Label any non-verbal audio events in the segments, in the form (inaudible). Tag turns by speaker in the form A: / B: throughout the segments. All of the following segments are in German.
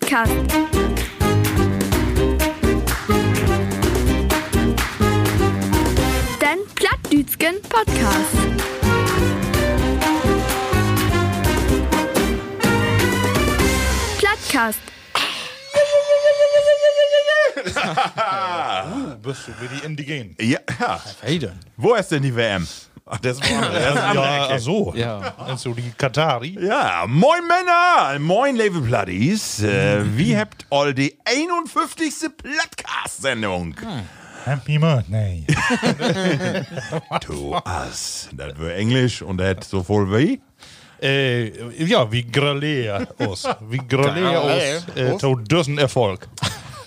A: Podcast. Den Plattdütschen Podcast. Plattcast.
B: Bist du wie die MDG?
C: Ja, ja.
D: Faden.
C: Wo ist denn die WM? Ach, das war das ist
B: (laughs) Ja, ach so.
D: Ja.
B: Also die Katari.
C: Ja, moin Männer, moin liebe Platties. Äh,
B: (laughs)
C: wie habt all die 51. Plattcast-Sendung?
B: Hm. Happy Monday.
C: To us. Das wär Englisch und das sowohl wie?
B: äh, ja, wie Gralea aus. Wie Gralea aus.
D: eh,
B: Äh, to Dösen Erfolg.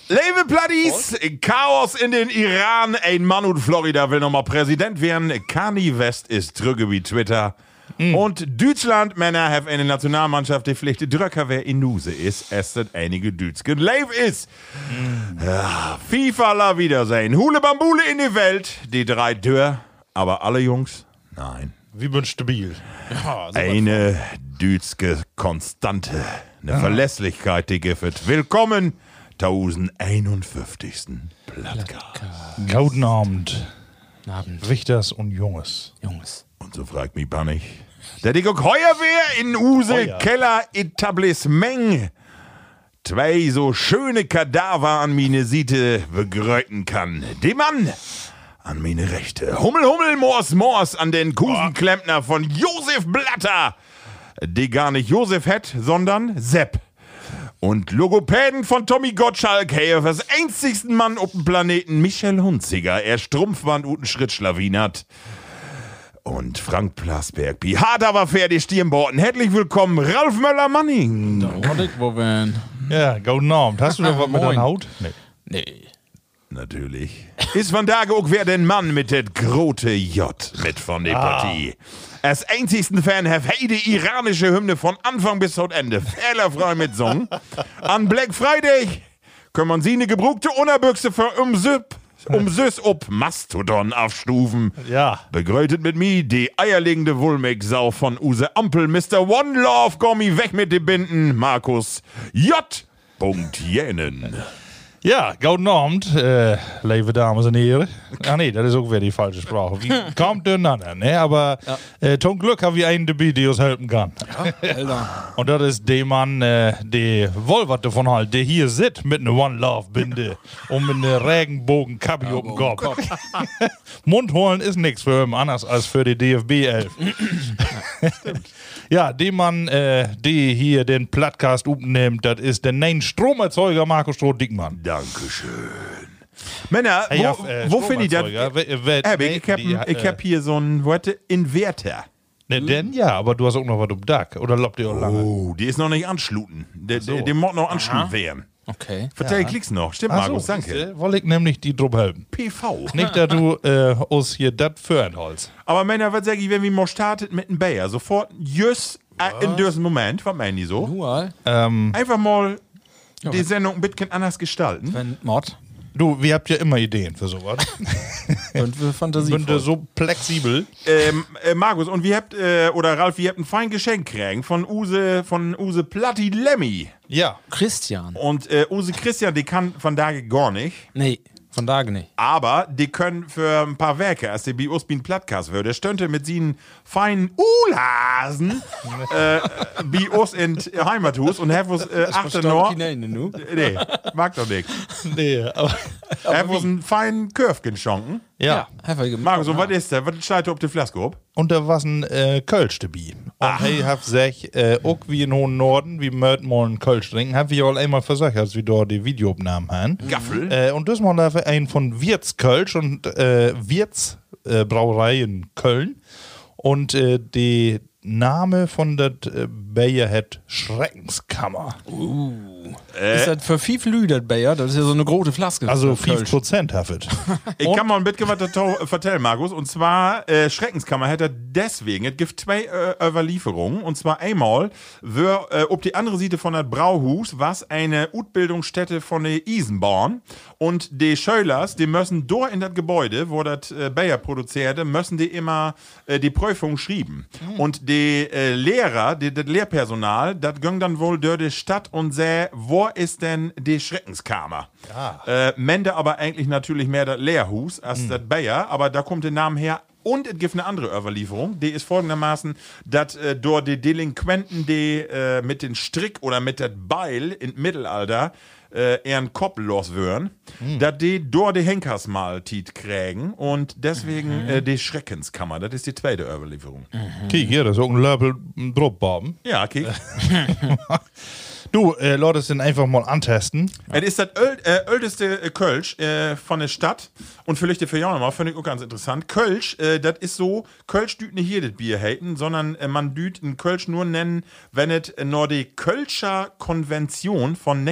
C: Liebe Platties, Chaos in den Iran. Ein Mann und Florida will nochmal Präsident werden. Kanye West ist drüge wie Twitter. Und Deutschland, Männer, have eine Nationalmannschaft, die Pflicht Dröcker, wer in Nuse ist, esset einige Dütschen live ist. Ja, FIFA la Wiedersehen. Hule Bambule in die Welt, die drei Tür. Aber alle Jungs, nein.
B: Wie bin stabil. Ja, so
C: Eine dütske Konstante, eine Verlässlichkeit, die giffet. Willkommen, 1051. Plattka.
B: Guten Abend,
D: Guten Abend,
B: Wichters und Junges.
D: Jungs.
C: Und so fragt mich Bannig, der die Heuerwehr in Use
B: Heuer.
C: Keller Etablissement zwei so schöne Kadaver an meine Siete begröten kann. Dem Mann an meine Rechte. Hummel, Hummel, Mors, Mors an den Kusenklempner von Josef Blatter, die gar nicht Josef hätt, sondern Sepp. Und Logopäden von Tommy Gottschalk, hey, das einzigsten Mann auf dem Planeten, Michel Hunziger, er Strumpfband guten Schrittschlawin hat. Und Frank Plasberg, wie hart aber fair die Stirnborten. Herzlich willkommen, Ralf Möller-Manning.
D: Wollte ich wo wären?
B: Ja, guten Abend. Hast du da was mit
D: Moin.
B: deiner Haut? Nee.
D: Nee.
C: Natürlich. Ist van Dage auch wer den Mann mit det grote J mit von der Partie. Als einzigsten Fan have hey die iranische Hymne von Anfang bis zum Ende fehlerfrei mitsungen. An Black Friday können man sie ne gebrugte Unterbüchse für um Süb, um Süß ob Mastodon aufstufen.
B: Ja.
C: Begrötet mit mir die eierlegende Wulmig-Sau von Use Ampel, Mr. One Love, Gommi, weg mit den Binden, Markus J. Punkt Jänen.
B: Ja, guten Abend, äh, liebe Damen und Herren. Ach Ah, nee, das ist auch wieder die falsche Sprache. Wie kommt durcheinander, ne? Aber äh, zum Glück haben wir einen dabei, der uns helfen kann. (laughs)
D: Alter.
B: Und das ist der Mann, äh, der Wolverte von Halt, der hier sitzt mit einer One-Love-Binde und mit einer Regenbogen-Kabi auf dem Kopf. Mund holen ist nichts für ihn, anders als für die DFB 11. (laughs) ja, dem Mann, äh, der hier den Plattcast umnimmt, das ist der neuen Stromerzeuger Marco Stroh-Dickmann.
C: Dankeschön. Männer,
B: Hey,
C: wo,
B: auf, äh,
C: wo finde ich das?
B: Stromerzeuger, we- we-
C: Hab
B: nee,
C: ich, ich hab,
B: die,
C: ein- ich
B: äh,
C: hab hier so einen Worte Inverter.
B: Ne, denn ja, aber du hast auch noch was um Duck. Oder lobt ihr auch lange?
C: Oh, die ist noch nicht anschluten. Der, der, der muss noch anschluten werden.
D: Okay.
C: Verzeih, ich klick's noch. Stimmt, Markus, danke.
B: Wollte ich nämlich die drum helfen.
C: PV.
B: Nicht, dass
C: (laughs)
B: du äh, uns hier das förenholst.
C: Aber Männer, was sag ich, wenn wir mal startet mit einem Bayer? Sofort, jüss, äh, in diesem Moment, was meinen die so?
D: Dual.
C: Einfach mal die
D: wenn-
C: Sendung ein bisschen anders gestalten.
B: Ähm.
D: Wenn Mord.
B: Du, wir habt ja immer Ideen für
C: (laughs)
B: sowas.
D: Und wir
B: Ich bin da
D: fantasievoll.
B: so flexibel.
C: Ähm, äh, Markus, und wir habt, äh, oder Ralf, wir habt ein fein Geschenk kriegen von Use, von Use Platti Lemmy.
B: Ja.
D: Christian.
C: Und äh, Use Christian, die kann von da gar nicht.
D: Nee, von da nicht.
B: Ah.
C: Aber die können für ein paar Werke, als der Biosbin Plattcast würde, stönte mit seinen feinen Ulasen äh, Bios in Heimathus und Hefus äh, achte noch.
D: Nein, nu.
C: Nee, mag doch nix.
B: Nee, ne? aber.
C: Hefus einen feinen Körfchen schonken.
B: Ja. genau.
D: Einfach gemacht.
C: Markus, und was ist der? Was schneidet auf die Flaske ab?
B: Und da war's ein äh, Kölsch dabei.
D: Ah.
B: Und hey, hab sech, äh, auch wie in Hohen Norden, wie Mördmollen Kölsch trinken, hab ich auch einmal versagt, als wir dort die Videoaufnahmen haben.
C: Gaffel.
B: Äh, und das mal dafür ein von Wirts Kölsch und äh, Wirts äh, Brauerei in Köln. Und äh, der Name von der äh, Bayer hat Schreckenskammer.
D: Oh, Ist das für viel Lüdert, Bayer? Das ist ja so eine große Flaske.
B: äh. Also
D: Das Kölsch.
B: 5%
D: (laughs)
B: haftet.
C: Ich kann mal ein bisschen was dazu äh, vertellen, Markus. Und zwar, äh, Schreckenskammer hätte deswegen, es gibt zwei äh, Überlieferungen. Und zwar einmal, wir, äh, ob die andere Seite von der Brauhus, was eine Utbildungsstätte von der Isenborn. Und die Schölers, die müssen durch in das Gebäude, wo das äh, Bayer produzierte, müssen die immer äh, die Prüfung schrieben. Und die äh, Lehrer, die, das Lehrpersonal, das ging dann wohl durch die Stadt und sah, wo ist denn die Schreckenskammer? Äh, Mende aber eigentlich natürlich mehr das Leerhus als das Bayer, aber da kommt der Name her. Und es gibt eine andere Überlieferung, die ist folgendermaßen, dass äh, dort die Delinquenten, die äh, mit dem Strick oder mit dem Beil im Mittelalter äh, ihren Kopf loswören, dass die dort die Henkers mal tiet krägen und deswegen äh, die Schreckenskammer, das ist die zweite Überlieferung.
B: Kiek hier, das ist auch ein Löbel Dropbaben.
C: Ja, okay.
B: Du, äh, Leute, das sind einfach mal antesten.
C: Es ist das öl, äh, älteste äh, Kölsch äh, von der Stadt und vielleicht für auch nochmal, finde ich auch ganz interessant. Kölsch, äh, das ist so, Kölsch düt nicht jedes Bier haten, sondern äh, man düt ein Kölsch nur nennen, wenn es äh, nur die Kölscher Konvention von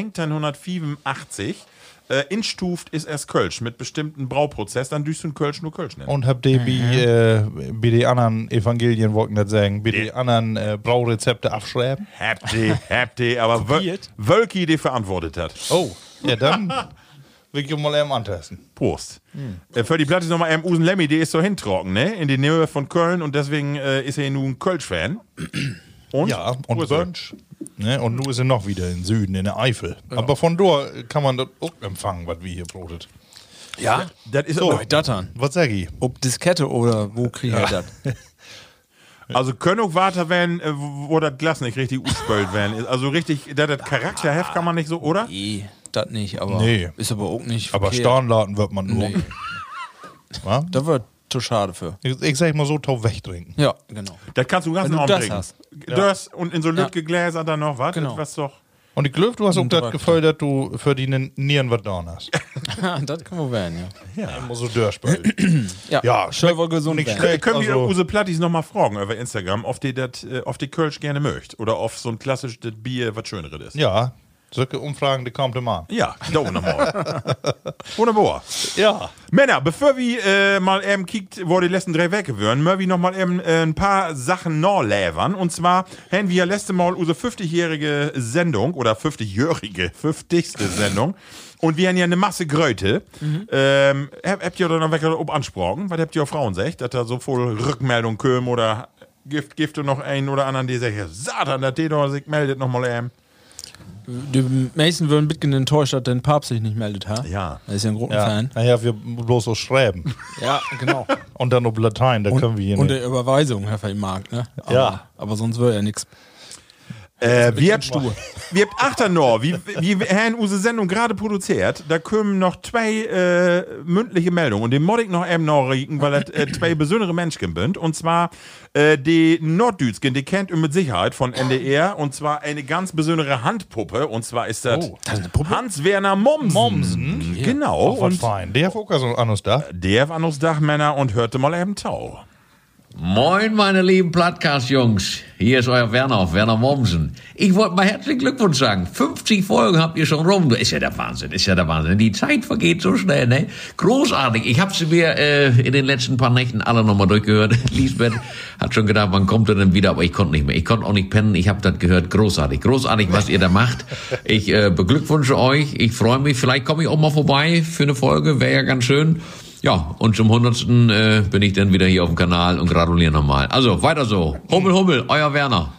C: 1985 äh, instuft, ist es Kölsch mit bestimmten Brauprozess, dann düst du ein Kölsch nur Kölsch nennen.
B: Und hab die, wie, äh, wie die anderen Evangelien wollten das sagen, wie die anderen äh, Braurezepte abschreiben.
C: Habt ihr, habt ihr, aber Wöl-
D: Kopiert?
C: Wölki, die verantwortet hat.
B: Oh, ja, dann will ich mal eben antesten.
C: Prost. Äh, für die Platte ist nochmal M. Usen Lemmy, der ist so hintrocken, ne? In die Nähe von Köln und deswegen äh, ist er nun Kölsch-Fan. Und?
B: Ja,
C: Wo
B: und
C: ist er?
B: Wünsch. Ne, und nun ist er noch wieder im Süden, in der Eifel. Aber von dort kann man das auch empfangen, was wir hier brotet.
D: Ja?
C: Das ist
D: So,
C: aber,
D: Oh, das dann.
B: Was sag ich?
D: Ob Diskette oder wo kriege ich das?
C: also Könnung warte, wenn, äh, wo das Glas nicht richtig uspölt werden. ist. Also richtig, das Charakterheft kann man nicht so, oder?
D: Nee, das nicht, aber
B: Nee.
D: ist aber auch nicht
B: Aber
D: verkehrt.
B: Starnladen wird man nur.
D: Nee,
B: (laughs) wa?
D: da wird zu schade für.
B: Ich, ich sag mal so, tau wegtrinken.
D: Ja, genau. (laughs)
C: Das kannst du den ganzen
D: Wenn du
C: Abend
D: das
C: trinken.
D: hast.
C: Das und in so lütge Gläser dann noch, was?
D: Genau.
C: Was doch.
B: Und ich glaube, du hast auch
D: Und
B: das
D: direkt.
B: Gefühl, dass du für die Nieren was da hast.
D: das kann wohl werden, ja.
B: Ja. Immer so durchspielen.
D: Ja,
B: Ja,
D: schön wohl gesund
B: nicht
C: Äh,
B: schlecht.
D: werden.
C: können wir
B: also-
C: Use Plattis nochmal fragen über Instagram, ob die, dat, äh, ob die Kölsch gerne möcht? Oder auf so ein klassisches Bier, was Schöneres ist?
B: ja, solche Umfragen, die kommt immer an.
C: Ja, da oben nochmal. (laughs) Wunderbar.
B: Ja.
C: Männer, bevor wir äh, mal eben kickt, wo die letzten drei Wege wären, möchten wir noch mal eben äh, ein paar Sachen nachlävern. Und zwar haben wir letzte Mal unsere 50-jährige Sendung oder 50-jährige, 50. Sendung. Und wir haben ja eine Masse Gröte. Ähm, hab, habt ihr da noch weg ob ansprochen? Was habt ihr auf Frauen gesagt? Dass da so voll Rückmeldung kämen oder Gift, Gift und noch einen oder anderen, die sagen, Satan, der Täter sich meldet nochmal eben.
D: Die meisten würden ein bisschen enttäuscht, dass der Papst sich nicht meldet, ha?
C: Ja.
D: Er ist ja ein großer
B: Ja.
D: Fan.
B: Naja, wir bloß so schreiben.
D: Ja, genau.
B: Und dann ob Latein, da können wir hier
D: Und
B: nicht.
D: der Überweisung, Herr Vermarkt, ne? Aber,
B: Ja.
D: Aber sonst wäre ja nichts.
C: Äh, wir habt
D: stur.
C: wir habt achter noch, wie, wie wir haben unsere Sendung gerade produziert, da kommen noch zwei äh, mündliche Meldungen und den mod ich noch eben noch regen, weil das äh, zwei besondere Menschen sind und zwar äh, die Norddütschen, die kennt ihr mit Sicherheit von NDR und zwar eine ganz besondere Handpuppe und zwar ist das
B: Oh,
C: Hans-Werner Mommsen.
B: Mommsen?
C: Genau.
B: Ach, was
C: und
B: fein. Der Fokus und Anus da.
C: der war uns Dachmänner und hörte mal eben Tau.
E: Moin, meine lieben Plattcast-Jungs. Hier ist euer Werner, Werner Mommsen. Ich wollte mal herzlichen Glückwunsch sagen. 50 Folgen habt ihr schon rum. Ist ja der Wahnsinn, ist ja der Wahnsinn. Die Zeit vergeht so schnell, ne? Großartig. Ich habe sie mir äh, in den letzten paar Nächten alle nochmal durchgehört. (laughs) Lisbeth hat schon gedacht, wann kommt er denn wieder? Aber ich konnte nicht mehr. Ich konnte auch nicht pennen. Ich habe das gehört. Großartig, großartig, was ihr da macht. Ich äh, beglückwünsche euch. Ich freue mich. Vielleicht komme ich auch mal vorbei für eine Folge. Wäre ja ganz schön. Ja, und zum hundertsten äh, bin ich dann wieder hier auf dem Kanal und gratuliere nochmal. Also, weiter so. Hummel, Hummel, euer Werner.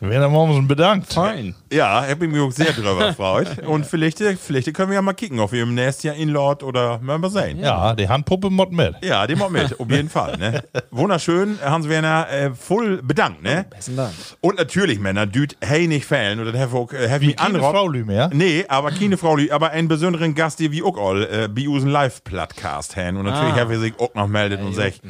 B: Werner Mommsen bedankt.
D: Fein.
C: Ja, ich bin mich auch sehr drüber
B: (laughs)
C: gefreut. Und vielleicht, vielleicht können wir ja mal kicken, ob wir im nächsten Jahr in Lord oder mal mal sehen.
B: Ja, die Handpuppe mod mit.
C: Ja, den machen wir (laughs) mit, auf jeden Fall. Ne? Wunderschön, Hans-Werner, äh, voll bedankt. Ne?
D: Besten Dank.
C: Und natürlich, Männer, düt hey nicht fällen oder have, auch, äh, have me
B: keine
C: anrock-
B: Frau Lüme, ja?
C: Nee, aber keine Frau Lüme, aber einen besonderen Gast, die wie auch all äh, Biusen Live Podcast haben. Und natürlich ah. have ich sich auch noch meldet und sagt,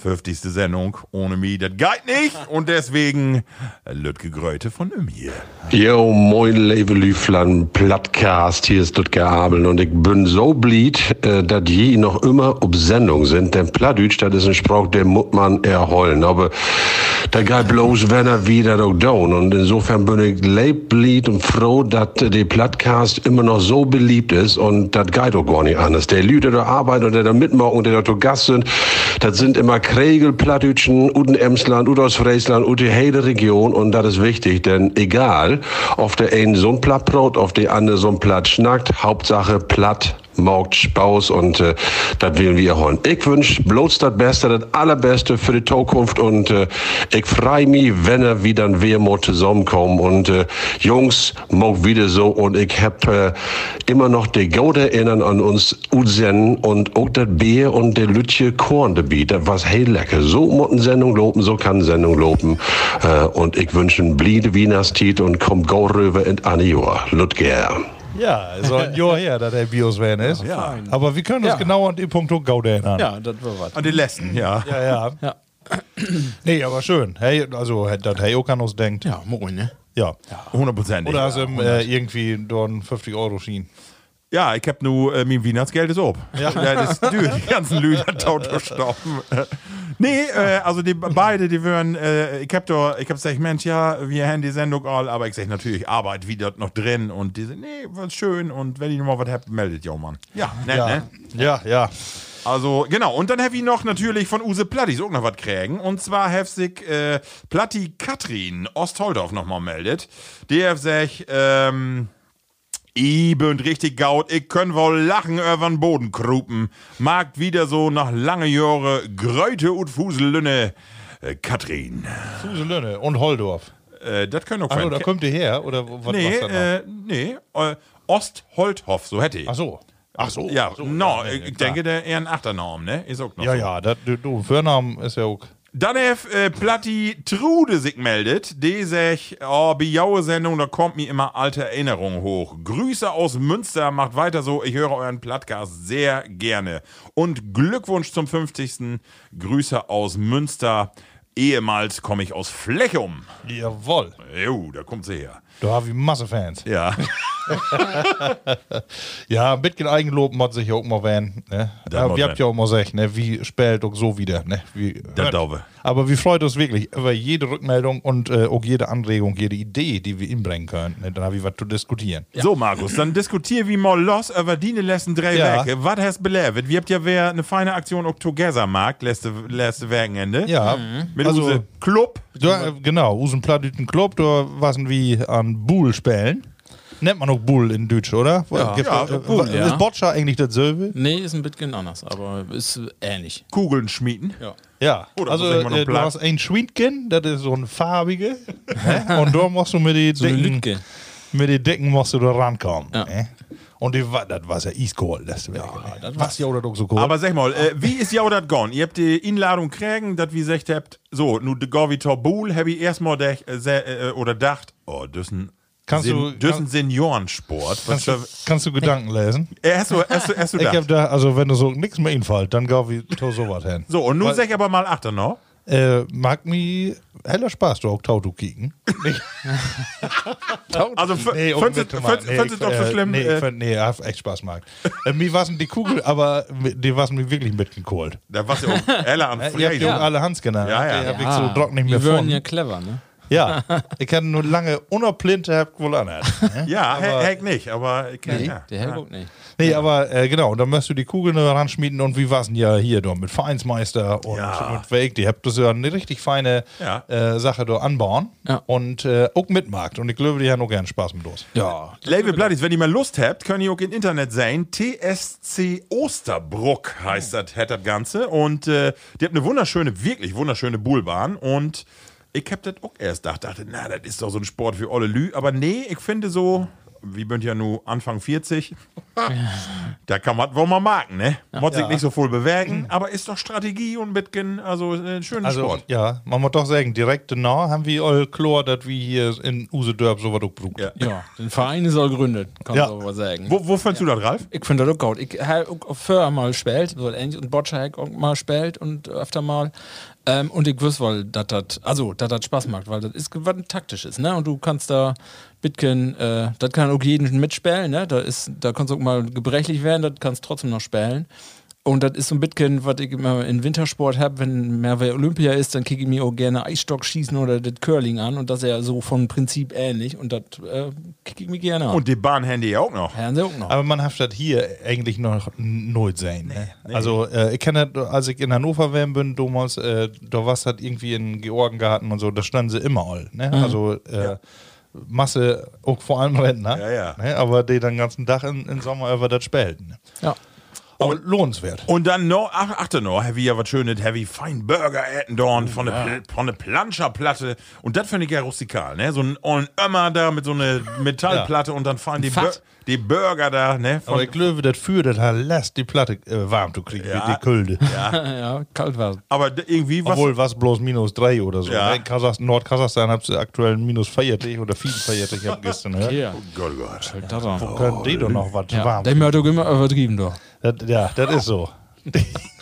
C: 50. Sendung ohne mich, das geht nicht. Und deswegen äh, Lütke Gröte von Üm hier.
F: Yo, moin, liebe Lüflern, Plattcast, hier ist Ludger Abeln und ich bin so blied, äh, dass je noch immer ob Sendung sind, denn Plattdütsch, das ist ein Spruch, der muss man erholen, aber da geht bloß, wenn er wieder doch down und insofern bin ich leib blied und froh, dass äh, der Plattcast immer noch so beliebt ist und das geht doch gar nicht anders. Der Lüde, der da arbeitet und der da mitmacht und der da zu Gast sind, das sind immer Kregel, Plattdütschen, Uten Emsland, Ut aus Friesland, Ut die hele Region und das ist wichtig, denn egal, ob der einen so ein Platt Brot, ob der andere so ein Platt Schnackt, Hauptsache Platt Maugt Spaus und äh, das wählen wir erholen. Ich wünsch bloß das Beste, das Allerbeste für die Zukunft und äh, ich freu mich, wenn er wieder in Wehrmut zusammenkommen und äh, Jungs, Maugt wieder so und ich hab äh, immer noch die gute Erinnern an uns Usen und auch das Bier und der Lütje Korn, der Beat, das war's hey lecker. So muss eine Sendung lopen, so kann eine Sendung lopen äh, und ich wünsche ein bliede Wienerstit und komm go rüber in Anioa. Ludger.
B: Ja, so ein Jahr her, dass der Bios werden ist.
C: Ja. fein.
B: Aber wir können uns
D: Ja.
B: genau an den Punkt Gaude erinnern.
D: Ja, das war was.
C: An den letzten, ja.
B: Ja, ja.
D: Ja.
B: (clears throat) Nee, aber schön. Hey, also, dass Heyo kann uns denkt.
D: Ja, moin, ne?
B: Ja.
C: 100%.
B: Oder hast du ihm äh, irgendwie dort 50 Euro schien?
C: Ja, ich hab nur, äh, mein Weihnachtsgeld ist ob. Ja. Das ist dür, die ganzen Lüder tautostoffen. Nee, äh, also die beide, die würden, äh, ich hab doch, ich hab gesagt, Mensch, ja, wir haben die Sendung all, aber ich sag natürlich, Arbeit wieder noch drin und die sind, nee, was schön und wenn ihr nochmal was habt, meldet ja, Mann. Ja, ne, ne?
B: Ja, ja.
C: Also, genau. Und dann habe ich noch natürlich von Use Plattis auch noch was kriegen. Und zwar habe sich äh, Platti Katrin Ostholdorf nochmal meldet. Der sagt, ähm, ich bin richtig gaut, ich können wohl lachen über den Boden krupen. Mag wieder so nach lange Jahre Gröte und Fusellünne. Äh, Katrin.
B: Fuselönne und Holdorf.
C: Äh, das können auch
B: Also,
C: kein-
B: da kommt ihr her? Oder was was
C: Nee,
B: das noch?
C: äh, nee. Äh, Ostholdhoff, so hätte ich.
B: Ach so. Ach so.
C: Ja,
B: Ach so.
C: no,
B: nee,
C: ich
B: nee, klar.
C: denke, der eher ein Achternamen, ne? Ist auch noch
B: Ja,
C: so.
B: ja, dat, du, Vornamen ist ja auch.
C: Dann hat äh, Platti Trude sich meldet. Die sagt, oh, bei jaue Sendung, da kommt mir immer alte Erinnerungen hoch. Grüße aus Münster, macht weiter so. Ich höre euren Podcast sehr gerne. Und Glückwunsch zum 50. Grüße aus Münster. Ehemals komme ich aus Flechum.
B: Jawohl.
C: Jo, da kommt sie her.
B: Da habe ich Masse Fans.
C: Ja,
B: (laughs) Ja, ein bisschen Eigenlob muss sich ja auch mal werden. Ne?
C: Das
B: Aber
C: muss
B: wir habt
C: sein.
B: ja auch mal gesagt, ne? wie spät und so wieder. Ne? Wie,
C: das glaube
B: aber wir freuen uns wirklich über jede Rückmeldung und äh, auch jede Anregung, jede Idee, die wir inbringen können. Ne? Dann habe ich was zu diskutieren.
C: ich. (laughs) So, Markus, dann diskutier wie mal los über die letzten drei
B: Ja.
C: Werke. Was hast belebt? Wir habt ja wer eine feine Aktion auch Together Markt, letzte, letzte Wochenende.
B: Ja,
C: Mit
B: also,
C: Use Club.
B: da, äh, genau, Usen Plattdüten Club, da waren wir an Buhl spellen. Nennt man auch Buhl in Deutsch, oder? Ja,
C: Ja, Buhl,
B: Ist
D: ja.
B: Boccia eigentlich dasselbe?
D: Nee, ist ein bisschen anders, aber ist ähnlich.
C: Kugeln schmieden.
D: Ja.
B: Ja,
C: Oh, da
B: also
C: muss ich mal noch
B: äh, du
C: plagen.
B: hast ein Schwindgen, das ist so
C: (laughs)
B: ein farbige, ne? und da musst du mit den
D: So eine
B: dicken,
D: Lütke.
B: mit den dicken musst du da rankommen.
D: Ja.
B: Ne? Und die, wa- das war ja iskalt, das wäre ja, was ja oder doch so cool.
C: Aber sag mal,
B: Ah.
C: äh, wie ist ja das gone? Ihr habt die Einladung kriegen, dass wie gesagt habt, so, nu de Govi Torbul, hab ich erstmal dech, äh, se- äh, oder dacht, oh, das ist ein,
B: Kannst
C: Sen-
B: du-
C: das ist ein
B: kann-
C: Seniorensport. Was
B: kannst, du,
C: da-
B: kannst du Gedanken lesen?
C: Äh, hast du, hast du, hast du
B: Ich hab
C: gedacht?
B: da, also wenn du so nichts mehr infällt, dann gab ich to sowas hin.
C: So, und nun sag aber mal achter noch.
B: Äh, mag mir heller Spaß, du auch Tautu kicken.
C: Also, f- findest du findest du doch so schlimm?
B: Nee, ich
C: äh,
B: find- nee, hat echt Spaß gemacht. äh, mir war die Kugel, aber mi- die war mir wirklich mitgekohlt.
C: Da warst du
B: (laughs)
C: auch Ella am
B: Ja, Äh, Ne, Ihr habt
C: Freitag.
B: ja auch alle Hans ne? genannt.
C: Ja, ja.
B: Die hab ich so trocken nicht mehr
D: Wir wären
B: von.
D: ja
B: Ja,
D: clever, ne?
B: ich hatte nur lange unerplinte habt wohl anhat.
C: (laughs)
B: ne?
C: Ja, He- Heck nicht, aber ich kenn
D: Nee,
C: ja.
D: der Hellbock nicht.
B: Nee, aber äh, genau, und dann müsst du die Kugeln da ranschmieden und wie war's denn ja hier da mit Vereinsmeister und,
C: Ja.
B: und Weg, die habt das ja eine richtig feine
C: Ja.
B: äh, Sache da anbauen
D: Ja.
B: und äh, auch mitmarkt und ich glaube, die haben auch gern Spaß mit los.
D: Ja.
C: Label Bloodies, wenn ihr mal Lust habt, könnt ihr auch im Internet sein. TSC Osterbruck heißt das, hat das Ganze. Und äh, die habt eine wunderschöne, wirklich wunderschöne Buhlbahn. Und ich hab das auch erst gedacht, dachte, na, das ist doch so ein Sport für Olle Lü. Aber nee, ich finde so, wie bin ja nur Anfang 40, da kann man wohl mal marken, ne? Muss sich nicht so voll bewegen, aber ist doch Strategie und mitgen, also äh, ein schöner
B: Also,
C: Sport.
B: ja, man muss doch sagen, direkt danach haben wir all Chlor, dass wir hier in Usedörp sowas auch brugt.
C: Ja.
D: Ja, den Verein ist auch gegründet, kann
B: Ja.
D: man aber sagen. ne?
C: Wo, wo findest du das, Ralf?
D: Ich finde das auch gut. Ich habe auch vorher mal gespielt, so ähnlich, und Boccia habe ich auch mal gespielt und öfter mal. Ähm, und ich wüsste wohl, dass das, also, dass das Spaß macht, weil das ist was taktisches, ne? Und du kannst da Bitcoin, äh, das kann auch jeden mitspielen, ne? Da ist, da kannst du auch mal gebrechlich werden, das kannst trotzdem noch spielen. Und das ist so ein bisschen, was ich immer in Wintersport habe, wenn mehr wie Olympia ist, dann kicke ich mir auch gerne Eisstock schießen oder das Curling an und das ist ja so vom Prinzip ähnlich und das äh, kicke ich mir gerne an.
C: Und die Bahnhandy auch noch.
D: Fernseh auch noch.
B: Aber man hat das hier eigentlich noch nooit sehen. Ne? Also äh, ich kenne das, als ich in Hannover wären bin, damals,
C: Mhm.
B: äh, da war es halt irgendwie in Georgengarten und so, da standen sie immer all. Ne? Also äh, Masse, auch vor allem Rentner,
C: Ja, ja.
B: Ne, aber die den ganzen Tag in, in Sommer über das spielen. Ne?
D: Ja.
C: Oh.
B: Aber lohnenswert.
C: Und dann noch, ach, achte noch, Heavy, ja, was schönes, Heavy, fein Burger, Ettendorn, von der Pl- von der Planscherplatte. Und das finde ich ja rustikal, ne? So ein ollen Ömmer da mit so einer Metallplatte und dann fallen die, Bur
D: Fat.
C: die Burger da, ne? Von,
B: Aber ich glaube, das führt, das hat lässt die Platte äh, warm zu kriegen
C: Ja.
B: mit die Külde.
D: ja, kalt war es.
C: aber d- irgendwie was.
B: Obwohl, was bloß minus drei oder so.
C: Ja.
B: In Kasachstan, Nordkasachstan habt ihr aktuell minus 40 oder 44, ich hab gestern gehört.
D: Ja,
C: Oh Gott, Gott.
D: kalt da dran.
B: Können die doch noch was
D: Ja,
B: warm
D: der Mörder immer übertrieben doch.
B: Das, ja, das ist so.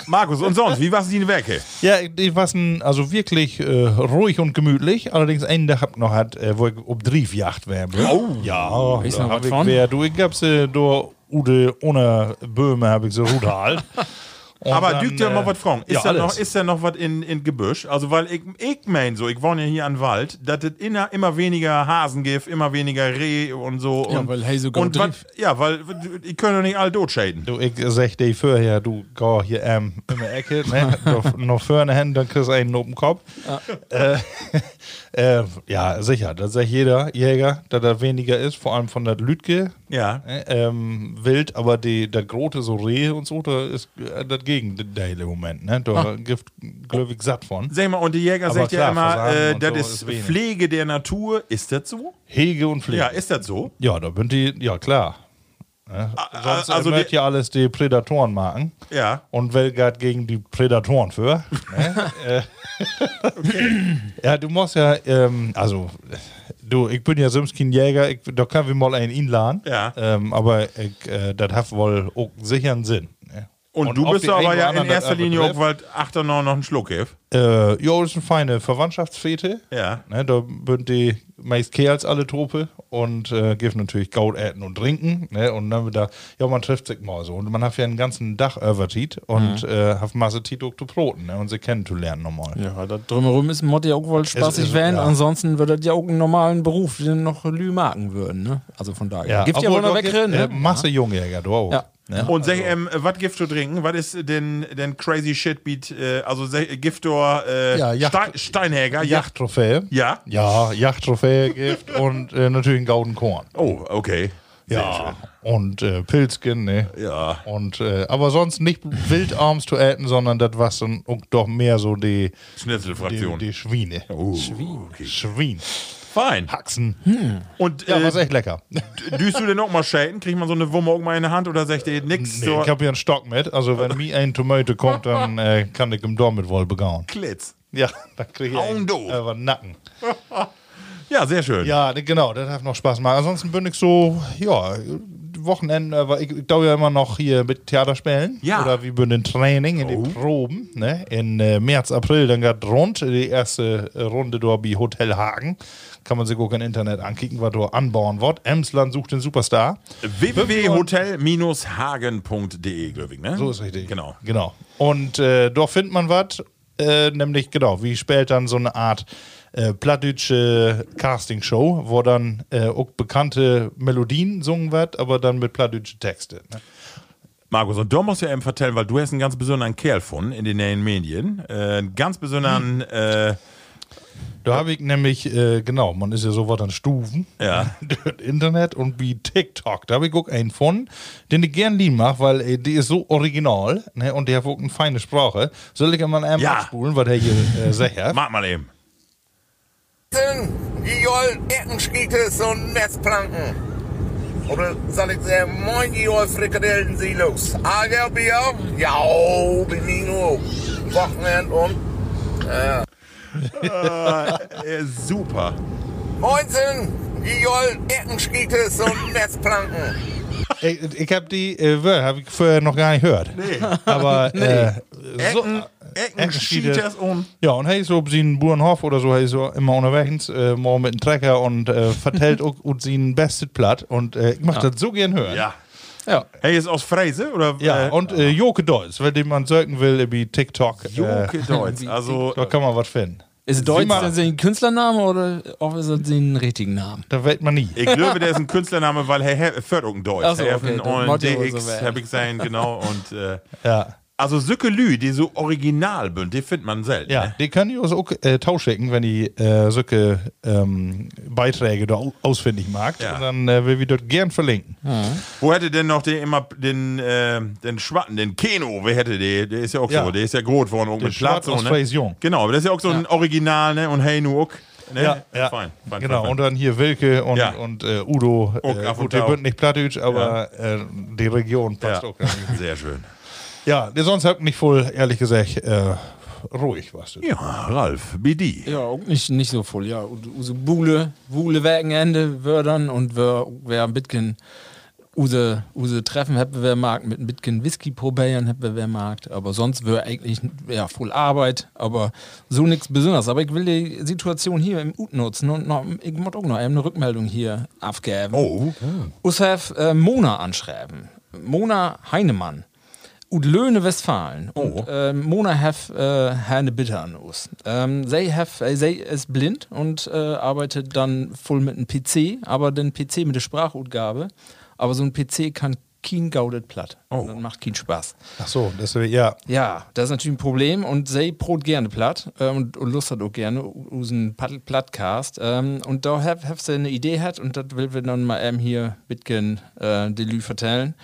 C: Markus, und sonst, wie war's die Werke?
B: (laughs) Ja, die waren also wirklich äh, ruhig und gemütlich. Allerdings einen Tag hab ich noch hat, äh, wo ich um Driefjacht wäre. Oh, ja.
D: Weißt du
B: da
D: noch
B: hab
D: was
B: ich
D: von?
B: wär, du, ich hab's äh, do Ude ohne Böhme hab ich so Rudal.
C: (laughs)
B: Und
C: Aber
B: dann,
C: dügt ja
B: äh,
C: mal was fragen. Ist,
B: ja,
C: da
B: alles.
C: noch, ist da noch was in, in Gebüsch? Also, weil ich, ich mein so, ich wohne ja hier an Wald, dass es inner- immer weniger Hasen gibt, immer weniger Reh und so.
D: Ja,
C: und,
D: weil Hazel Gold
C: und wat, Ja, weil ich können doch nicht all tot schäden.
B: Du, ich sag dir vorher, du geh hier ähm, in der Ecke, ne? noch- noch vorne hin, dann kriegst du einen auf den Kopf. Ja. Äh, (laughs) äh, ja, sicher, das sagt jeder Jäger, dass da weniger ist, vor allem von der Lütke.
C: Ja.
B: Ne? Ähm, wild, aber die, der Grote, so Rehe und so, da ist äh, das Gegenteil im Moment. Ne? Da
C: Ah.
B: gibt glaube ich, satt von.
C: Sag mal, und der Jäger
B: Aber
C: sagt ja
B: klar,
C: immer,
B: Fasanen
C: äh,
B: und
C: das
B: so
C: ist
B: ist wenig.
C: Pflege der Natur. Ist das so?
B: Hege und Pflege.
C: Ja, ist das so?
B: Ja, da sind die, ja klar. Ne? Sonst
C: also
B: also wird
C: die-
B: ja alles die Prädatoren machen.
C: Ja.
B: Und Welgard gegen die Prädatoren für.
C: (laughs)
B: Ne? Äh, (laughs) ja, du musst ja, ähm, also, du, ich bin ja Simskin Jäger, ich, da können wir mal einen inladen.
C: Ja.
B: Ähm, aber ich, äh, das hat wohl auch sicher einen Sinn. ne?
C: Und, du
B: ob
C: bist
B: die
C: aber
B: einen
C: ja in
B: oder anderen
C: erster
B: das, äh,
C: Linie auch,
B: betrifft,
C: weil Achter noch noch einen Schluck gibt.
B: äh, jo, das ist eine feine Verwandtschaftsfete.
C: Ja.
B: Ne, da sind die meist Kerls alle Trope und äh, gibt natürlich Gaut äten und trinken. Ne, und dann wieder, ja, man trifft sich mal so. Und man hat ja einen ganzen Dach übertit und
C: Mhm.
B: äh, hat Masse Tito zu broten ne, und sie kennenzulernen nochmal.
D: Ja, da drumherum ist Mod ja auch wohl
B: Es
D: spaßig
B: ist-
D: werden.
B: ja.
D: Ansonsten würde das ja auch einen normalen Beruf, den noch Lü marken würden. Ne? Also von daher. Gibt ja wohl noch weg drin.
B: Äh,
D: Ne?
B: Masse Jungjäger, du auch.
D: Ja.
B: Ne?
C: Und sag, ähm, was Gift du trinken? Was ist denn, denn Crazy Shit Beat? Äh, also sag, äh, Giftor äh,
B: Ja, Yacht-
C: Stein, Steinhäger, Yacht.
B: Jachttrophäe.
C: Ja?
B: Ja, Jachttrophäe gibt (laughs) und äh, natürlich einen Gauden Korn.
C: Oh, okay.
B: Ja. Und äh, Pilzken, ne?
C: Ja.
B: Und, äh, aber sonst nicht wild arms zu äten, sondern das was dann auch doch mehr so die, die,
C: Schnitzelfraktion.
B: die Schwine.
C: Oh.
B: Schwien. Schwien.
C: Fein.
B: Haxen.
C: Und
B: Ja,
C: äh,
B: was echt lecker. (laughs)
C: düst du denn auch mal Schäden? Kriegt man so eine Wumme auch mal in der Hand oder sagt ihr nix?
B: Äh, Nee,
C: so
B: ich habe hier einen Stock mit, also wenn mir ein Tomate kommt, dann äh, kann ich im Dorn mit wohl begauen.
C: Klitz.
B: Ja, (laughs) dann kriege ich einen,
C: Augendoof.
B: äh, was Nacken.
C: Ja, sehr schön.
B: Ja, ne, genau, das hat noch Spaß gemacht. Ansonsten bin ich so, ja, Wochenenden, aber ich, ich dauere ja immer noch hier mit Theaterspielen.
C: Ja.
B: Oder wir bin in Training, in den Proben, ne? In äh, März, April, dann geht rund, die erste äh, Runde dort bei Hotel Hagen. Kann man sich auch im Internet ankicken, was dort anbauen wird. Emsland sucht den Superstar.
C: www.hotel-hagen.de, glaube ich, ne?
B: So ist richtig.
C: Genau.
B: Genau. Und äh, dort findet man was, äh, nämlich, genau, wie spät dann so eine Art äh, plattdeutsche Castingshow, wo dann äh, auch bekannte Melodien gesungen wird, aber dann mit plattdeutsche Texte. Ne?
C: Markus, und du musst ja eben vertellen, weil du hast einen ganz besonderen Kerl von in den neuen Medien. Äh, einen ganz besonderen, äh,
B: Da habe ich nämlich, äh, genau, man ist ja sowas an Stufen.
C: Ja.
B: (laughs) Das Internet und wie TikTok. Da habe ich auch einen von, den ich gern lieben mache, weil äh, die ist so original ne, und der hat auch eine feine Sprache. Soll ich mal einmal
C: Ja.
B: abspulen, was der hier äh, (laughs) sagt?
C: mach mal eben.
G: Essen, Giol, Eckenschietes und Netzplanken. Oder soll ich sagen, moin Giol, Frikadellen, Silos. Ager Bier? Ja, oh, bin ich nur. Wochenend um und
C: Äh, super.
G: Moinsen, Giol, Eckenschietes und Netzplanken.
B: Ich, ich habe die äh, Wörter hab ich vorher noch gar nicht gehört. (laughs)
C: (laughs)
B: Aber äh, so,
C: Ecken, Ecken, um. Schieters und.
B: ja, und hey, so ob sie einen Burenhof oder so, hey, so immer unterwegs, äh, morgen mit einem Trecker und
C: (laughs)
B: äh, vertellt auch und sie ein bestes Blatt. Und äh, ich mach das so gern hören.
C: Ja.
D: Ja.
C: Hey, ist aus Freise? Oder,
B: Ja,
C: äh,
B: und äh, Joke Deutsch, wenn jemand söken will, über TikTok,
C: Joke
B: äh,
C: Deutsch. Also,
B: da kann man was finden.
D: Ist Deutsch
B: mal.
D: denn sein Künstlername oder auch ist das sein richtigen Namen?
B: Da weiß man nie.
C: ich glaube, der ist ein Künstlername, weil Herr Förderung Deutsch.
D: Ach so,
C: Herr
D: okay,
C: von
D: dann
C: Orn
D: Motti oder
C: DX
D: so wär-
C: habe ich sein, genau. Und äh,
B: Ja.
C: Also Sückelü, die so original sind, die findet man selten.
B: Ja,
C: ne?
B: die können die uns auch äh, tauschen, wenn die äh, solche ähm, Beiträge da au- ausfindig mag.
C: Ja.
B: Und dann äh, will wir dort gern verlinken.
C: Wo hätte denn noch den immer den, äh, den Schwatten, den Keno, wer hätte der? Der ist ja auch
B: Ja.
C: so, der ist ja groß worden, auch
B: Der
C: mit Platz.
B: Schwatt aus
C: so, ne?
B: Freysion.
C: Genau, aber das ist ja auch so ein Original, ne? Und Hey Nuok. Ne? Fein, fein,
B: genau.
C: fein,
B: Und
C: fein.
B: dann hier Wilke und,
C: Ja.
B: und äh, Udo.
C: Auch
B: äh,
C: ab und
B: gut, die
C: tau.
B: wird nicht plattdeutsch, aber äh, die Region passt auch. gar nicht.
C: Ja. Sehr schön.
B: Ja, die sonst habt nicht voll, ehrlich gesagt, äh, ruhig was. du.
C: Ja, Ralf, BD.
D: Ja, auch nicht, nicht so voll, ja. Und Use Bule, Bule Wochenende Wördern und wer, wer ein bisschen Use, Use Treffen hätte wer mag, mit ein bisschen Whisky probieren hätte wer mag. Aber sonst wäre eigentlich ja, voll Arbeit, aber so nichts Besonderes. Aber ich will die Situation hier im Ut nutzen und noch, ich muss auch noch eben eine Rückmeldung hier abgeben.
C: Oh,
D: Usef äh, Mona anschreiben. Mona Heinemann. Ud Löhne Westfalen. Und äh, Mona have äh, Herne Bitter an us. Ähm, they have, äh, they ist blind und äh, arbeitet dann voll mit einem PC, aber den PC mit der Sprachutgabe. Aber so ein PC kann kein gaudet platt. Oh. Dann macht keinen Spaß.
B: Ach so, deswegen, ja.
D: Ja, das ist natürlich ein Problem und sie brot gerne platt äh, und, und Lust hat auch gerne u- usen Paddel- Plattcast. Ähm, und da hab, hab sie eine Idee hat und das will wir dann mal eben hier bitgen äh, Delü vertellen.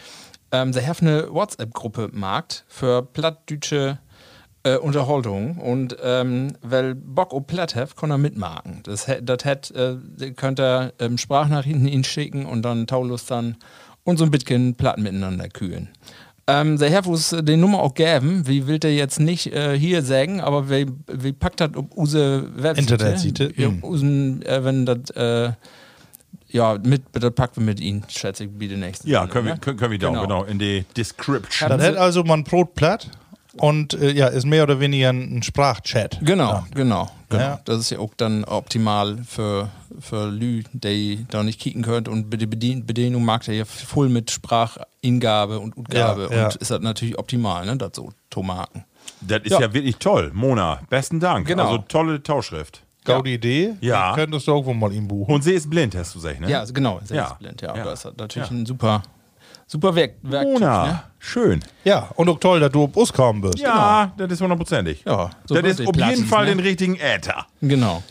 D: Ähm, sie haben eine WhatsApp-Gruppe Markt für plattdütsche äh, Unterhaltung und ähm, weil Bock ob Platt hat, kann er mitmachen. Das hä- das hat, äh, könnt er ähm, Sprachnachrichten ihn schicken und dann Taulust dann und so ein bisschen Platten miteinander kühlen. Ähm, der Herr muss den Nummer auch geben. Wie will der jetzt nicht äh, hier sagen, aber wie, wie packt das ob use Webseite?
B: Internetseite,
D: Ja,
B: mm.
D: usen, äh, wenn das äh, ja mit, das packt wir mit ihnen, schätze ich, wie den nächsten.
C: ja,
D: Sendung,
C: können wir,
D: ne?
C: können, können wir da auch, genau, in die Description.
B: Dann hätte also man Brot platt und äh, ja, ist mehr oder weniger ein ein Sprachchat.
D: Genau, genau, genau.
B: Ja.
D: Das ist ja auch dann optimal für, für Lü, die da nicht kicken könnt und die Bedien Bedienung mag der ja voll mit Sprachingabe und Utgabe
B: Ja, ja.
D: und ist das natürlich optimal, ne, das so Tomaten.
C: Das ist ja.
D: Ja.
C: wirklich toll. Mona, besten Dank.
D: Genau.
C: Also tolle Tauschschrift.
B: Gaudi Idee.
C: Ja.
B: Die Könntest du irgendwo mal ihm buchen.
C: Und sie ist blind, hast du gesagt, ne?
D: Ja, also genau, selbstblind, ja. Das ist halt natürlich ein super, super Werk Werkzeug,
C: Mona,
D: ne?
C: schön.
B: ja, und auch toll, dass du auf uns kommen wirst.
C: Ja, das ist hundertprozentig.
D: Ja, so
C: das ist
D: wird die
C: auf jeden
D: Plattens,
C: Fall
D: ne?
C: den richtigen Äther.
D: Genau.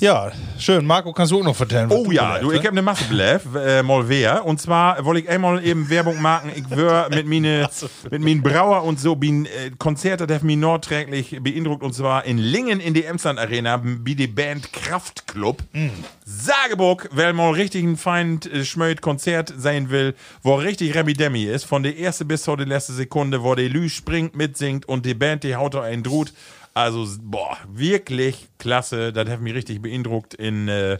B: Ja, schön. Marco, kannst du auch noch vertellen? was
C: Oh ja,
B: gelernt
C: du, ich
B: hast? ne?
C: habe eine Masse belebt, äh, mal wer. Und zwar wollte ich einmal eben Werbung machen. Ich wär mit mine, mit min Brauer und so, bin äh, Konzerte, der mich nordträglich beeindruckt. Und zwar in Lingen in die Emsland Arena, wie die Band Kraftklub. Sageburg, wer mal richtig ein fein äh, schmöd Konzert sein will, wo richtig Remi-Demi ist, von der erste bis zur die letzte Sekunde, wo der Lü springt, mitsingt und die Band, die haut da einen Drut. Also, boah, wirklich klasse. Das hat mich richtig beeindruckt in, äh,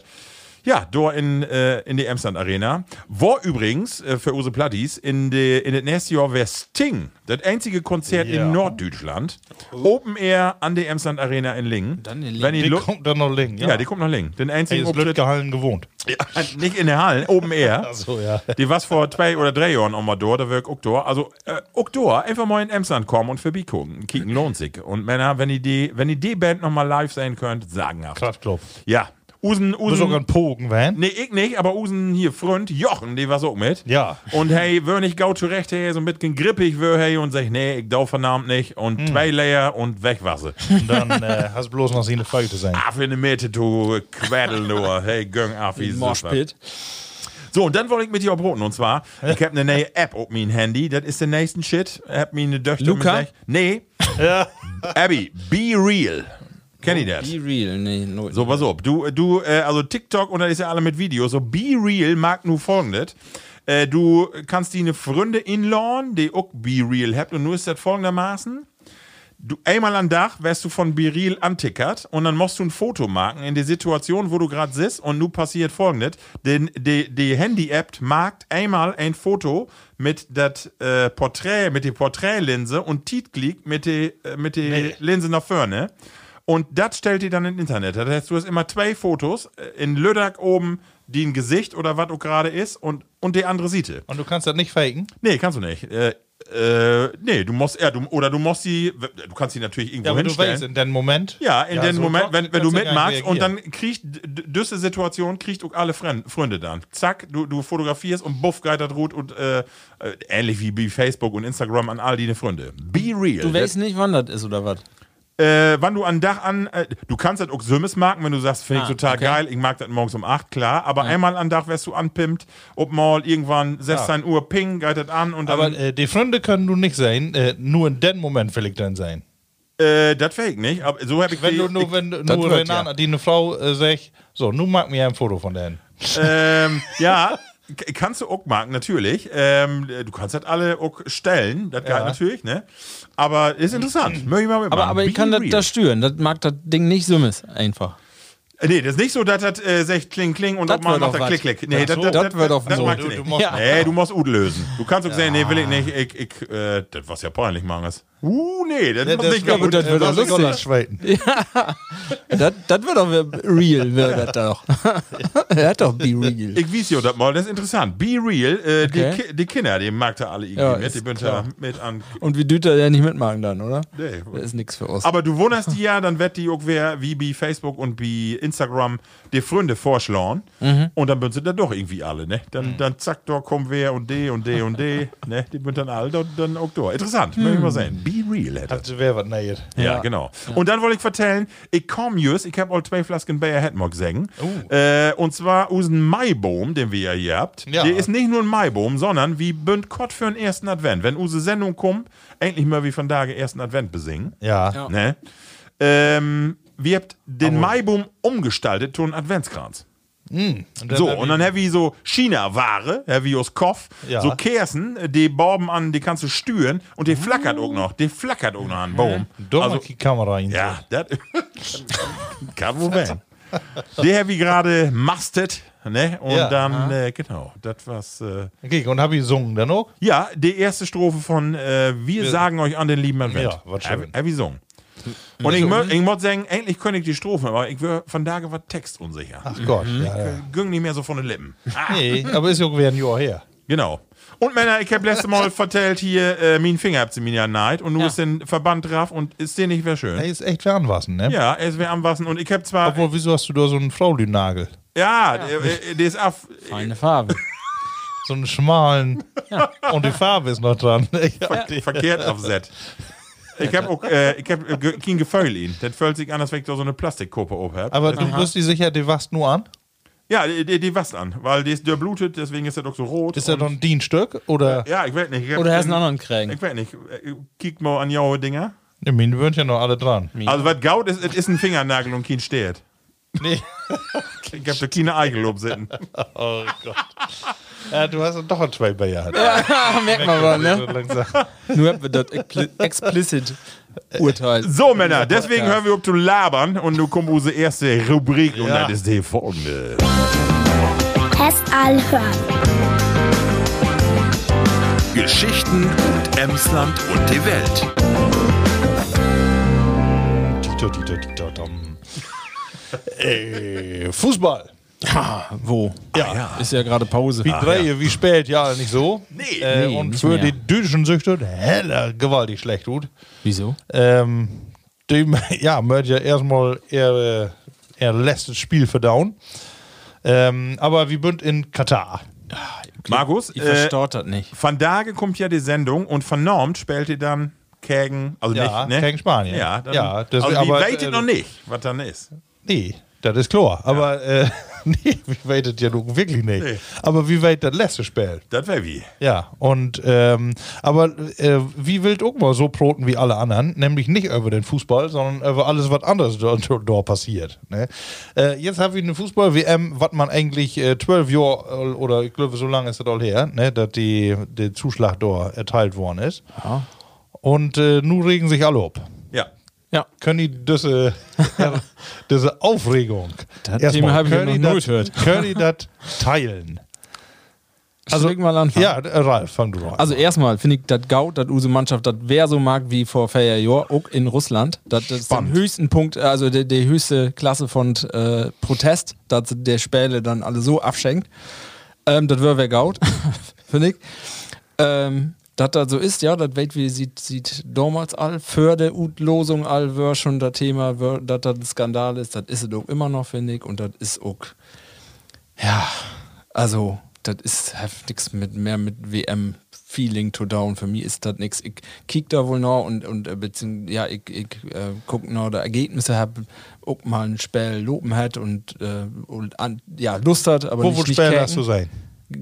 C: ja, dort in, äh, in die Emsland Arena. Wo übrigens, äh, für Use Plattis, in, de, in das nächste Jahr wäre Sting, das einzige Konzert
B: Ja.
C: in Norddeutschland. Open Air an die Emsland Arena in Lingen.
D: Dann in Lingen.
C: Wenn die
B: Die
C: Lu-
B: kommt dann noch Link.
C: ja. die kommt nach Lingen. Den
B: Ey,
C: einzigen
B: ist blöd
C: Auftritt
B: gehalten gewohnt.
C: ja, nicht in der Halle, oben
B: (laughs)
C: eher.
B: so, ja.
C: Die was vor zwei oder drei Jahren auch mal dort, da wirkt auch dort. Also, äh, auch dort, einfach mal in Emsland kommen und vorbeigucken. Kicken lohnt sich. Und Männer, wenn ihr die, wenn ihr die Band nochmal live sein könnt, sagenhaft.
B: Kraftklub.
C: Ja. Usen,
B: Du sogar
C: Usen.
B: ein Pogen, Van.
C: Nee, ich nicht, aber Usen hier Freund, Jochen, die war so mit.
B: Ja.
C: Und hey, wör nicht gau zurecht, hey, so ein bisschen grippig wör, hey, und sag, nee, ich dau vernahmt nicht. Und
D: Hm.
C: zwei Layer und weg war
D: (laughs)
C: sie.
B: Und dann äh, (laughs) hast du bloß noch sie eine Folge zu sein.
C: Affe in der Mitte, du Quädel nur. Hey, göng Affi. super.
D: Moshpit.
C: So, und dann wollte ich mit dir auch broten. Und zwar, ich habe eine neue App auf mein Handy. Das ist der nächsten Shit. Ich habe mir eine Döchter.
D: Luca?
C: mit sech- Nee. Abby, be real. Kenn ich das?
D: Oh, Be real, nee, no.
C: So, pass auf. Du, du, äh, also TikTok und das ist ja alle mit Videos. So, Be Real mag nur folgendes. Äh, du kannst die eine Freunde inlawn, die auch Be Real habt. Und nur ist das folgendermaßen. Du, einmal am Tag wirst du von Be Real antickert und dann musst du ein Foto machen in der Situation, wo du gerade sitzt und nun passiert folgendes. Denn die, die Handy-App markt einmal ein Foto mit das äh, Porträt, mit der Porträtlinse und Titklick mit der äh, mit der Linse nach vorne. Und das stellt ihr dann ins Internet. Das heißt, du hast immer zwei Fotos äh, in Lüdak oben, die ein Gesicht oder was auch gerade ist und, und die andere Seite.
B: Und du kannst das nicht faken?
C: Nee, kannst du nicht. Äh, Äh, nee, du musst, ja, du, oder du musst sie, du kannst sie natürlich irgendwo
B: Ja, aber du
C: hinstellen.
B: weißt in dem Moment.
C: Ja, in dem
B: so
C: Moment,
B: trocken
C: wenn, wenn du
B: kannst ja gar nicht
C: mitmachst und
B: reagieren.
C: dann kriegt diese Situation, kriegt auch alle Fren- Freunde dann. Zack, du, du fotografierst und buff geitert ruht und äh, äh, ähnlich wie bei Facebook und Instagram an all deine Freunde. Be real.
D: Du weißt nicht, wann das ist oder was.
C: äh, wann du an Dach an, äh, du kannst das auch Sümmes marken, wenn du sagst, finde ich
D: Ah,
C: total
D: okay.
C: geil, ich mag das morgens um 8, klar, aber einmal an Dach wirst du anpimmt, ob mal irgendwann 16 Uhr ping, geitert an und
B: Aber
C: dann,
B: äh, die Freunde können du nicht sein, äh, nur in dem Moment will ich dann sein.
C: äh, das fähig nicht, aber so habe ich
B: Wenn
C: die-
B: du
C: ich-
B: nur, wenn du
D: das
B: nur
D: wird,
B: wenn
D: ja.
B: an- die eine Frau äh, sagt, so, nun mag mir ein Foto von denen.
C: ähm, ja, k- kannst du auch marken, natürlich. Ähm, du kannst halt alle auch stellen, das geht natürlich, ne? Aber ist interessant. Möchte ich mal mitmachen.
D: Mhm. Aber, aber
C: Be
D: ich kann das,
C: real.
D: das stören. Das mag das Ding nicht summes einfach.
C: Nee, das ist nicht so, dass das äh, sagt kling, kling und
D: Das
C: ob man
D: wird
C: macht
D: doch
C: das
D: was.
C: klick, klick. Nee,
D: Ach so, das wird doch
C: das
D: so.
C: magst du
B: Du-
C: nicht.
B: du musst-
C: Nee, du musst Ud lösen. Du kannst auch sagen, nee, will ich nicht, ich, ich, äh, das war's ja peinlich, Mangas. Uh, nee, das, ist nicht
D: ja, gut,
C: kaputt.
D: das wird
B: äh,
D: auch
B: was ich
D: lustig.
B: auch schweigen.
D: Das, das wird doch
C: (laughs)
D: real, wird das doch. ja, doch, (laughs) be real.
C: Ich weiß ja das mal, das ist interessant. Be real, äh,
D: Okay.
C: die, Ki- die Kinder, die mag da alle irgendwie
D: Ja,
C: mit,
D: ist
C: die bünden da
D: klar.
C: mit an.
D: Und wie Düter ja nicht mitmachen dann, oder?
C: Nee,
D: Das ist nichts für uns.
C: Aber du wunderst die ja, dann wird die auch wer wie bei Facebook und bei Instagram die Freunde vorschlagen. Und dann sind sie dann doch irgendwie alle, ne? Dann, dann zack, da kommen wer und de und de und (laughs) de. ne? Die sind dann alle da, dann auch da. Interessant, möchte ich mal sehen. Be real hätte.
B: Also wer was näher.
C: Mhm. Ja, genau. Und dann wollte ich vertellen, ich komme just, ich habe all zwei Flasken Bayer Hedmog gesehen. Äh, und zwar usen Maibohm, den wir ja hier habt.
B: Ja.
C: Der ist nicht nur ein Maibohm, sondern wie bünd Gott für den ersten Advent. Wenn use Sendung kommt, endlich mal wie von Tage ersten Advent besingen.
B: Ja.
C: Ne? Ähm, wir habt den Maiboom umgestaltet zu einem Adventskranz.
B: Hm, Und dann
C: So,
B: hab
C: und
B: ich-
C: dann heavy so China-Ware, heavy aus Koff,
B: Ja.
C: so Kersen, die Borben an, die kannst du stüren und die flackert auch noch, die flackert auch noch
B: Mhm.
C: an den Baum.
B: Doch
C: Also-
B: mal die Kamera rein.
C: Ja, das (laughs) kann wohl werden. Der heavy gerade mastet, ne? Und
B: Ja.
C: dann, äh, genau, das was. Äh,
B: Okay, und hab ich gesungen dann auch?
C: ja, die erste Strophe von äh, Wir sagen euch an den lieben Äh, Advent.
B: Ja, was
C: Hab-
B: schön. Mhm.
C: hab ich gesungen. Und ich, mö- ich muss sagen, endlich könnte ich die Strophen, aber ich wär von da war Text unsicher.
B: Ach Gott, ja, ja.
C: Ging nicht mehr so von den Lippen.
B: Nee, aber ist ja auch wieder ein Jahr her.
C: Genau. Und Männer, ich hab letzte
B: (laughs)
C: Mal vertellt hier, äh, mein Finger habt sie mir ja neid und du
D: Ja.
C: bist den Verband drauf und ist dir nicht mehr schön.
B: Ey, ist echt Fernwassen, ne?
C: Ja, es wäre am Wassen und ich hab zwar.
B: Obwohl, wieso hast du da so einen Fraulünnagel?
C: ja, Äh, äh, der ist auf.
D: Eine Farbe.
B: So einen schmalen. Und die Farbe ist noch dran. Ich hab die-
C: verkehrt auf Set. Ich hab
B: (laughs)
C: auch, äh, ich hab äh, ge- kein Gefühl ihn. Das fühlt sich an, als wenn ich da so eine Plastikkuppe oben hab.
B: Aber du bist dir sicher, die wachst nur an?
C: Ja, die, die, die wasst an, weil die ist der blutet, deswegen ist er doch so rot.
B: Ist das doch ein Dienststück? Oder?
C: ja, ich weiß nicht. Ich
D: Oder hast
C: ist
D: du einen anderen Krägen? (laughs)
C: Ich weiß nicht. Äh, Kick mal an jaue Dinger.
B: Ja. Mir würden ja noch alle dran.
C: Also, was gaut ist, es ist ein Fingernagel und kein Stert.
B: Nee.
C: Ich hab da keine Eigel obsitten.
B: (laughs) Oh Gott. Ja, du hast doch ein zwei Bayer.
D: Merkt man
C: (laughs)
D: mal, ne?
B: Langsam.
D: Nur haben wir das expli- explicit Urteil.
C: So, Männer, deswegen hören wir auf zu labern und du kommst unsere erste Rubrik und das ist die folgende.
A: Test Alhören.
C: Geschichten und Emsland und die Welt.
B: Dieter, Dieter, Dieter, Dom. Äh, Fußball.
D: Ah, wo?
B: Ja.
D: Ist ja gerade Pause.
B: Wie drei, wie spät, ja, nicht so.
C: Nee.
B: äh,
D: Nee,
B: und
D: nicht
B: für
D: mehr.
B: die deutschen Süchte heller gewaltig schlecht tut.
D: Wieso?
B: Ähm, dem, (laughs) ja, möchte ja erstmal ihr, äh, ihr letztes Spiel verdauen. Ähm, aber wir sind in Katar.
C: Markus,
D: Ich
C: äh,
D: verstaut das nicht.
C: Van Dage kommt ja die Sendung und von Normt spielt ihr dann Kägen, also
B: Ja,
C: nicht, ne?
B: gegen Spanien.
C: Ja, dann,
B: Ja, das-
C: also die
B: aber,
C: weitet
B: äh,
C: noch nicht, was dann ist.
B: Nee, das ist klar. Aber äh, (laughs) nee, wir weitet ja nun wirklich nicht.
C: Nee.
B: Aber wie weit das letzte Spiel?
C: Das wäre wie.
B: Ja, und ähm, aber äh, wie wild auch mal so proten wie alle anderen, nämlich nicht über den Fußball, sondern über alles, was anderes da, da- da passiert. Ne? Äh, jetzt habe ich eine Fußball-WM, was man eigentlich äh, 12 Jahre äh, oder ich glaube, so lange ist das all her, ne, dass die, der Zuschlag da erteilt worden ist. Und äh, nun regen sich alle ab.
C: Ja.
D: Ja.
B: Können die
D: (laughs)
B: diese, diese Aufregung,
D: Das
B: erstmal,
D: Thema habe ich
B: können
D: noch
B: die
D: nie
B: das-
D: gehört.
B: können die das teilen?
D: Also, mal anfangen.
B: Ja, äh, Ralf, fang du doch an.
D: Also erstmal finde ich das Gaut, das unsere Mannschaft, das wer so mag wie vor vier Jahren, auch in Russland. Das ist der höchsten Punkt, also die, die höchste Klasse von äh, Protest, dass der Späle dann (laughs) alle so abschenkt. Ähm, das wäre wer Gaut, finde ich. Ähm, dass das so ist, ja, das Welt wie sieht, sieht damals all, für die Utlosung all war schon das Thema, wär- dass das ein Skandal ist, das ist es auch immer noch, finde ich, und das ist auch, ja, also, das ist hat nix mit mehr mit WM. Feeling to down, für mich ist das nix. Ich kick da wohl noch und, und äh, beziehungsweise, ja, ich, ich äh, guck noch da Ergebnisse, hab auch mal ein Spell loben hat und, äh, und an, ja, Lust hat, aber
B: Wo
D: nicht,
B: wird
D: nicht
B: später
D: kicken.
B: das so sein?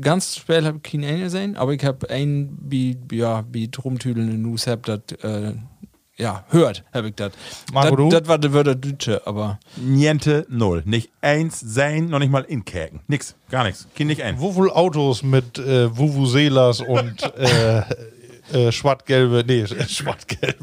D: Ganz spät habe ich keinen Engel gesehen, aber ich habe ein, wie, ja, wie rumtüdelnde News hab das, äh, ja, hört, habe ich das.
B: Marco, du?
D: Das war der Wörter Dütsche, aber
C: Niente, null. Nicht eins, sein, noch nicht mal inkäken. Nix, gar nichts. Kind nicht ein.
B: Wo wohl Autos mit äh, Vuvuzelas und
D: (laughs)
B: äh, äh, schwarz-gelbe, nee, (laughs) sch- schwarz-gelb,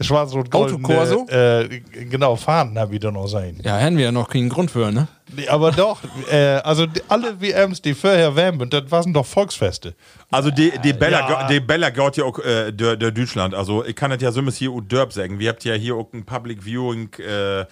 B: schwarz-rot-goldene,
D: Autokorso?
B: äh, genau, Fahnen habe ich da noch sein.
D: ja, haben wir ja noch keinen Grund für, ne?
B: Nee, Aber doch, äh, also die, alle WMs, die vorher WM sind, das waren doch Volksfeste.
C: Also die, die Bella,
B: ja.
C: ja. die Bella gaut ja auch äh, der, der Deutschland. Also ich kann das ja so ein hier auch derb sagen. Wir habt ja hier auch ein Public Viewing äh, äh,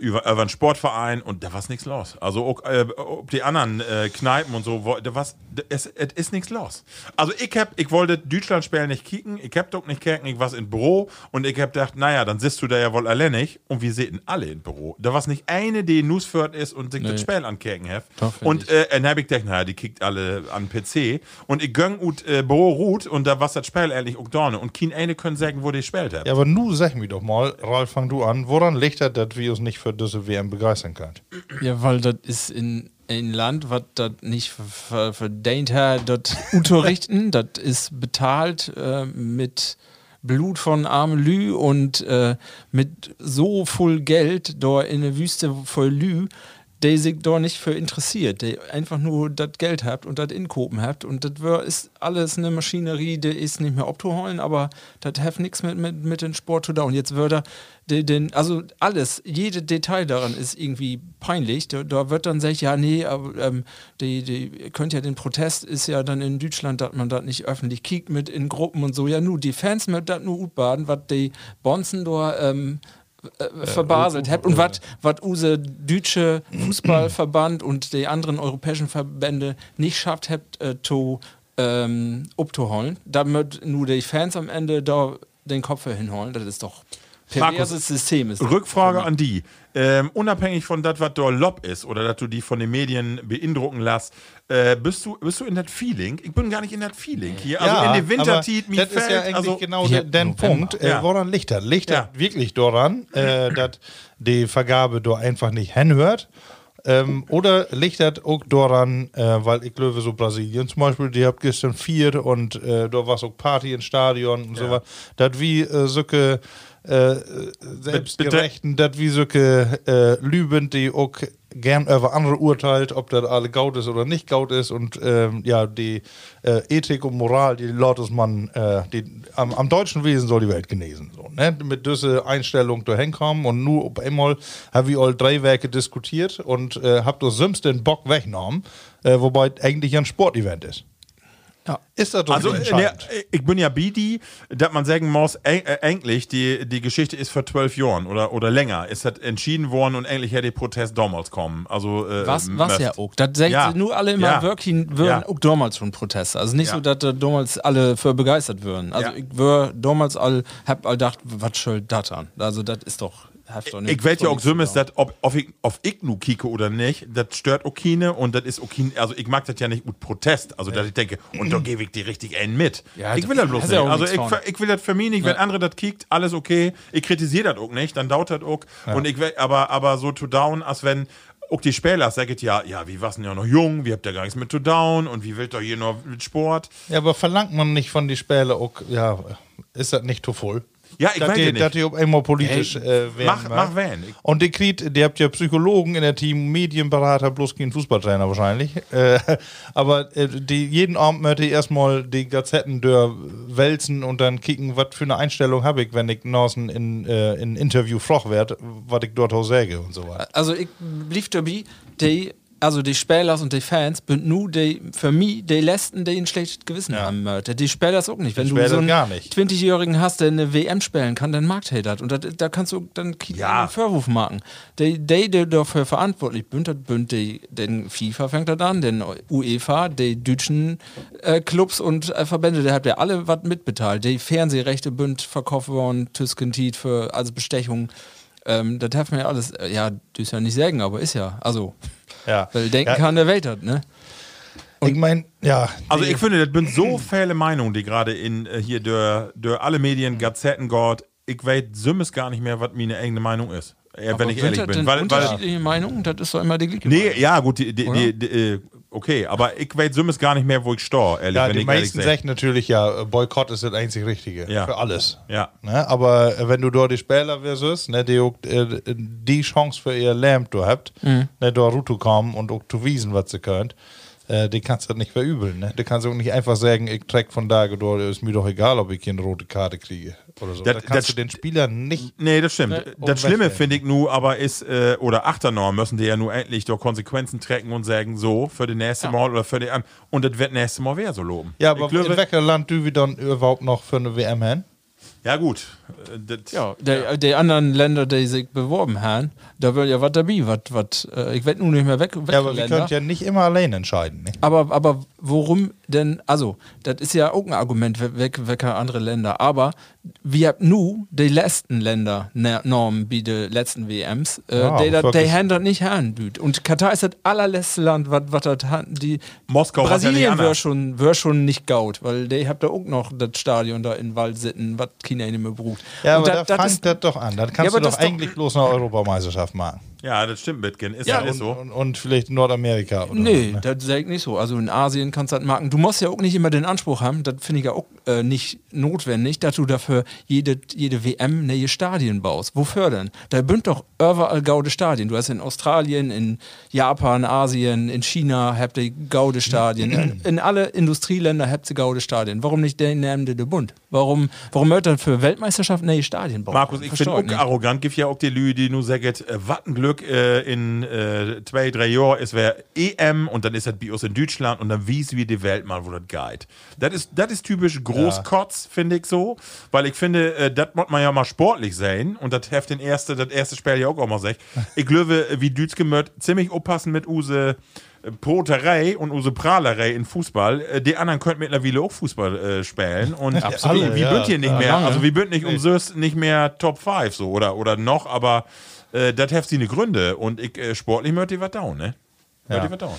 C: über, über einen Sportverein und da war nichts los. Also auch äh, ob die anderen äh, Kneipen und so, wo- da war's, da- es, es ist nichts los. Also ich hab, ich wollte Deutschland spielen nicht kicken, ich hab doch nicht kicken, ich war in Büro und ich hab gedacht, naja, dann sitzt du da ja wohl allein nicht und wir sehen alle in Büro. Da war's nicht eine, die Newsford ist und sich das Spiel ankicken hat.
D: find
C: Und äh, dann hab ich gedacht, naja, die kickt alle an PC. Und ich gönn ut äh, Büro Ruth und da war's das Spiel endlich auch dorne. Und kein eine können sagen, wo die spielt hat.
B: Ja, aber nu sag mir doch mal, Ralf, fang du an, woran liegt das, dass wir uns nicht für diese WM begeistern können?
D: Ja, weil das ist in ein Land, was das nicht ver- ver- verdient hat, das unterrichten, das ist bezahlt äh, mit Blut von armen Lü und äh, mit so viel Geld da in der Wüste voll Lü, der sich da nicht für interessiert, der einfach nur das Geld habt und das Inkopen habt und das wär- ist alles eine Maschinerie, der ist nicht mehr abzuholen, aber das hat nichts mit, mit, mit dem Sport zu tun. Und Jetzt wird er de- den, also alles, jede Detail daran ist irgendwie peinlich. Da, da wird dann gesagt, ja, nee, aber ähm, die, die ihr könnt ja den Protest ist ja dann in Deutschland, dass man das nicht öffentlich kriegt mit in Gruppen und so. Ja, nu, die Fans mit das nur gut baden, was die Bonzen da ähm, äh, verbaselt hat und was was use deutsche Fußballverband und die anderen europäischen Verbände nicht schafft habt äh, to ähm, abzuholen, damit nur die Fans am Ende da den Kopf hinholen, das ist doch perverses System ist. das.
C: Rückfrage an die. Ähm, unabhängig von das, was da Lob ist oder dass du die von den Medien beeindrucken lässt, äh, bist, du, bist du in das Feeling? Ich bin gar nicht in das Feeling hier. Also in die Wintertit,
B: mir
C: mir
B: Das ist ja
C: fällt.
B: eigentlich
C: also,
B: genau
D: Ja,
B: der, der
D: November.
B: Punkt. Äh,
C: Ja.
B: Woran liegt das? Liegt
C: Ja.
B: das wirklich daran,
C: (clears throat)
B: äh, dass die Vergabe da einfach nicht hinhört? Ähm, oder liegt das auch daran, äh, weil ich glaube, so Brasilien zum Beispiel, die habt gestern viert und äh, da war auch Party im Stadion und so was, dass wie äh, solche äh, selbstgerechten, dass wie solche äh, Lüben, die auch gern über andere urteilt, ob das alle gaut ist oder nicht gaut ist und ähm, ja, die äh, Ethik und Moral, die lautet man, äh, die, am, am deutschen Wesen soll die Welt genesen. So, ne? Mit dieser Einstellung da hinkommen und nur ob einmal haben wir all drei Werke diskutiert und äh, habt das Sümmste den Bock weggenommen, äh, wobei eigentlich ja ein Sportevent ist.
D: Ja.
B: Ist das doch
C: also
B: nicht
C: äh,
B: entscheidend?
C: ne, ich bin ja Bidi, dass man sagen muss, ä- äh, eigentlich, die, die Geschichte ist vor zwölf Jahren oder, oder länger. Es hat entschieden worden und eigentlich hätte der Protest damals kommen. Also, äh,
D: Was, was
C: müsst.
D: ja auch. Das sagt
C: Ja.
D: nur alle immer,
C: Ja.
D: wirklich würden
C: Ja.
D: auch damals schon Proteste. Also nicht
C: Ja.
D: so, dass da damals alle für begeistert würden. Also
C: Ja.
D: ich wär damals all, hab all gedacht, was soll das an? Also das ist doch, hab doch
C: Ich werde ja auch so dass ob, ob ich, ob ich nu kicke oder nicht, das stört Okine und das ist Okine, also ich mag das ja nicht mit Protest, also dass ich denke, und da gebe ich dir richtig einen mit.
D: Ja,
C: ich will
D: das-
C: das bloß
D: das
C: nicht.
D: ist ja auch
C: also
D: nichts
C: ich,
D: von.
C: ver- ich will das für mich nicht, wenn
D: Ja.
C: andere das kickt, alles okay. Ich kritisiere das auch nicht, dann dauert das auch. Und ich will, aber, aber so to down, als wenn auch die Spieler sagen, ja, ja, wir waren ja noch jung, wir habt ja gar nichts mit to down und wie wollt doch hier noch mit Sport.
B: Ja, aber verlangt man nicht von die Späle auch, ja, ist das nicht zu voll?
C: Ja, ich
B: dass
C: weiß
B: die,
C: ja nicht.
B: Dass die ob einmal politisch
C: Ey,
B: äh, werden.
C: mach-
B: mag.
C: mach wen. Ich-
B: Und die kriegt, die habt ja Psychologen in der Team, Medienberater, bloß keinen Fußballtrainer wahrscheinlich. (laughs) Äh, aber äh, die, jeden Abend möchte ich erstmal die Gazetten dör wälzen und dann kicken, was für eine Einstellung habe ich, wenn ich draußen in, äh, in Interview froch werd, was ich dort auch säge und so weiter.
D: Also ich blieb dabei, die also die Spieler und die Fans sind nur die, für mich die Letzten, die ein schlechtes Gewissen haben möchten. Die Spieler auch nicht. Wenn du
B: Spieler
D: so einen
B: gar nicht.
D: 20-Jährigen hast, der eine WM spielen kann, dann mag der das. Und dat- da kannst du dann keinen
C: Ja.
D: Vorwurf machen. Die, die, die dafür verantwortlich sind, das sind die, den FIFA fängt das an, den UEFA, die deutschen äh, Clubs und äh, Verbände, der hat ja alle was mitbeteilt. Die Fernsehrechte bünd verkauft worden, Tüskentit für, also Bestechung. Ähm, das darf man ja alles, äh, ja, das ist ja nicht sagen, aber ist ja, also.
B: Ja.
D: Weil denken
B: Ja.
D: kann der Welt hat, ne?
B: Ich meine, ja.
C: Also
B: die-
C: ich finde, das sind so viele Meinungen, die gerade in äh, hier der, der alle Medien, Gazetten, Gott, ich weiß summes gar nicht mehr, was meine eigene Meinung ist. Äh, wenn ich
D: sind
C: ehrlich
D: das
C: bin.
D: denn
C: Weil, weil,
D: unterschiedliche Meinungen, das ist doch immer die gleiche.
C: nee, ja, gut, die, die,
D: Oder?
C: die, die, äh, okay, aber ich weiß summes gar nicht mehr, wo ich stehe, ehrlich,
B: Ja,
C: wenn
B: die
C: ich ehrlich
B: meisten
C: bin.
B: sagen natürlich ja, Boykott ist das einzig Richtige.
C: Ja.
B: Für alles.
C: Ja.
B: Ne? Aber äh, wenn du dort die Spieler versus, ne, die, auch, äh, die Chance für ihr Lamp du habt, ne, dort Ruto kommen und auch zu wiesen, was sie könnt, äh, die kannst du das nicht verübeln. Ne? Du kannst auch nicht einfach sagen, ich treck von da dort, ist mir doch egal, ob ich hier eine rote Karte kriege oder so.
C: Das-
B: da kannst
C: das-
B: du den Spielern nicht.
C: Nee, das stimmt.
B: um
C: das
D: oh,
C: Schlimme
B: Rechte.
C: finde ich nur, aber ist, äh, oder Achternorm müssen die ja nur endlich doch Konsequenzen trecken und sagen, so, für den nächste Mal oder für den an. Und das wird nächste Mal wer so loben.
B: Ja,
C: Ich
B: aber
C: glaube-
B: in welcher Land du wieder überhaupt noch für eine WM hin?
C: ja gut. Äh, Das,
D: Ja, der, die anderen Länder, die sich beworben haben, da wird ja was dabei, was, was, äh, ich werde nun nicht mehr weg, weg
B: Ja, aber wir
D: Länder.
B: könnt ja nicht immer allein entscheiden. Ne?
D: aber, aber worum denn, also, das ist ja auch ein Argument, we- weg, wecker andere Länder, aber wir haben nu die letzten Länder ne- Normen wie die letzten WMs, äh,
B: Ja,
D: die, dat, die
B: wirklich.
D: haben das nicht an, düd. Und Katar ist das allerletzte Land, was das die
C: Moskau was ja nicht
D: Brasilien
C: anders.
D: wäre schon, wär schon nicht gaut, weil die habt da auch noch das Stadion da in Waldsitten, was China nicht mehr brucht.
B: Ja,
D: Und
B: aber
D: dat-
B: da
D: dat
B: fangt
D: ist-
B: das doch an. Dann kannst
D: aber
B: du
D: das
B: doch
D: ist doch-
B: eigentlich bloß eine Europameisterschaft machen.
C: ja, das stimmt, Bitgen. Ist
B: Ja,
C: ja, ist
B: und,
C: so.
B: und, und vielleicht Nordamerika oder
D: Nee,
B: so, ne?
D: das sehe ich nicht so. Also in Asien kannst du das machen. Du musst ja auch nicht immer den Anspruch haben, das finde ich ja auch äh, nicht notwendig, dass du dafür jede, jede WM neue Stadien baust. Wofür denn? Da bünd doch überall gaude Stadien. Du hast in Australien, in Japan, Asien, in China habt ihr gaude Stadien. in, in alle Industrieländer habt ihr gaude Stadien. Warum nicht den Namen der Bund? Warum, warum wird dann für Weltmeisterschaften neue Stadien bauen?
C: Markus, ich
D: Versteh
C: bin auch
D: nicht.
C: arrogant, gibt ja auch die Lü, die nur sagt, äh, wat ein Glück, äh, in äh, zwei, drei Jahren ist wer EM E und dann ist das Bios in Deutschland und dann wies wie die Welt mal, wo das geht. Das ist, das ist typisch Großkotz, finde ich so, weil ich finde, äh, das muss man ja mal sportlich sein und das heft den erste, das erste Spiel ja auch, auch mal sagt. Ich glaube, äh, wie Dütz gemört, ziemlich aufpassen mit Use. äh, Poterei und Use Prahlerei in Fußball, äh, die anderen könnten mittlerweile auch Fußball äh, spielen und
B: Absolut,
C: wie, wie
B: ja.
C: bünd hier nicht
B: Ja,
C: mehr,
B: lange.
C: also wir bünd nicht um Sörs nicht mehr Top 5 so oder, oder noch, aber äh, das heft sie eine Gründe und ich äh, sportlich möchte ich was down, ne? Möchte ich was down.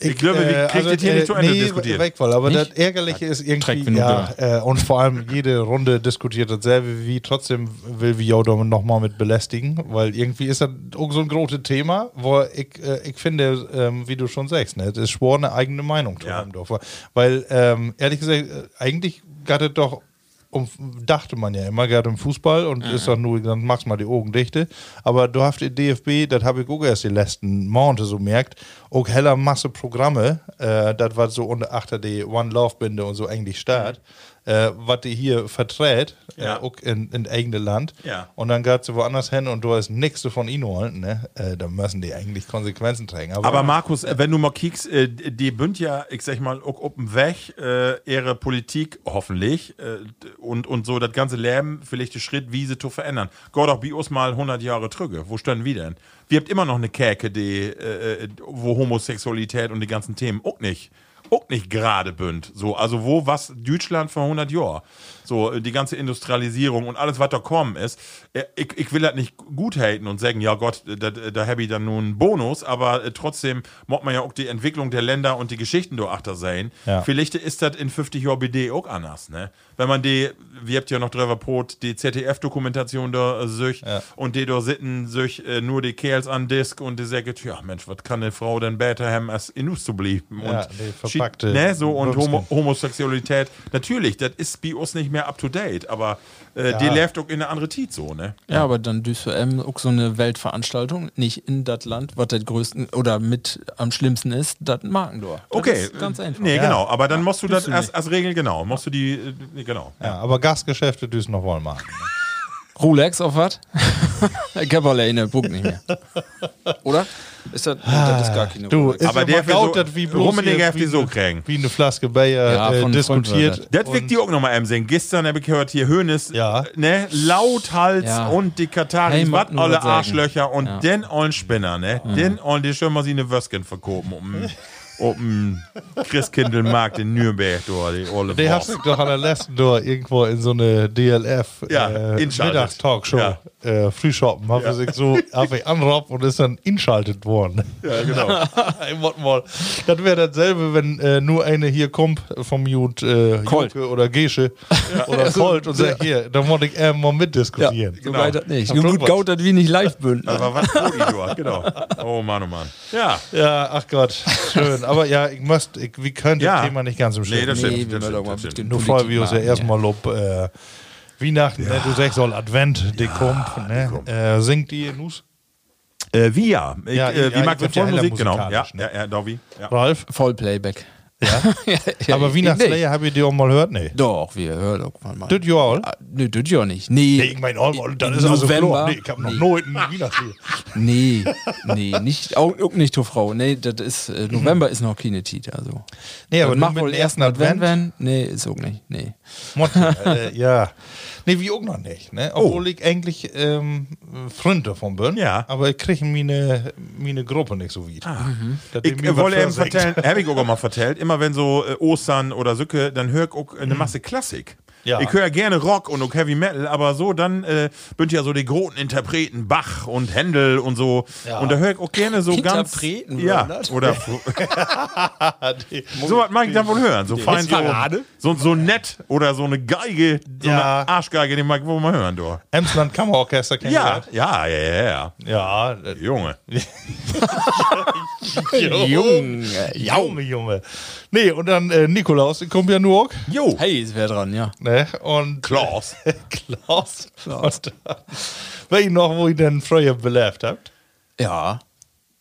C: Ich glaube,
B: äh,
C: wir kriegen das hier nicht zu Ende diskutiert.
B: also, Weg, weil, aber
D: Nicht?
B: das Ärgerliche ist
D: trägt
B: irgendwie,
D: genug
B: ja, äh, und vor allem jede Runde diskutiert dasselbe wie, trotzdem will Viodo nochmal mit belästigen, weil irgendwie ist das auch so ein großes Thema, wo ich, äh, ich finde, ähm, wie du schon sagst, ne, das ist schwor eine eigene Meinung zu
C: Ja.
B: haben Dorf. Weil, ähm, ehrlich gesagt, äh, eigentlich gab es doch um, dachte man ja immer, gerade im Fußball und ist doch nur, dann machst mal die Augen dichte. Aber du hast die DFB, das habe ich auch erst die letzten Monate so merkt, auch heller Masse Programme, äh, das war so unter achter die One Love Binde und so eigentlich staat, äh, was die hier verträgt,
C: Ja.
B: äh, auch in, in eigene Land.
C: Ja.
B: Und dann geht sie woanders hin und du hast nichts von ihnen holen, ne? äh, da müssen die eigentlich Konsequenzen tragen.
C: Aber Markus, äh, wenn du mal kiekst, äh, die bünd ja, ich sag mal, auch auf dem Weg, äh, ihre Politik hoffentlich äh, und, und so das ganze Leben vielleicht den Schritt, wie sie zu verändern. Gott, auch Bios mal 100 Jahre Trüge. Wo stehen wir denn? Wir habt immer noch eine Käke, die, äh, äh, wo Homosexualität und die ganzen Themen auch nicht auch nicht gerade bünd. So, also wo was Deutschland vor 100 Jahren. So, äh, die ganze Industrialisierung und alles, was da kommen ist. Äh, Ich, ich will das nicht gut haten und sagen, ja Gott, äh, da, da habe ich dann nun einen Bonus, aber äh, trotzdem muss man ja auch die Entwicklung der Länder und die Geschichten da achter sein.
B: Ja.
C: Vielleicht ist das in 50 Jahren BD auch anders, ne? Wenn man die, wir habt ja noch drüber Brot, die ZDF-Dokumentation da äh, sich und die da sitten sich äh, nur die Kerls an Disk und die sagen, ja Mensch, was kann eine Frau denn besser haben, als in uns zu bleiben?
B: Ja,
C: und
B: die verpackte
C: Schi- ne, so und
B: Würstchen.
C: Homo Homosexualität. Natürlich, das ist bei uns nicht mehr up to date, aber äh, die läuft auch in eine andere Zeit so, ne?
D: Ja, aber dann düst du eben auch so eine Weltveranstaltung, nicht in das Land, was das größten oder mit am schlimmsten ist, das Marken du. Das
C: Okay,
D: Ist ganz einfach.
C: nee, genau, aber dann musst du das
D: du
C: als,
D: nicht.
C: als Regel genau, musst du die äh, genau.
B: ja, aber Gastgeschäfte düsen noch wollen machen.
D: (laughs) Rolex auf was? Kapperle in der Bug nicht mehr. (laughs) Ah, Oder? Ist das, das ist gar keine
B: Ah, Du,
D: Ruhe.
B: ist aber
C: Aber
B: der
C: der
B: vergaut,
C: will so-
B: das wie bloß
C: Rummenigge
B: hier-
C: hat die
B: wie
C: so
B: eine-
C: kriegen.
B: Wie eine Flaske Bayer
D: Ja,
B: äh,
D: von- von-
B: diskutiert.
C: Das wirkt die auch nochmal eben sehen. Gestern habe ich gehört, hier Hönes,
B: Ja.
C: ne, Lauthals
D: Ja.
C: und die
D: Hey,
C: Kataris, was
D: Martin,
C: alle
D: was sagen.
C: Arschlöcher und den ollen Spinner, ne? Den ollen, die schon mal sie eine Würstchen verkopen, um, um Christkindlmarkt in Nürnberg, du, die olle
B: Der hat
C: Wurst.
B: sich doch an der letzten Tour irgendwo in so eine DLF
C: Ja,
B: äh,
C: inschaltet.
B: Mittagstalkshow
C: Ja.
B: äh, Frühshoppen hat er sich so auf ich anrob und ist dann inschaltet worden.
C: Ja, genau.
B: (laughs) Im Wortmal. Das wäre dasselbe, wenn äh, nur eine hier kommt vom Jut äh,
D: Colt. Also,
B: Juke oder Gesche
D: (laughs)
B: oder Colt und sagt hier, dann wollte ich äh, mal mitdiskutieren.
C: genau.
D: so weit das nicht.
B: Hab
D: Gut
B: Glück was.
D: gaut das wie nicht live bünden.
C: Aber
B: (laughs)
C: was tut die dort? Genau. Oh Mann, oh Mann. Ja.
B: Ja, ach Gott, schön. Aber ja, ich muss, ich, wir können
C: Ja.
B: das Thema nicht ganz im Schritt.
C: Nee, das stimmt.
D: Nee, wir
C: das
D: wollen
C: stimmt,
D: doch mal
C: das
D: mit
C: stimmt.
D: den
B: Nur
D: Politik
B: Vollvirus ja
D: machen.
B: erstmal Lob. Äh, Weihnachten, ne, du sagst soll Advent, die kommt. Ne? Äh, singt die Nus?
C: Äh, Via. Ich,
B: Ja,
C: äh,
B: ja,
C: wie
B: ich
C: mag
B: glaub,
C: voll
B: der
C: Musik,
B: Heller
C: genau. Ja,
B: musikalisch, ne?
C: ja, ja, Dovi. Ja.
B: Ralf?
D: Voll Playback. (laughs) Ja,
B: Aber
D: ich- ich
B: Weihnachtslieder
D: nicht.
B: habt ihr die auch mal gehört? Nee.
D: Doch, wir hören doch mal.
B: Das ja all?
D: Ah, Nö, das ja nicht. Nee.
B: Nee, ich meine, all, all, dann
D: Im
B: ist also
D: November?
B: verloren. Nee, ich hab noch nooit ein Weihnachtslied.
D: Nee, nee, nicht, auch, auch nicht, du Frau. Nee, das ist, äh, November ist noch keine Tiet, also.
B: Mhm. Nee, aber
D: Das
B: nur
D: macht
B: mit
D: wohl
B: dem ersten Advent?
D: wenn? Nee, ist auch nicht, nee.
B: Motte, äh, ja. Nee, wie auch noch nicht. Ne? Obwohl ich eigentlich ähm, Freunde davon bin.
C: Ja.
B: Aber ich kriege meine, meine Gruppe nicht so weit. Dass die
C: Ich
B: mir
C: äh, wollte
B: was
C: eben
B: versenkt.
C: vertellen, habe ich auch mal vertellt, immer wenn so äh, Ostern oder Sücke, dann höre ich auch eine Masse Klassik.
B: Mhm. Ja.
C: Ich höre gerne Rock und auch Heavy Metal, aber so dann äh, bünd ja so die großen Interpreten Bach und Händel und so. Und da höre ich auch gerne so ganz.
D: Interpreten,
C: ja,
D: Ronald?
C: (laughs)
B: (laughs)
C: oder
B: Die-
C: so was mag ich dann wohl hören. So fein so, so, so nett oder so eine Geige, so
B: Ja.
C: eine Arschgeige, die mag ich wohl mal hören, du.
B: Emsland Kammerorchester kennt
C: Ja,
B: ihr
C: ja, ja, ja, ja.
B: das? Ja. äh,
C: Junge.
B: Oh, Junge, Junge, Junge. Nee, und dann äh, Nikolaus, der kommt ja nur auch.
C: Jo.
D: Hey, es wäre dran, ja.
B: Ne? Und
C: Klaus.
B: (laughs) Klaus. Und dann, weiß ich noch, wo ihr denn früher belebt habt?
D: Ja.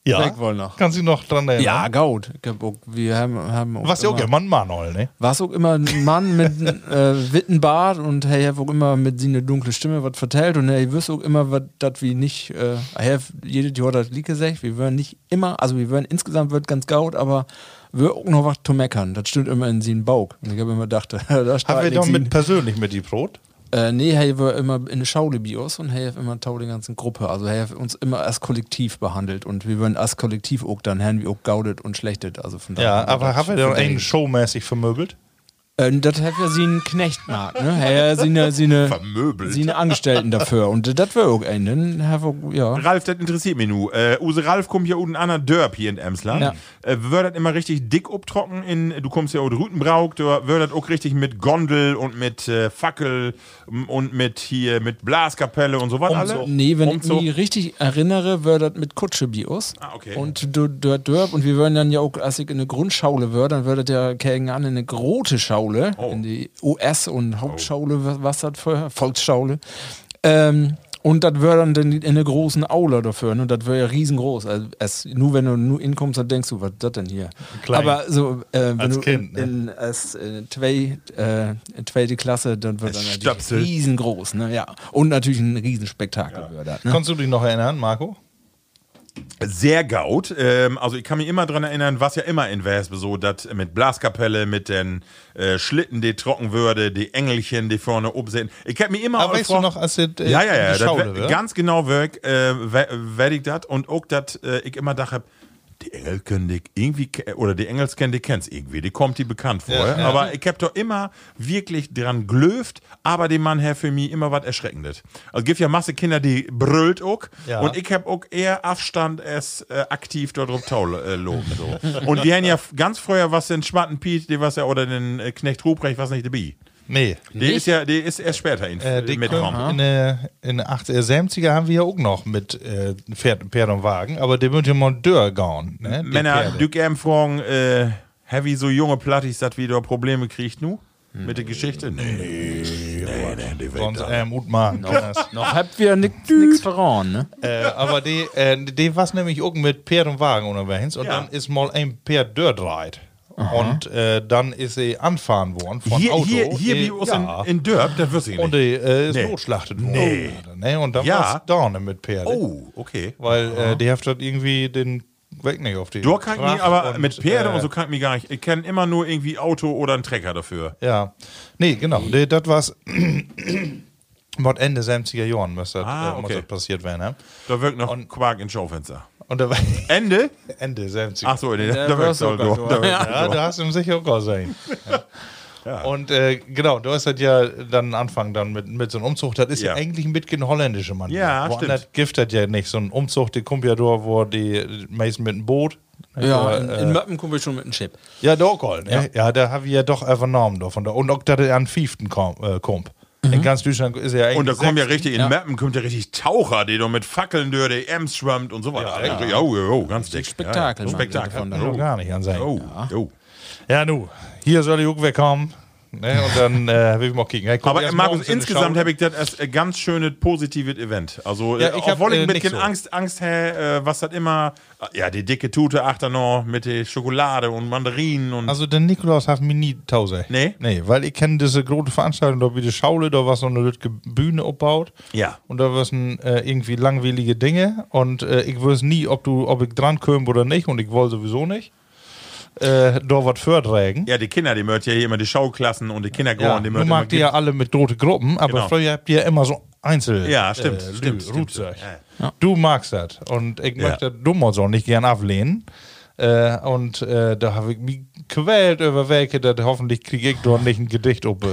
B: Ja.
D: Ich wohl noch.
B: Kannst du dich noch dran erinnern?
D: Ja, gaut. Ich hab auch- Wir haben, haben auch
B: Genau. Was ja auch
D: immer-
B: immer ein Manuel, ne?
D: War's auch immer ein Mann mit äh, Wittenbart und hey, hab auch immer mit sie eine dunkle Stimme was vertellt und hey, wirst auch immer was dat wie nicht, äh, hey, jedes Jahr das Lied gesagt, wir wären nicht immer, also wir wären insgesamt wird ganz gaut, aber wir auch noch was zu meckern. Das stimmt immer in sie Bauch. Und ich hab immer gedacht, (laughs) da
B: Haben wir
D: steht halt
B: doch
D: nichts
B: mit,
D: in-
B: persönlich mit die Brot?
D: äh, Nee, hey, wir immer in der Schaule Bios und hey, hab immer tau die ganzen Gruppe. Also hey, hab uns immer als Kollektiv behandelt und wir wären als Kollektiv auch dann Herrn wie auch gaudet und schlechtet. Also von daher
B: Ja,
D: war
B: aber
D: das
B: haben wir doch
D: von daher-
B: einen showmäßig vermöbelt?
D: äh, das hat ja sie einen Knecht mag, ne? Ja, sie eine, sie eine,
C: Vermöbelt.
D: sie eine Angestellten dafür. Und das wäre auch ein, dann hat wir- ja.
C: Ralf, das interessiert mich nur. Äh, Use Ralf kommt ja unten an der Dörp hier in Emsland.
D: Ja.
C: Äh, wird das immer richtig dick obtrocken in, du kommst ja aus Rütenbrauk, du wird das auch richtig mit Gondel und mit äh, Fackel m- und mit hier, mit Blaskapelle und so was alle?
D: Nee, wenn
C: Umzug.
D: ich mich richtig erinnere, wäre das mit Kutsche Bios.
C: Ah, okay.
D: Und du- du- Dörp. Und wir würden dann ja auch, als ich in eine Grundschaule wäre, dann würde der Kägen an in eine große Schaule, in die US- und Hauptschaule, was- was das vorher, Volksschaule. Ähm, und das wäre dann in in eine großen Aula dafür. Ne? Das wäre ja riesengroß. Also es, nur wenn du nur inkommst, dann denkst du, was ist das denn hier?
B: Klein.
D: Aber so, äh, wenn
B: Als
D: du
B: Kind, ne?
D: in, in, als äh, zwei, äh, zweite Klasse, dann wird dann natürlich
C: stöpselt.
D: riesengroß. Ne? Ja. Und natürlich ein Riesenspektakel wäre das. Ne?
B: Kannst du dich noch erinnern, Marco?
C: Sehr gaut. Ähm, also ich kann mich immer dran erinnern, was ja immer in Wespe so, dass mit Blaskapelle, mit den äh, Schlitten, die trocken würde, die Engelchen, die vorne oben sind. Ich hab mich immer auch
B: Aber weißt du
C: gefragt-
B: noch, als das, äh,
C: Ja, ja, ja.
B: die
C: Dat
B: Schaule
C: wär-
B: war?
C: ganz genau weg, äh, werde ich das. Und auch, dass äh, ich immer dachte, die Engel können die irgendwie, ke- oder die Engels kennen die kennst irgendwie, die kommt die bekannt vor.
B: Ja, ja.
C: Aber ich hab doch immer wirklich dran glöft, aber dem Mann her für mich immer was Erschreckendes. Also gibt ja Masse Kinder, die brüllt auch.
B: Ja.
C: Und ich hab auch eher Abstand als äh, aktiv dort drauf tau äh, loben. So. und die haben ja
B: (laughs)
C: f- ganz früher was den Schmatten Piet, die was ja, oder den äh, Knecht Ruprecht, was nicht dabei.
B: Nee.
C: Der ist ja, der ist erst später in,
B: Äh, die
C: mitgekommen.
B: können- in der in der 80er, 70er haben wir ja auch noch mit äh, Pferd, Pferd und Wagen, aber der wird ja Mondeur gauen. Ne? die
C: Männer,
B: Pferde.
C: Dück M fragen, äh, heavy so junge Plattis, dat wieder Probleme kriegt nu? Mit der Geschichte? Nee. Nee, nee, die Welt
B: Sonst
C: da.
B: ähm, Mut machen. kann das.
D: (laughs) Noch habt ihr nichts verraten, ne?
B: äh, aber die, äh, die war nämlich auch mit Pferd und Wagen unterwegs und
C: Ja.
B: dann ist mal ein Pferd dort reit. Und äh, dann ist sie anfahren worden von
C: Hier,
B: Auto.
C: hier, hier
B: Die-
C: bei uns
B: ja.
C: in, in Dörp, da wirst du nicht.
B: Und die äh, ist
C: Nee.
B: notschlachtet
C: Nee.
B: worden. Ne? Und dann
C: Ja.
B: war es Dorne mit Perle.
C: oh, okay.
B: Weil äh, die Heft hat irgendwie den Weg nicht auf die.
C: Du kann ich mich,
B: Kraft
C: aber
B: und,
C: mit Pferde
B: äh,
C: und so kann ich mich gar nicht. Ich kenne immer nur irgendwie Auto oder einen Trecker dafür.
B: Ja. Nee, genau. Nee, das war's. (clears throat) Mod Ende 70er Jahren müsste das,
C: Ah,
B: äh, muss
C: okay.
B: das passiert werden. Ja?
C: Da wirkt noch
B: Und-
C: Quark ins Schaufenster.
B: Und da war (laughs)
C: Ende?
B: Ende 70er
C: Ach so, nee, da
D: wirkt
C: wirkt noch.
D: sogar so.
C: Da wirkt noch.
B: Ja, da hast du im sicher
C: (laughs)
B: auch sein. Ja. Und äh, genau, du hast halt ja dann Anfang dann mit, mit so einem Umzug, das ist ja,
C: Ja.
B: eigentlich ein bisschen holländische Mann.
C: Ja,
B: wo
C: stimmt.
B: anders Gift hat ja nicht. So ein Umzug, die kommt ja durch, wo die Mason mit dem Boot.
D: Ja,
B: wo,
D: in,
B: äh,
D: in Möppen kommen wir schon mit einem Chip.
B: ja, doch, Gold, ne? ja. da habe ich ja doch übernommen davon. Und auch, dass er an Fieften kom- äh, kommt.
D: Mhm.
B: In ganz Deutschland ist er ja eigentlich.
C: Und da kommen ja
B: sechs-
C: richtig, in Mappen kommt ja richtig Taucher, die da mit Fackeln durch die Ems schwimmt und so weiter. Ja, ja. Jo, jo, ganz dick.
D: Spektakel,
C: Ja, ja.
D: Mann,
C: Spektakel. Oh,
D: davon
B: Kann doch
C: Jo,
B: gar nicht an sein.
C: jo, jo.
B: Ja, nu, hier soll ich auch wegkommen. Ne? Und dann äh, (laughs) will ich mal kicken. Hey, guck
C: Aber
B: erst
C: Markus,
B: morgens in die
C: insgesamt
B: Schau.
C: habe ich das als äh, ganz schönes, positives Event. Also,
B: Ja,
C: äh,
B: ich hab,
C: obwohl ich
B: äh,
C: ein
B: nix
C: bisschen
B: so.
C: Angst, Angst, hä, äh, was hat immer, äh, ja, die dicke Tute Achternor mit der Schokolade und Mandarinen und
B: Also der Nikolaus hat mich nie tausend.
C: Nee?
B: Nee, weil ich kenne diese große Veranstaltung, da wie die Schaule, da was so eine lütke Bühne abbaut.
C: Ja.
B: Und da was äh, irgendwie langweilige Dinge. Und äh, ich wüsste nie, ob du, ob ich dran komme oder nicht. Und ich wollte sowieso nicht. Äh, da was fördrägen.
C: Ja, die Kinder, die mört ja hier immer die Schauklassen und die Kindergården, die
B: du
C: mört
B: magt ihr ja alle mit rote Gruppen, aber
C: Genau.
B: früher habt ihr immer so Einzel. äh,
C: Ja, stimmt,
B: Lü-
C: stimmt, stimmt,
B: Rutzeug.
C: stimmt.
B: Du magst das. Und ich
C: Ja.
B: möchte das dummer so nicht gern ablehnen. Äh, und äh, da habe ich mich quält über welche, dass hoffentlich kriege ich dort nicht ein Gedicht ob, äh,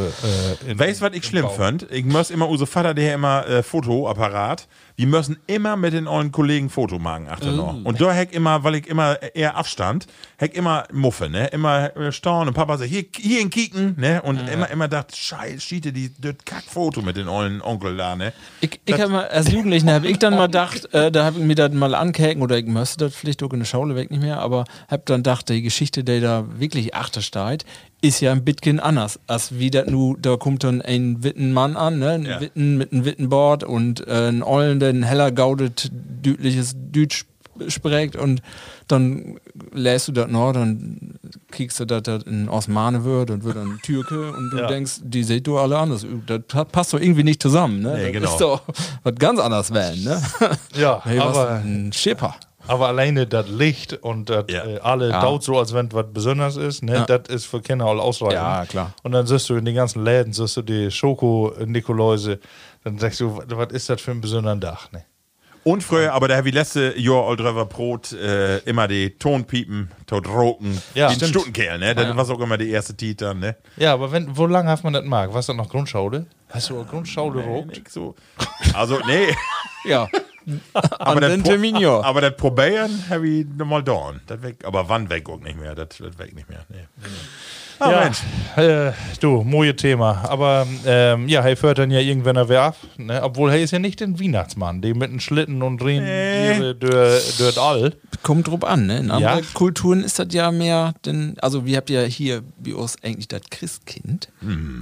B: in,
C: Weißt du, was ich schlimm fand? Ich muss immer, unser Vater, der hat immer äh, Fotoapparat, wir müssen immer mit den neuen Kollegen Foto machen, Achternor.
B: Mm.
C: Und da heck immer, weil ich immer äh, eher Abstand, heck immer Muffe, ne? Immer äh, staunen und Papa sagt, hier, hier in Kieken, ne? Und
B: Mm.
C: immer, immer dachte, scheiße, schiete die, das Kackfoto mit den neuen Onkel da, ne?
D: Ich, ich hab mal, als Jugendlichen habe ich dann mal gedacht, äh, da habe ich mir das mal ankäken oder ich müsste das vielleicht auch in der Schaule weg nicht mehr, aber habe dann gedacht, die Geschichte, die da wirklich achter steht, ist ja ein bisschen anders, als wie das nu, da kommt dann ein witten Mann an, ne? ein
C: Ja.
D: Witten mit einem Wittenbord und äh, ein Ollen, der ein heller gaudet, dütliches Dütsch spricht und dann lässt du das noch, dann kriegst du das das in Osmane wird und wird dann Türke und du denkst, die seht du alle anders. Das passt doch irgendwie nicht zusammen, ne?
C: Nee,
D: Das
C: genau.
D: ist doch was ganz anderes werden, ne?
B: (laughs) Ja,
D: Hey, was
B: aber-
D: ein Schipper.
B: Aber alleine das Licht und das
C: Ja.
B: äh, alle
D: Ja.
B: taut so, als wenn was Besonderes ist, ne?
D: Ja.
B: das ist für Kinder all ausreichend.
D: Ja, klar.
B: Und dann siehst du in den ganzen Läden, siehst du die Schoko-Nikoläuse, dann sagst du, was- was ist das für ein besonderer Dach? Ne?
C: Und früher, aber da habe ich letzte Jahr Old River Brot äh, immer die Tonpiepen, tot Roken,
B: Ja,
C: den
B: stimmt.
C: Stundenkerl, ne? Das war auch immer die erste Tiet dann, ne?
B: Ja, aber wenn, wo lange hat man das mag? Warst du noch Grundschule? Hast du auch Grundschule gerobt?
C: Nix so. Also, nee.
B: (laughs)
D: Ja.
C: Aber
D: An
C: das
D: den
C: Pro-
D: Termin, ja.
C: (laughs) Aber das probieren habe ich nochmal dauern. Das weg, aber wann weg auch nicht mehr. Das, das weg nicht mehr. Nee. Ah,
B: ja,
C: Mensch.
B: Äh, du, moje Thema. Aber ähm, ja, hey, fährt dann ja irgendwann er wer ab. Ne? Obwohl, hey, ist ja nicht den Weihnachtsmann, der mit den Schlitten und Rehen nee. dort all.
D: Kommt drauf an, ne? In anderen
B: Ja.
D: Kulturen ist das ja mehr, denn, also wir habt ja hier bei uns eigentlich das Christkind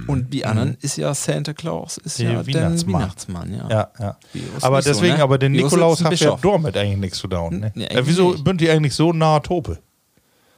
D: und bei anderen ist ja Santa Claus, ist
B: Der
D: ja der
B: Hm. Weihnachtsmann.
D: Weihnachtsmann, ja.
B: Ja, ja.
D: Wie ist
B: Aber
D: nicht so,
B: deswegen,
D: ne?
B: aber den
D: Wie ist
B: Nikolaus
D: jetzt ein
B: hat ja
D: Bischof? Hm?
B: damit eigentlich nichts zu tun. Ne?
D: Nee,
B: äh, wieso
D: eigentlich nicht.
B: bünd ihr eigentlich so nahe Tope?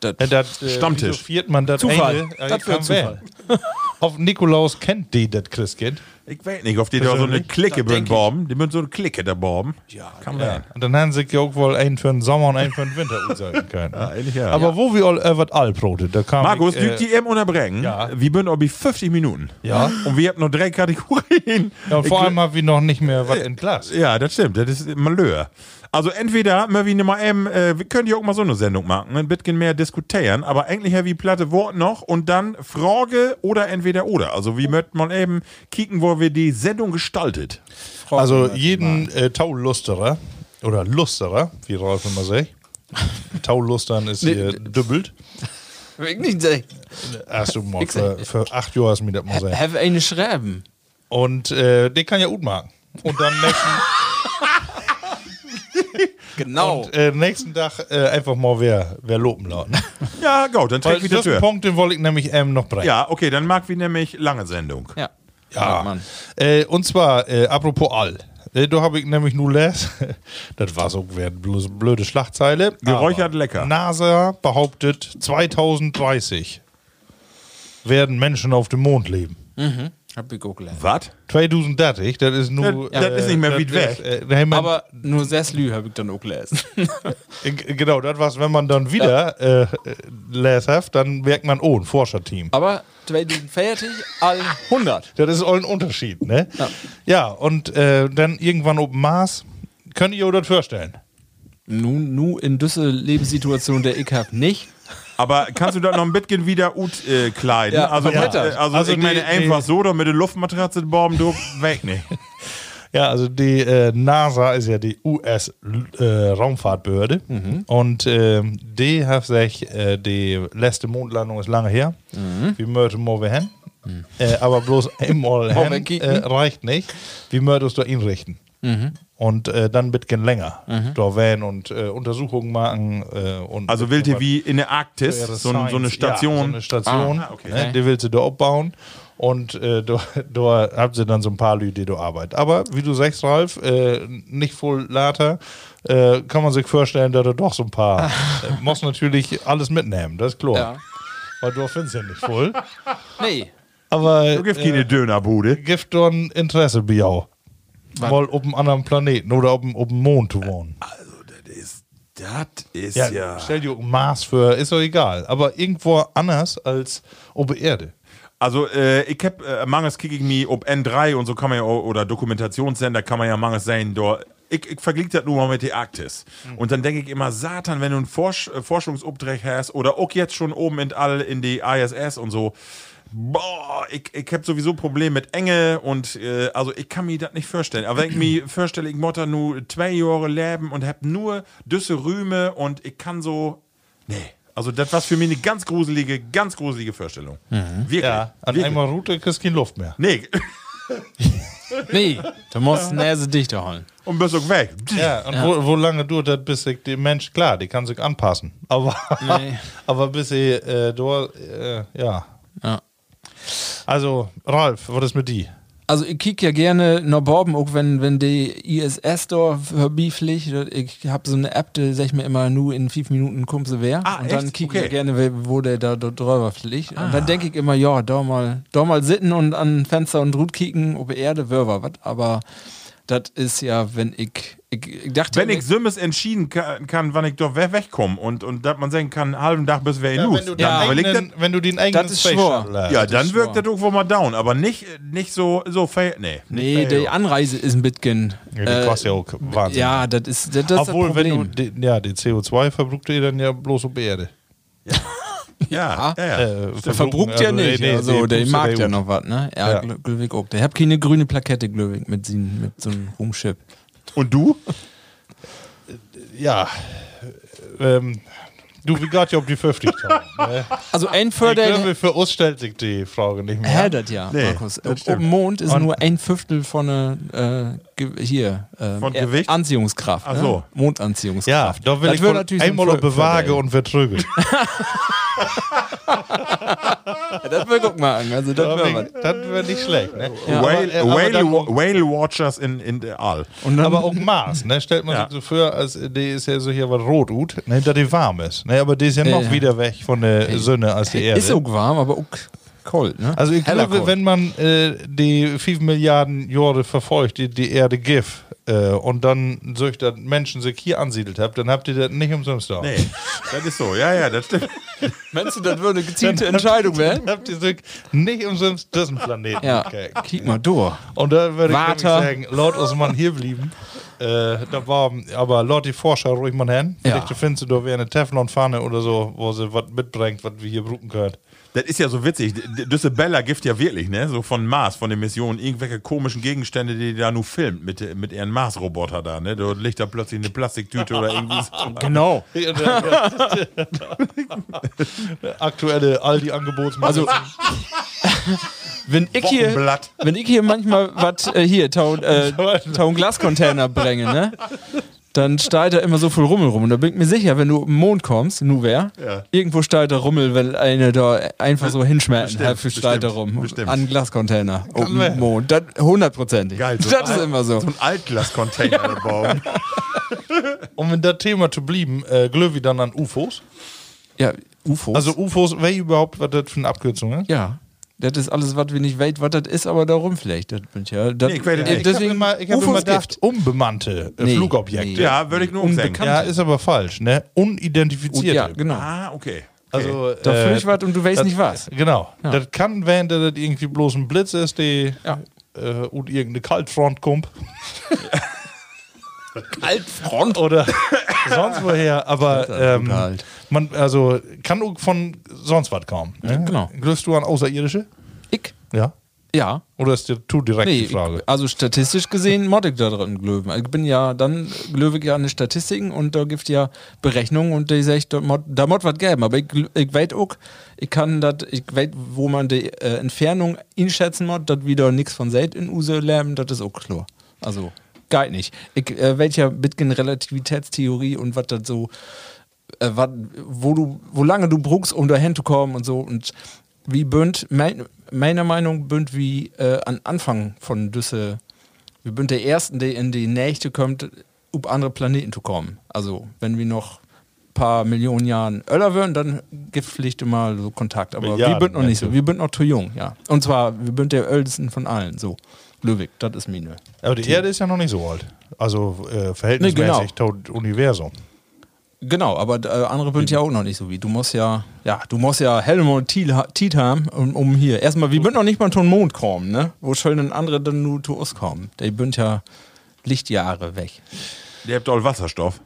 D: Das-
B: Äh, dat, äh,
C: Stammtisch.
B: Wieso viert man das
D: Zufall.
B: eine, äh,
D: Das
B: ich
D: wird
B: kann
D: Zufall.
B: wählen. Auf Nikolaus kennt die das Christkind.
C: Ich weiß nicht, auf die da so eine
B: Persönlich?
C: Clique
D: Das denk
C: bin
D: ich.
C: Borben. Die müssen so eine Clique da Borben. Ja, kann man.
B: Und dann haben sie ja auch wohl einen für den Sommer und einen für den Winter umsetzen (laughs) können. ne?
C: Ja, eigentlich ja.
B: Aber wo wir all, äh, was allbrote, da kam
C: Markus,
B: ich, äh,
C: du die eben unterbrechen.
B: ja.
C: Wir sind ob 50 Minuten.
B: Ja.
C: Und wir haben noch drei Kategorien.
B: ja, und
C: Ich
B: vor
C: gl-
B: allem haben wir noch nicht mehr was in Glas.
C: Ja, das stimmt. Das ist Malheur. Also entweder, mal wie nimmer eben, äh, wir können ja auch mal so eine Sendung machen, ein bisschen mehr diskutieren, aber eigentlich ja wie platte Wort noch und dann Frage oder entweder oder. Also wie möchten man eben kicken, wo wir die Sendung gestaltet.
B: Also jeden äh, Taulusterer oder Lusterer, wie Rolf immer (laughs) sagt. Taulustern ist hier dübbelt.
D: Ich nicht sagen.
B: Hast du mal
D: Ich sag-
B: für, für acht Jahre hast du mir das mal gesagt.
D: Have eine Schreiben.
B: Und äh, den kann ja gut machen. Und (laughs) dann nächsten,
D: Genau.
B: äh, nächsten Tag äh, einfach mal wer, wer loben (laughs) lassen.
C: Ja, gut, dann
B: Weil
C: trägt wieder
B: das
C: Tür.
B: Punkt, den wollte ich nämlich ähm, noch bringen.
C: Ja, okay, dann mag wir nämlich lange Sendung.
D: ja.
B: Ja.
D: Mann.
B: Äh, und zwar, äh, apropos All. Äh, Da habe ich nämlich nur les. (laughs) das war so wär bloß eine blöde Schlagzeile.
C: Geräuchert
B: Aber
C: lecker.
B: NASA behauptet, 2030 werden Menschen auf dem Mond leben.
D: Hab ich auch gelernt.
C: Was?
B: 2030, das ist nur.
C: Das- das ist nicht mehr weit weg.
B: Äh, wenn man-
D: Aber nur Sesslü habe ich dann auch gelesen.
B: Äh, g- genau, das was, wenn man dann wieder äh, äh, les hat, dann merkt man, oh, ein Forscherteam.
D: (laughs) Aber 2040 all 100.
B: Das ist auch ein Unterschied, ne? Ja, und äh, dann irgendwann oben Mars. Könnt ihr euch das vorstellen?
D: Nun, nu in düsse Lebenssituation der ich hab nicht.
C: Aber kannst du da noch ein bisschen wieder ut äh, kleiden?
D: Ja,
C: also,
D: verbrettert.
C: äh, also,
B: Also
C: ich meine,
B: die-
C: einfach
B: die-
C: so, da mit der Luftmatratze bomben, du weg nicht.
B: Ja, also die äh, NASA ist ja die US-Raumfahrtbehörde und ähm, die hat sich, äh, die letzte Mondlandung ist lange her, wir möchten mal wieder hin, äh, aber bloß einmal
D: Mal
B: hin
D: wegkicken.
B: äh, reicht nicht, wir möchten es da inrichten. Und äh, dann ein bisschen länger. Da werden und äh, Untersuchungen machen. Äh, und
C: Also wild ihr wie in der Arktis,
B: wäre
C: so, ein- so eine
B: Science. Ja, so
C: Station.
B: eine Station,
C: Ah, okay.
B: ne, die willst du da abbauen. Und äh, da, da habt ihr dann so ein paar Leute, die da arbeiten. Aber wie du sagst, Ralf, äh, nicht voll later, äh, kann man sich vorstellen, dass er doch so ein paar. äh, muss natürlich alles mitnehmen, das ist klar.
D: Ja.
B: Weil du findest ja nicht voll.
D: Nee.
B: Aber
C: Du gibst keine Dönerbude.
B: gibt doch ein Interesse, Biau. Mal auf einem anderen Planeten oder auf dem, auf dem Mond zu wohnen.
C: Das ist
B: Also, Ja, Stell dir Mars für, ist doch egal. Aber irgendwo anders als auf der Erde.
C: Also, äh, ich hab äh, manches kick ich mich ob N3 und so kann man ja, auch- oder Dokumentationssender kann man ja manches sein, da. Ich, ich verglich das nur mal mit der Arktis. Und dann denke ich immer, Satan, wenn du einen Forsch äh, Forschungsubdrech hast oder auch jetzt schon oben in all in die ISS und so. Boah, ich, ich habe sowieso Probleme mit Enge und äh, also ich kann mir das nicht vorstellen. Aber wenn ich mir vorstelle, ich motter nur zwei Jahre leben und hab nur düsse Rüme und ich kann so. Nee. Also das war für mich eine ganz gruselige, ganz gruselige Vorstellung. Wirklich.
B: Ja, an
C: Wirklich.
B: einmal Route kriegst keine Luft mehr.
C: Nee, (laughs)
D: Nee. Du musst Nase dichter holen.
C: und bist auch weg.
B: Ja, und Wo, wo lange dauert das, bis ich den Mensch, klar, die kann sich anpassen. Aber,
D: Nee.
B: (laughs) aber bis sie, äh, du, äh, ja.
D: Ja.
B: Also, Ralf, was ist mit die?
D: Also ich kick ja gerne nach Borben, auch wenn, wenn die ISS da verbieflich. Ich hab so eine App, die sag ich mir immer, nur in fünf Minuten kommst du wer.
C: Ah,
D: und dann
C: echt?
D: kick
C: Okay. Ah.
D: ich gerne, wer- wo der da, da drüber fliegt. Und dann denke ich immer, ja, da mal, da mal sitten und an Fenster und Rut kicken, ob Erde, Wörwer, was. Aber das ist ja, wenn ich, ich, ich dachte...
C: Wenn ich Sümmes entschieden kann, kann wann ich doch we- wegkomme und, und dass man sagen kann, einen halben Tag bis wir ja, los.
B: wenn, du
C: Dann
D: Ja,
C: überlegt
B: eigenen, wenn du den eigenen äh,
D: Das ist
B: Space
D: schwor.
B: Shuttle hast.
C: das- ja, dann
D: ist
C: wirkt
D: wahr.
C: das irgendwo mal down, aber nicht, nicht so, so fair.
B: (laughs)
C: Nee.
D: Nee, die Anreise ist ein bisschen.
B: Ja, die kostet ja auch Wahnsinn.
D: Äh, Ja, das ist das, das ist
B: Also Obwohl,
D: das Problem.
B: wenn du, die, ja, die CO2 verbruckt ihr dann ja bloß auf die Erde. Äh,
C: Ja, ja, ja.
D: der verbruckt ja nicht. also, der
B: pustet
D: mag
B: der
D: ja
B: gut.
D: noch was, ne? Ja,
B: Ja.
D: ja. Glöwig auch. Der hat keine grüne Plakette, Glöwig, mit, sin- mit so einem Rumschiff.
C: Und du?
B: Ja. Ähm, du, wie gerade ja ob die 50 haben,
D: (laughs)
B: ne?
D: Also, ein
B: Ich glaube,
D: Förder.
B: für uns stellt sich die Frage nicht mehr.
D: Hä, das ja,
C: Nee,
D: Markus.
C: das
D: Ob
C: stimmt.
D: dem Mond ist
B: Und-
D: nur ein Viertel von ne, äh, ge- hier äh,
C: Von
D: äh,
C: Gewicht?
D: Anziehungskraft.
C: Ach so.
D: Ne?
B: ja,
D: Mondanziehungskraft.
B: da will
D: Das
B: ich
D: wird
B: wohl
D: natürlich so ein
B: einmal
D: Fö-
B: noch bewage
D: Förder,
B: und
D: (laughs)
B: vertrüge.
D: Ja, das will guck mal an. Also das
B: das
D: wär was.
B: wäre nicht schlecht. Ne?
D: Ja,
C: Whale,
B: aber- aber
C: Whale,
B: dann-
C: Whale Watchers in, in der All.
D: Und dann,
B: Aber auch Mars, ne? stellt man
C: Ja.
B: sich so vor, als äh, die ist ja so hier was Rotut, ne? da die warm ist. Ne? Aber die ist ja noch
D: ja.
B: wieder weg von der Sonne als die Erde.
D: ist auch warm, aber auch kalt, ne?
B: Also ich
D: Heller
B: glaube,
D: kalt.
B: wenn man äh, die 5 Milliarden Jahre verfolgt, die die Erde gibt, äh, und dann durch das Menschen sich hier ansiedelt habt, dann habt ihr das nicht umsonst da.
C: Nee, (laughs) das ist so. Ja, ja, das stimmt.
D: Meinst du, das würde eine gezielte Entscheidung werden?
B: Dann (laughs) habt ihr sich nicht umsonst diesen Planeten
D: Ja,
B: gekriegt.
D: kick mal durch.
B: Und da würde ich nämlich
D: Warte.
B: sagen, laut uns Mann hier blieben. Äh, da war aber laut die Forscher ruhig mal hin.
D: Ja.
B: Vielleicht findest du da wäre eine Teflonpfanne oder so, wo sie was mitbringt, was wir hier brücken können.
C: Das ist ja so witzig. Düsselbella gibt ja wirklich, ne? So von Mars, von den Missionen, irgendwelche komischen Gegenstände, die, die da nur filmt mit, mit ihren Mars-Roboter da, ne? Da liegt da plötzlich eine Plastiktüte oder irgendwie so.
B: (laughs)
D: Genau.
B: Aktuelle Aldi-Angebotsmasse.
D: Also, wenn ich hier,
C: Wochenblatt. (laughs)
D: wenn ich hier manchmal was äh, hier, Town äh, Town Glascontainer bringe, ne? dann steigt da immer so viel Rummel rum. Und da bin ich mir sicher, wenn du im Mond kommst, nu wer,
C: Ja.
D: irgendwo steigt da Rummel, wenn eine da einfach so hinschmerzen,
C: Bestimmt,
D: halb viel steigt da rum.
C: bestimmt.
D: An Glascontainer. Oh,
C: wir.
D: Mond. Das hundertprozentig.
C: Geil. so
D: das
C: ein
D: ist
C: Alt-
D: immer so.
C: So ein Altglas-Container gebaut.
B: Um in das Thema zu bleiben, äh, glöwi dann an UFOs.
D: Ja, UFOs.
B: Also UFOs, wer überhaupt, was das für eine Abkürzung ist?
D: ja. Das ist alles, was wir nicht weit, was das ist, aber darum vielleicht. Das bin ich ja. Das,
C: Nee,
D: äh,
C: ich weiß es nicht.
B: ich habe immer, ich hab
D: UFOs
B: immer gedacht,
D: gibt.
B: unbemannte äh,
D: Nee,
B: Flugobjekte.
D: nee.
C: ja, würde ich nur um umsenken.
D: Unbekannt.
B: Ja, ist aber falsch, ne?
D: Und,
B: Unidentifizierte.
D: ja, genau.
C: Ah, okay. okay.
B: Also,
D: Da
C: Äh,
D: fliegt was und du weißt
B: das-
D: nicht was.
B: Genau.
D: Ja.
B: Das kann, während das irgendwie bloß ein Blitz ist, die
D: Ja.
B: äh, und irgendeine Kaltfront kommt.
D: Altfront.
B: oder (laughs) sonst woher, aber
D: Das ist ja
B: ähm,
D: brutal halt.
B: man also kann auch von sonst was kommen. Ne?
D: genau.
B: Glaubst du an Außerirdische?
D: Ich?
B: Ja.
D: Ja.
B: Oder ist dir zu direkt
D: Nee,
B: die Frage?
D: ich- also statistisch gesehen modde ich da drin Glöwen. Also Ich bin ja dann Glöwig ja an den Statistiken und da gibt ja Berechnungen und da sag ich, da mod, da mod was geben. Aber ich, gl- ich weiß auch, ich kann das, ich weiß, wo man die äh, Entfernung einschätzen mod, dat wieder nix von seit in Use lernen, das ist auch klar. Also, geht nicht. Ich äh, weiß ja Bitgen Relativitätstheorie und was das so äh, wat, wo du, wo lange du brauchst, um dahin zu kommen und so. Und wie bünd, mein, meiner Meinung bünd wie äh, an Anfang von Düsse, wir bünd der Ersten, der in die Nächte kommt, ob andere Planeten zu kommen. Also, wenn wir noch paar Millionen Jahren Öller würden, dann gibt vielleicht immer so Kontakt. Aber wir
B: Milliarden,
D: bünd noch nicht so.
B: meinst
D: Wir bünd noch zu jung, ja. Und zwar, wir bünd der ältesten von allen. So, Löwig, das ist Mine.
B: Aber die Erde ist ja noch nicht so alt. Also äh, verhältnismäßig tot Universum.
D: Genau, aber äh, andere bünd ja auch noch nicht so wie. Du musst ja, ja, du musst ja Helmut Tiet ha- Tiet haben, um, um hier. Erstmal, wir bünd noch nicht mal zum Mond kommen, ne? Wo sollen denn andere dann nur zu uns kommen? Die bünd ja Lichtjahre weg.
C: Der hat doch Wasserstoff.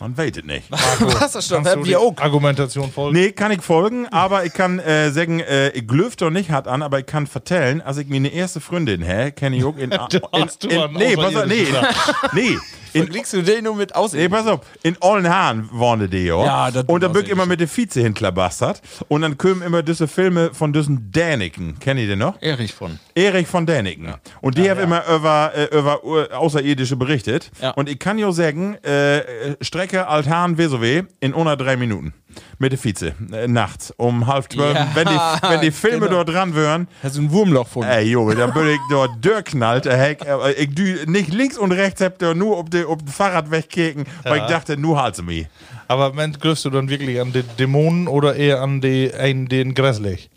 C: Man weitet nicht.
D: (laughs) Wasserstoff
B: Kannst du
D: haben
B: die
D: wir auch.
B: Argumentation folgen?
C: Nee, kann ich folgen, aber ich kann äh, sagen, äh, ich löft doch nicht hart an, aber ich kann vertellen, als ich mir eine erste Freundin, hä, kenne ich auch in...
B: (laughs) Da hast
C: in,
B: du
C: in,
B: einen
C: nee, pass auf, nee,
B: Außerirdischen
C: nee, in,
D: Kriegst du den nur mit aus?
C: Nee, pass auf, in Ollenhahn wohne die, ja.
D: Ja, das
C: und dann
D: weiß
C: bück
D: ich
C: immer mit der Vize hinklabastert. Und dann kommen immer diese Filme von diesen Däniken. Kennt ihr den noch?
D: Erich von.
C: Erich von Däniken. Und die haben immer über, äh, über Ur- Außerirdische berichtet.
D: Ja.
C: Und ich kann jo sagen, äh, äh, Strecke Altan Wesowe in unter drei Minuten. Mit der Vize. Äh, nachts um halb zwölf.
D: Ja,
C: wenn,
D: (laughs)
C: die, wenn die Filme
D: genau.
C: dort dran wären,
D: Hast du ein Wurmloch von?
C: Ey, Junge, dann bin ich dort dürrknallt. Äh, Heck, äh, ich dü nicht links und rechts hab da nur ob de, ob de Fahrrad wegkicken, weil ich dachte, nur halt's mich.
B: Aber man, glaubst du dann wirklich an die Dämonen oder eher an die, einen, den grässlich?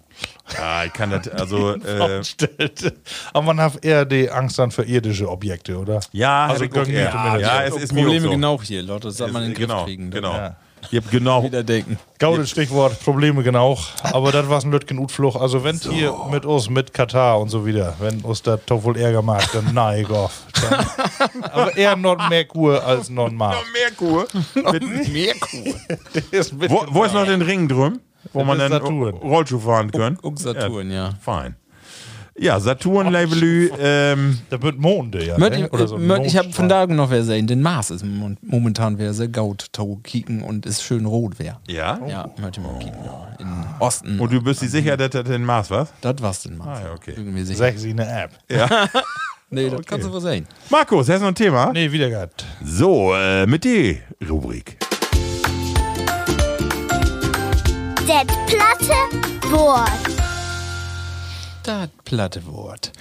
C: Ja, ich kann das, also, äh,
B: Stellt. Aber man hat eher die Angst dann für irdische Objekte, oder?
C: ja, hätte
B: Also
C: ich auch-
B: gönnen wir
C: ja,
B: zumindest.
C: ja, es ist mir auch
D: Probleme
C: so.
D: genau hier, Leute. Das soll
C: Es-
D: man in den Griff
C: genau,
D: kriegen. ne?
C: Genau.
B: Ja.
C: Ihr habt genau.
D: Wieder denken.
B: Gaudes Stichwort, Probleme genau. Aber das war ein Lütgen Utfluch. Also wenn hier mit uns, mit Katar und so wieder, wenn uns das doch wohl Ärger macht, dann nein, ich
C: (laughs)
B: auf. Dann- Aber eher non Merkur als non Mars.
C: Merkur.
D: Merkur.
C: Wo, wo ist noch den Ring drum? Wo man
B: ist
C: dann
B: Saturn.
C: Rollschuh fahren können?
D: Um Saturn, ja.
C: Fein. Ja, Saturn, Levelü, ähm,
B: Da wird Monde, ja.
D: Mört,
B: ne?
D: ich Mört, ich habe von
B: Mondstrahl.
D: da noch wer sehen. Den Mars ist mom- momentan wer sehr gaut, tau kicken und ist schön rot wer.
C: ja.
D: Ja, Mört, ich mal kicken. ja. In Osten.
C: Und Oh, du bist dir sicher, dass das den Mars was?
D: Ah. Oh, Das war's denn mal.
C: Ah, ja, okay.
D: Irgendwie sicher.
B: Sexy eine App.
D: Nee, das kannst du wohl sehen.
C: Markus, hast du noch ein Thema?
B: Nee, wieder gehabt.
C: So, äh, mit die Rubrik.
A: Det platte Wort.
D: Das platte Wort.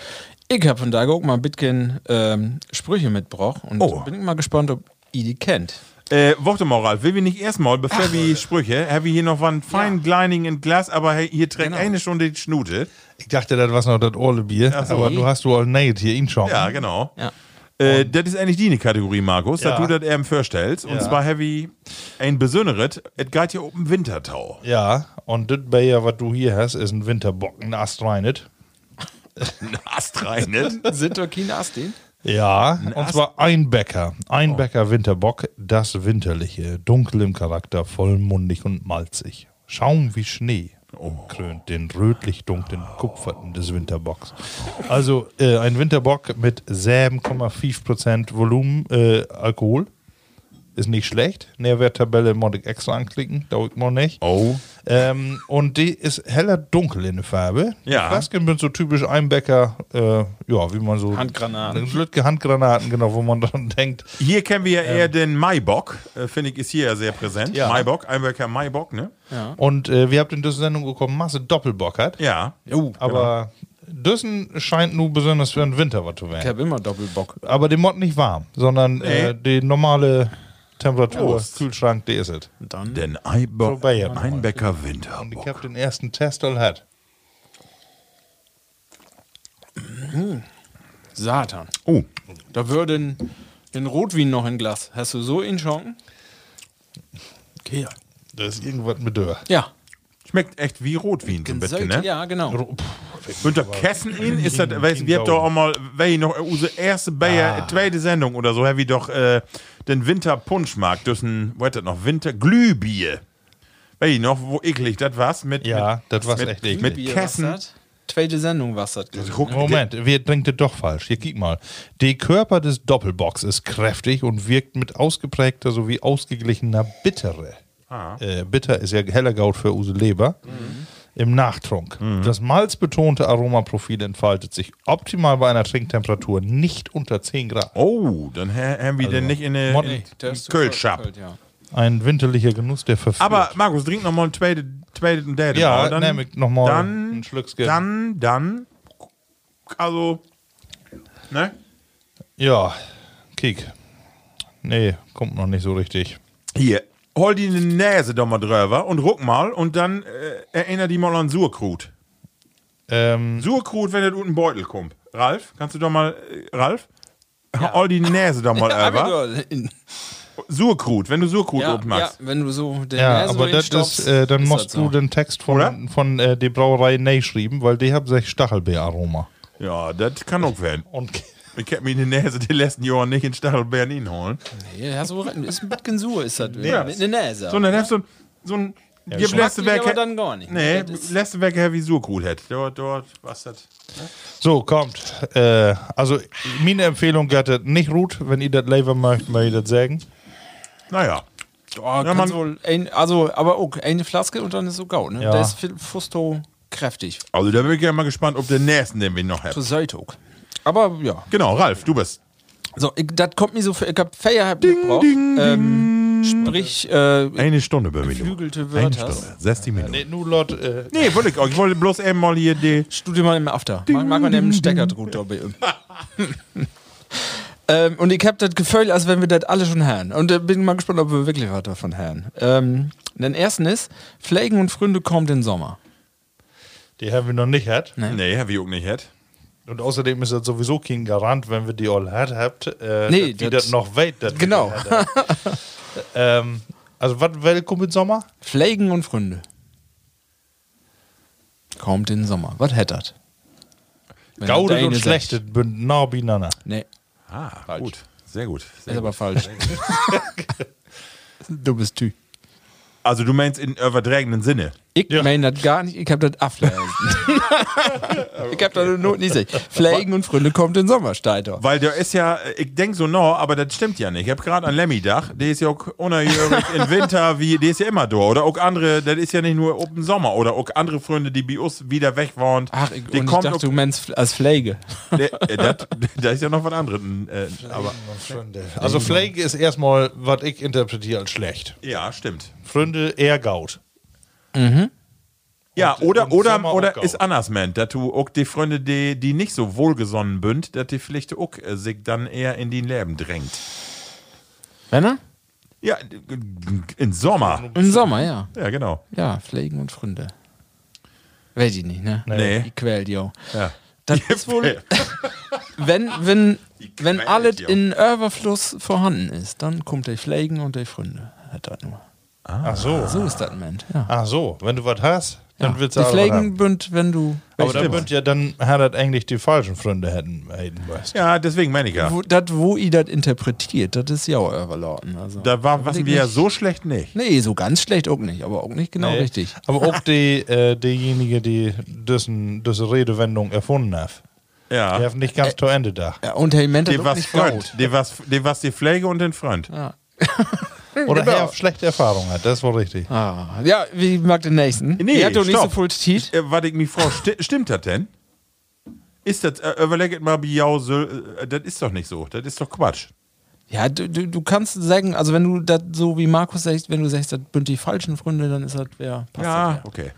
D: Ich hab von da auch mal ein bisschen ähm, Sprüche mitgebracht und
C: Oh.
D: bin ich mal gespannt, ob ihr die kennt.
C: Äh, warte mal, Ralf, will wir nicht erstmal, bevor wir Sprüche, haben wir hier noch einen feinen Gleining in Glas, aber hey, hier trägt eine schon die Schnute.
B: Ich dachte, das war noch das Orlebier.
C: so.
B: Aber du hast du all night hier ihn schon.
C: Ja, genau.
D: (laughs) Ja.
C: Äh, das ist eigentlich die eine Kategorie, Markus, dass
B: Ja.
C: du das eben vorstellst. Und
B: Ja.
C: zwar Heavy ein besonderes, es geht hier um Wintertau.
B: Ja, und das Bayer, was du hier hast, ist ein Winterbock, ein Astreinet.
C: Astrein, ne?
D: Sind doch keine Astin?
B: Ja, und zwar Einbäcker. Einbäcker Winterbock, das Winterliche, dunkel im Charakter, vollmundig und malzig. Schaum wie Schnee krönt den rötlich-dunklen Kupferten des Winterbocks. Also äh, ein Winterbock mit 7,5% Volumen äh, Alkohol Ist nicht schlecht. Nährwerttabelle muss ich extra anklicken. Dauert mal nicht.
C: Oh.
B: Ähm, und die ist heller dunkel in der Farbe.
C: Ja.
B: Die Flasken sind so typisch Einbäcker, äh, ja, wie man so.
D: Handgranaten.
B: Lütke Handgranaten, genau, wo man (laughs) dann denkt,
C: Hier kennen wir ja eher den Maibock. Äh, Finde ich, ist hier ja sehr präsent.
B: Ja.
C: Maibock, Einbecker Maibock, ne?
B: Und äh, wir habt in diese Sendung gekommen, Masse Doppelbock hat.
C: Ja. Oh, genau.
B: aber Düssen scheint nur besonders für den Winter was zu
D: Ich
B: werden.
D: habe immer Doppelbock.
B: Aber dem Mod nicht warm, sondern äh, die normale Temperatur,
C: Prost.
B: Kühlschrank, die ist es.
D: Dann
C: Den
B: So bei ihr
C: Eibock,
B: nochmal.
C: Einbecker
B: Und ich
C: Winterbock.
B: habe den ersten Test all hat.
D: Satan.
C: Oh.
D: Da würden den Rotwein noch in Glas. Hast du so ihn schonken? Okay.
B: Da ist irgendwas mit Dörr.
D: Ja.
C: Schmeckt echt wie Rotwein zum Bettchen, ne?
D: Ja, genau.
C: Unter Kessen ihn ist das, weißt, wir habt doch auch mal, wenn ich noch, äh, unsere erste Bayer,
B: Ah.
C: zweite Sendung oder so, hab ich doch äh, den Winterpunschmarkt, das ist ein, wo hat das noch, Winterglühbier. Weiß ich noch, wo eklig das war's mit.
B: Ja,
C: mit,
B: das war's
C: mit,
B: echt eklig.
C: Mit
D: Bier, was
C: Kessen. Also
D: das? Zweite Sendung was das.
C: Guck,
B: Moment, wir trinkt das doch falsch. Hier, guck mal. Der Körper des Doppelbocks ist kräftig und wirkt mit ausgeprägter sowie ausgeglichener Bittere. Äh, bitter ist ja Hellergaut für Use Leber. Im Nachtrunk. Das malzbetonte Aromaprofil entfaltet sich optimal bei einer Trinktemperatur nicht unter 10 Grad.
C: Oh, dann hä- haben wir den nicht in eine
B: Also Mod-
C: in-
B: Nee,
D: Der ist zu
C: Kölschab.
D: kalt, ja.
B: Ein winterlicher Genuss, der verführt.
C: Aber Markus, trink nochmal einen zweiten zweiten und dritten.
B: Ja,
C: Mal, dann,
B: nehm ich noch mal
C: dann,
B: einen Schlückschen.
C: Dann, dann, also, ne?
B: ja, kick. Nee, kommt noch nicht so richtig.
C: Hier, hol die Nase doch mal drüber und ruck mal und dann äh, erinner die mal an Surkrut.
B: Ähm,
C: Surkrut, wenn der unten Beutel kommt. Ralf, kannst du doch mal, äh, Ralf? Hol die Nase doch
D: (laughs)
C: mal drüber.
D: Aber in-
C: Surkrut, wenn du Surkrut
D: ja,
C: oben
D: ja,
C: machst.
D: wenn du so den
B: Ja,
D: Nase so
B: aber das
D: hinstopfst,
B: ist, äh, dann
D: ist
B: musst
D: das so.
B: du den Text
C: Oder?
B: von, von äh, der Brauerei Ney schreiben, weil die haben sich Stachelbeeraroma.
C: Ja, das kann auch werden.
B: Und
C: Ich hab mir die Nase die letzten Jahre nicht in Stachelbeeren hinholen.
D: Ja, hast du recht. Ist ein Badgensur, ist das.
C: Ja.
D: Mit der Nase.
C: So, dann hast du so ein. Ja, die letzte
D: schmacklich,
C: Werke,
D: aber dann gar nicht. ne?
C: Nee,
D: Das ist-
C: letzte Werke her wie Surkrut hätte. Dort, dort, was das?
B: so, kommt. Äh, also, meine Empfehlung geht nicht Ruth, wenn ihr das labern möchtet, möcht ihr das sagen.
C: Naja.
D: Oh,
C: Ja,
D: ja,
C: man-
D: man wohl ein, also, aber okay, eine Flaske und dann ist so gaut, ne?
B: Ja.
D: Da ist viel Fusto kräftig.
C: Also, da bin ich ja mal gespannt, ob der nächsten, den wir noch
D: Zu
C: haben.
D: Seitok. Aber ja.
C: Genau, Ralf, du bist.
D: So, ich, das kommt mir so für. Ich hab Feierabend gebraucht. ähm, sprich, äh,
C: Eine Stunde bei mir.
D: geflügelte
C: Eine
D: Wörter.
C: Stunde, 60 Minuten.
B: Nee, nur Lot, äh,
C: Nee, wollte ich auch. Ich wollte bloß eben mal hier die.
D: Studie mal im After. Mag, mag man den Stecker drunter bei ihm. (laughs) ähm, und ich hab das Gefühl, als wenn wir das alle schon hören. Und äh, bin mal gespannt, ob wir wirklich was davon hören. Ähm, den ersten ist, Pflegen und Fründe kommt im Sommer.
B: die haben wir noch nicht hat.
C: Nee, hab ich auch nicht hätte.
B: Und außerdem ist das sowieso kein Garant, wenn wir die all hat habt, äh,
D: Nee,
B: dass wir
D: das-
B: das noch weit. dass wir
D: Genau.
B: das hat. ähm, also, was will kommt im Sommer?
D: Pflegen und Fründe. Kommt in den Sommer. Was hättert? Wenn
B: Gaudet
D: deine
B: und
D: sagt.
B: Schlechtet bünden nah beieinander.
D: Nee,
C: Ah, gut. Sehr gut.
D: ist aber falsch. du bist Tü.
C: Also, du meinst in übertragenen Sinne.
D: Ich meine das gar nicht, ich hab das Affler. ich hab da nur Not nicht. sehen. Pflegen und Fründe kommt in den Sommer, Steiter.
C: Weil der ist ja, ich denk so no, aber das stimmt ja nicht. Ich hab gerade an Lemmy gedacht, der ist ja auch unerhörig im Winter, wie, der ist ja immer da. Oder auch andere, das ist ja nicht nur oben Sommer. Oder auch andere Freunde, die bei uns wieder weg waren.
D: Ach, ich,
C: die
D: und ich
C: kommt
D: dachte,
C: auch,
D: du meinst als Pflege.
C: (laughs) der, äh, dat- Da ist ja noch was anderes. Äh, aber,
B: Also, Flake ist erstmal, was ich interpretiere als schlecht.
C: ja, stimmt.
B: Fründe eher Gaut.
C: Ja, oder,
B: und
C: oder,
B: Sommer
C: oder
B: auch
C: ist
B: Gaut.
C: anders, man, dass du auch die Freunde, die, die nicht so wohlgesonnen bünd, dass die vielleicht auch äh, sich dann eher in die Leben drängt.
D: Wenn er?
C: Ja, im Sommer.
D: Im Sommer, ja.
C: Ja, genau.
D: Ja, Pflegen und Fründe. Weiß ich nicht, ne?
C: Nee.
D: Die quält, yo.
C: Ja. (laughs)
D: Das ist (laughs) wohl, wenn, wenn, wenn
C: quält,
D: alles
C: yo.
D: in Überfluss vorhanden ist, dann kommt der Pflegen und der Fründe. Hat das nur.
B: Ach so.
D: So ist das, Moment. Ja.
B: Ach so, wenn du was hast, dann
D: ja.
B: willst du
D: Die
B: auch was
D: Pflegen
B: haben.
D: bünd, wenn du.
B: Aber dann wird ja dann hat das eigentlich die falschen Freunde hätten hätten müssen.
C: ja, deswegen meine ich ja.
D: Wo, das, wo ihr das interpretiert, das ist ja auch Overlorden. Also.
C: Da war, was wir ja so schlecht nicht.
D: nee, so ganz schlecht auch nicht, aber auch nicht genau
B: Nee.
D: richtig.
B: Aber auch die, äh, diejenige, die dessen, diese Redewendung erfunden hat,
C: Ja.
B: die haben nicht ganz zu Ende da.
D: Ja, und Herr Mentor
C: Die
D: doch
C: was
D: nicht gaut.
C: Freund. Die was, die was die Pflege und den Freund.
D: Ja.
B: Oder
D: Genau.
B: er schlechte Erfahrungen hat, das war richtig.
D: Ah, ja, wie mag den nächsten? Die hat doch nicht so
C: stopp.
D: viel Tiet.
C: Äh, was ich mich frage, sti stimmt das denn? Ist das, äh, überlegt mal, Biau, äh, das ist doch nicht so. Das ist doch Quatsch.
D: Ja, du, du, du kannst sagen, also wenn du das so wie Markus sagst, wenn du sagst, das sind die falschen Gründe, dann ist das, ja, passt
C: Ja,
D: das,
C: okay.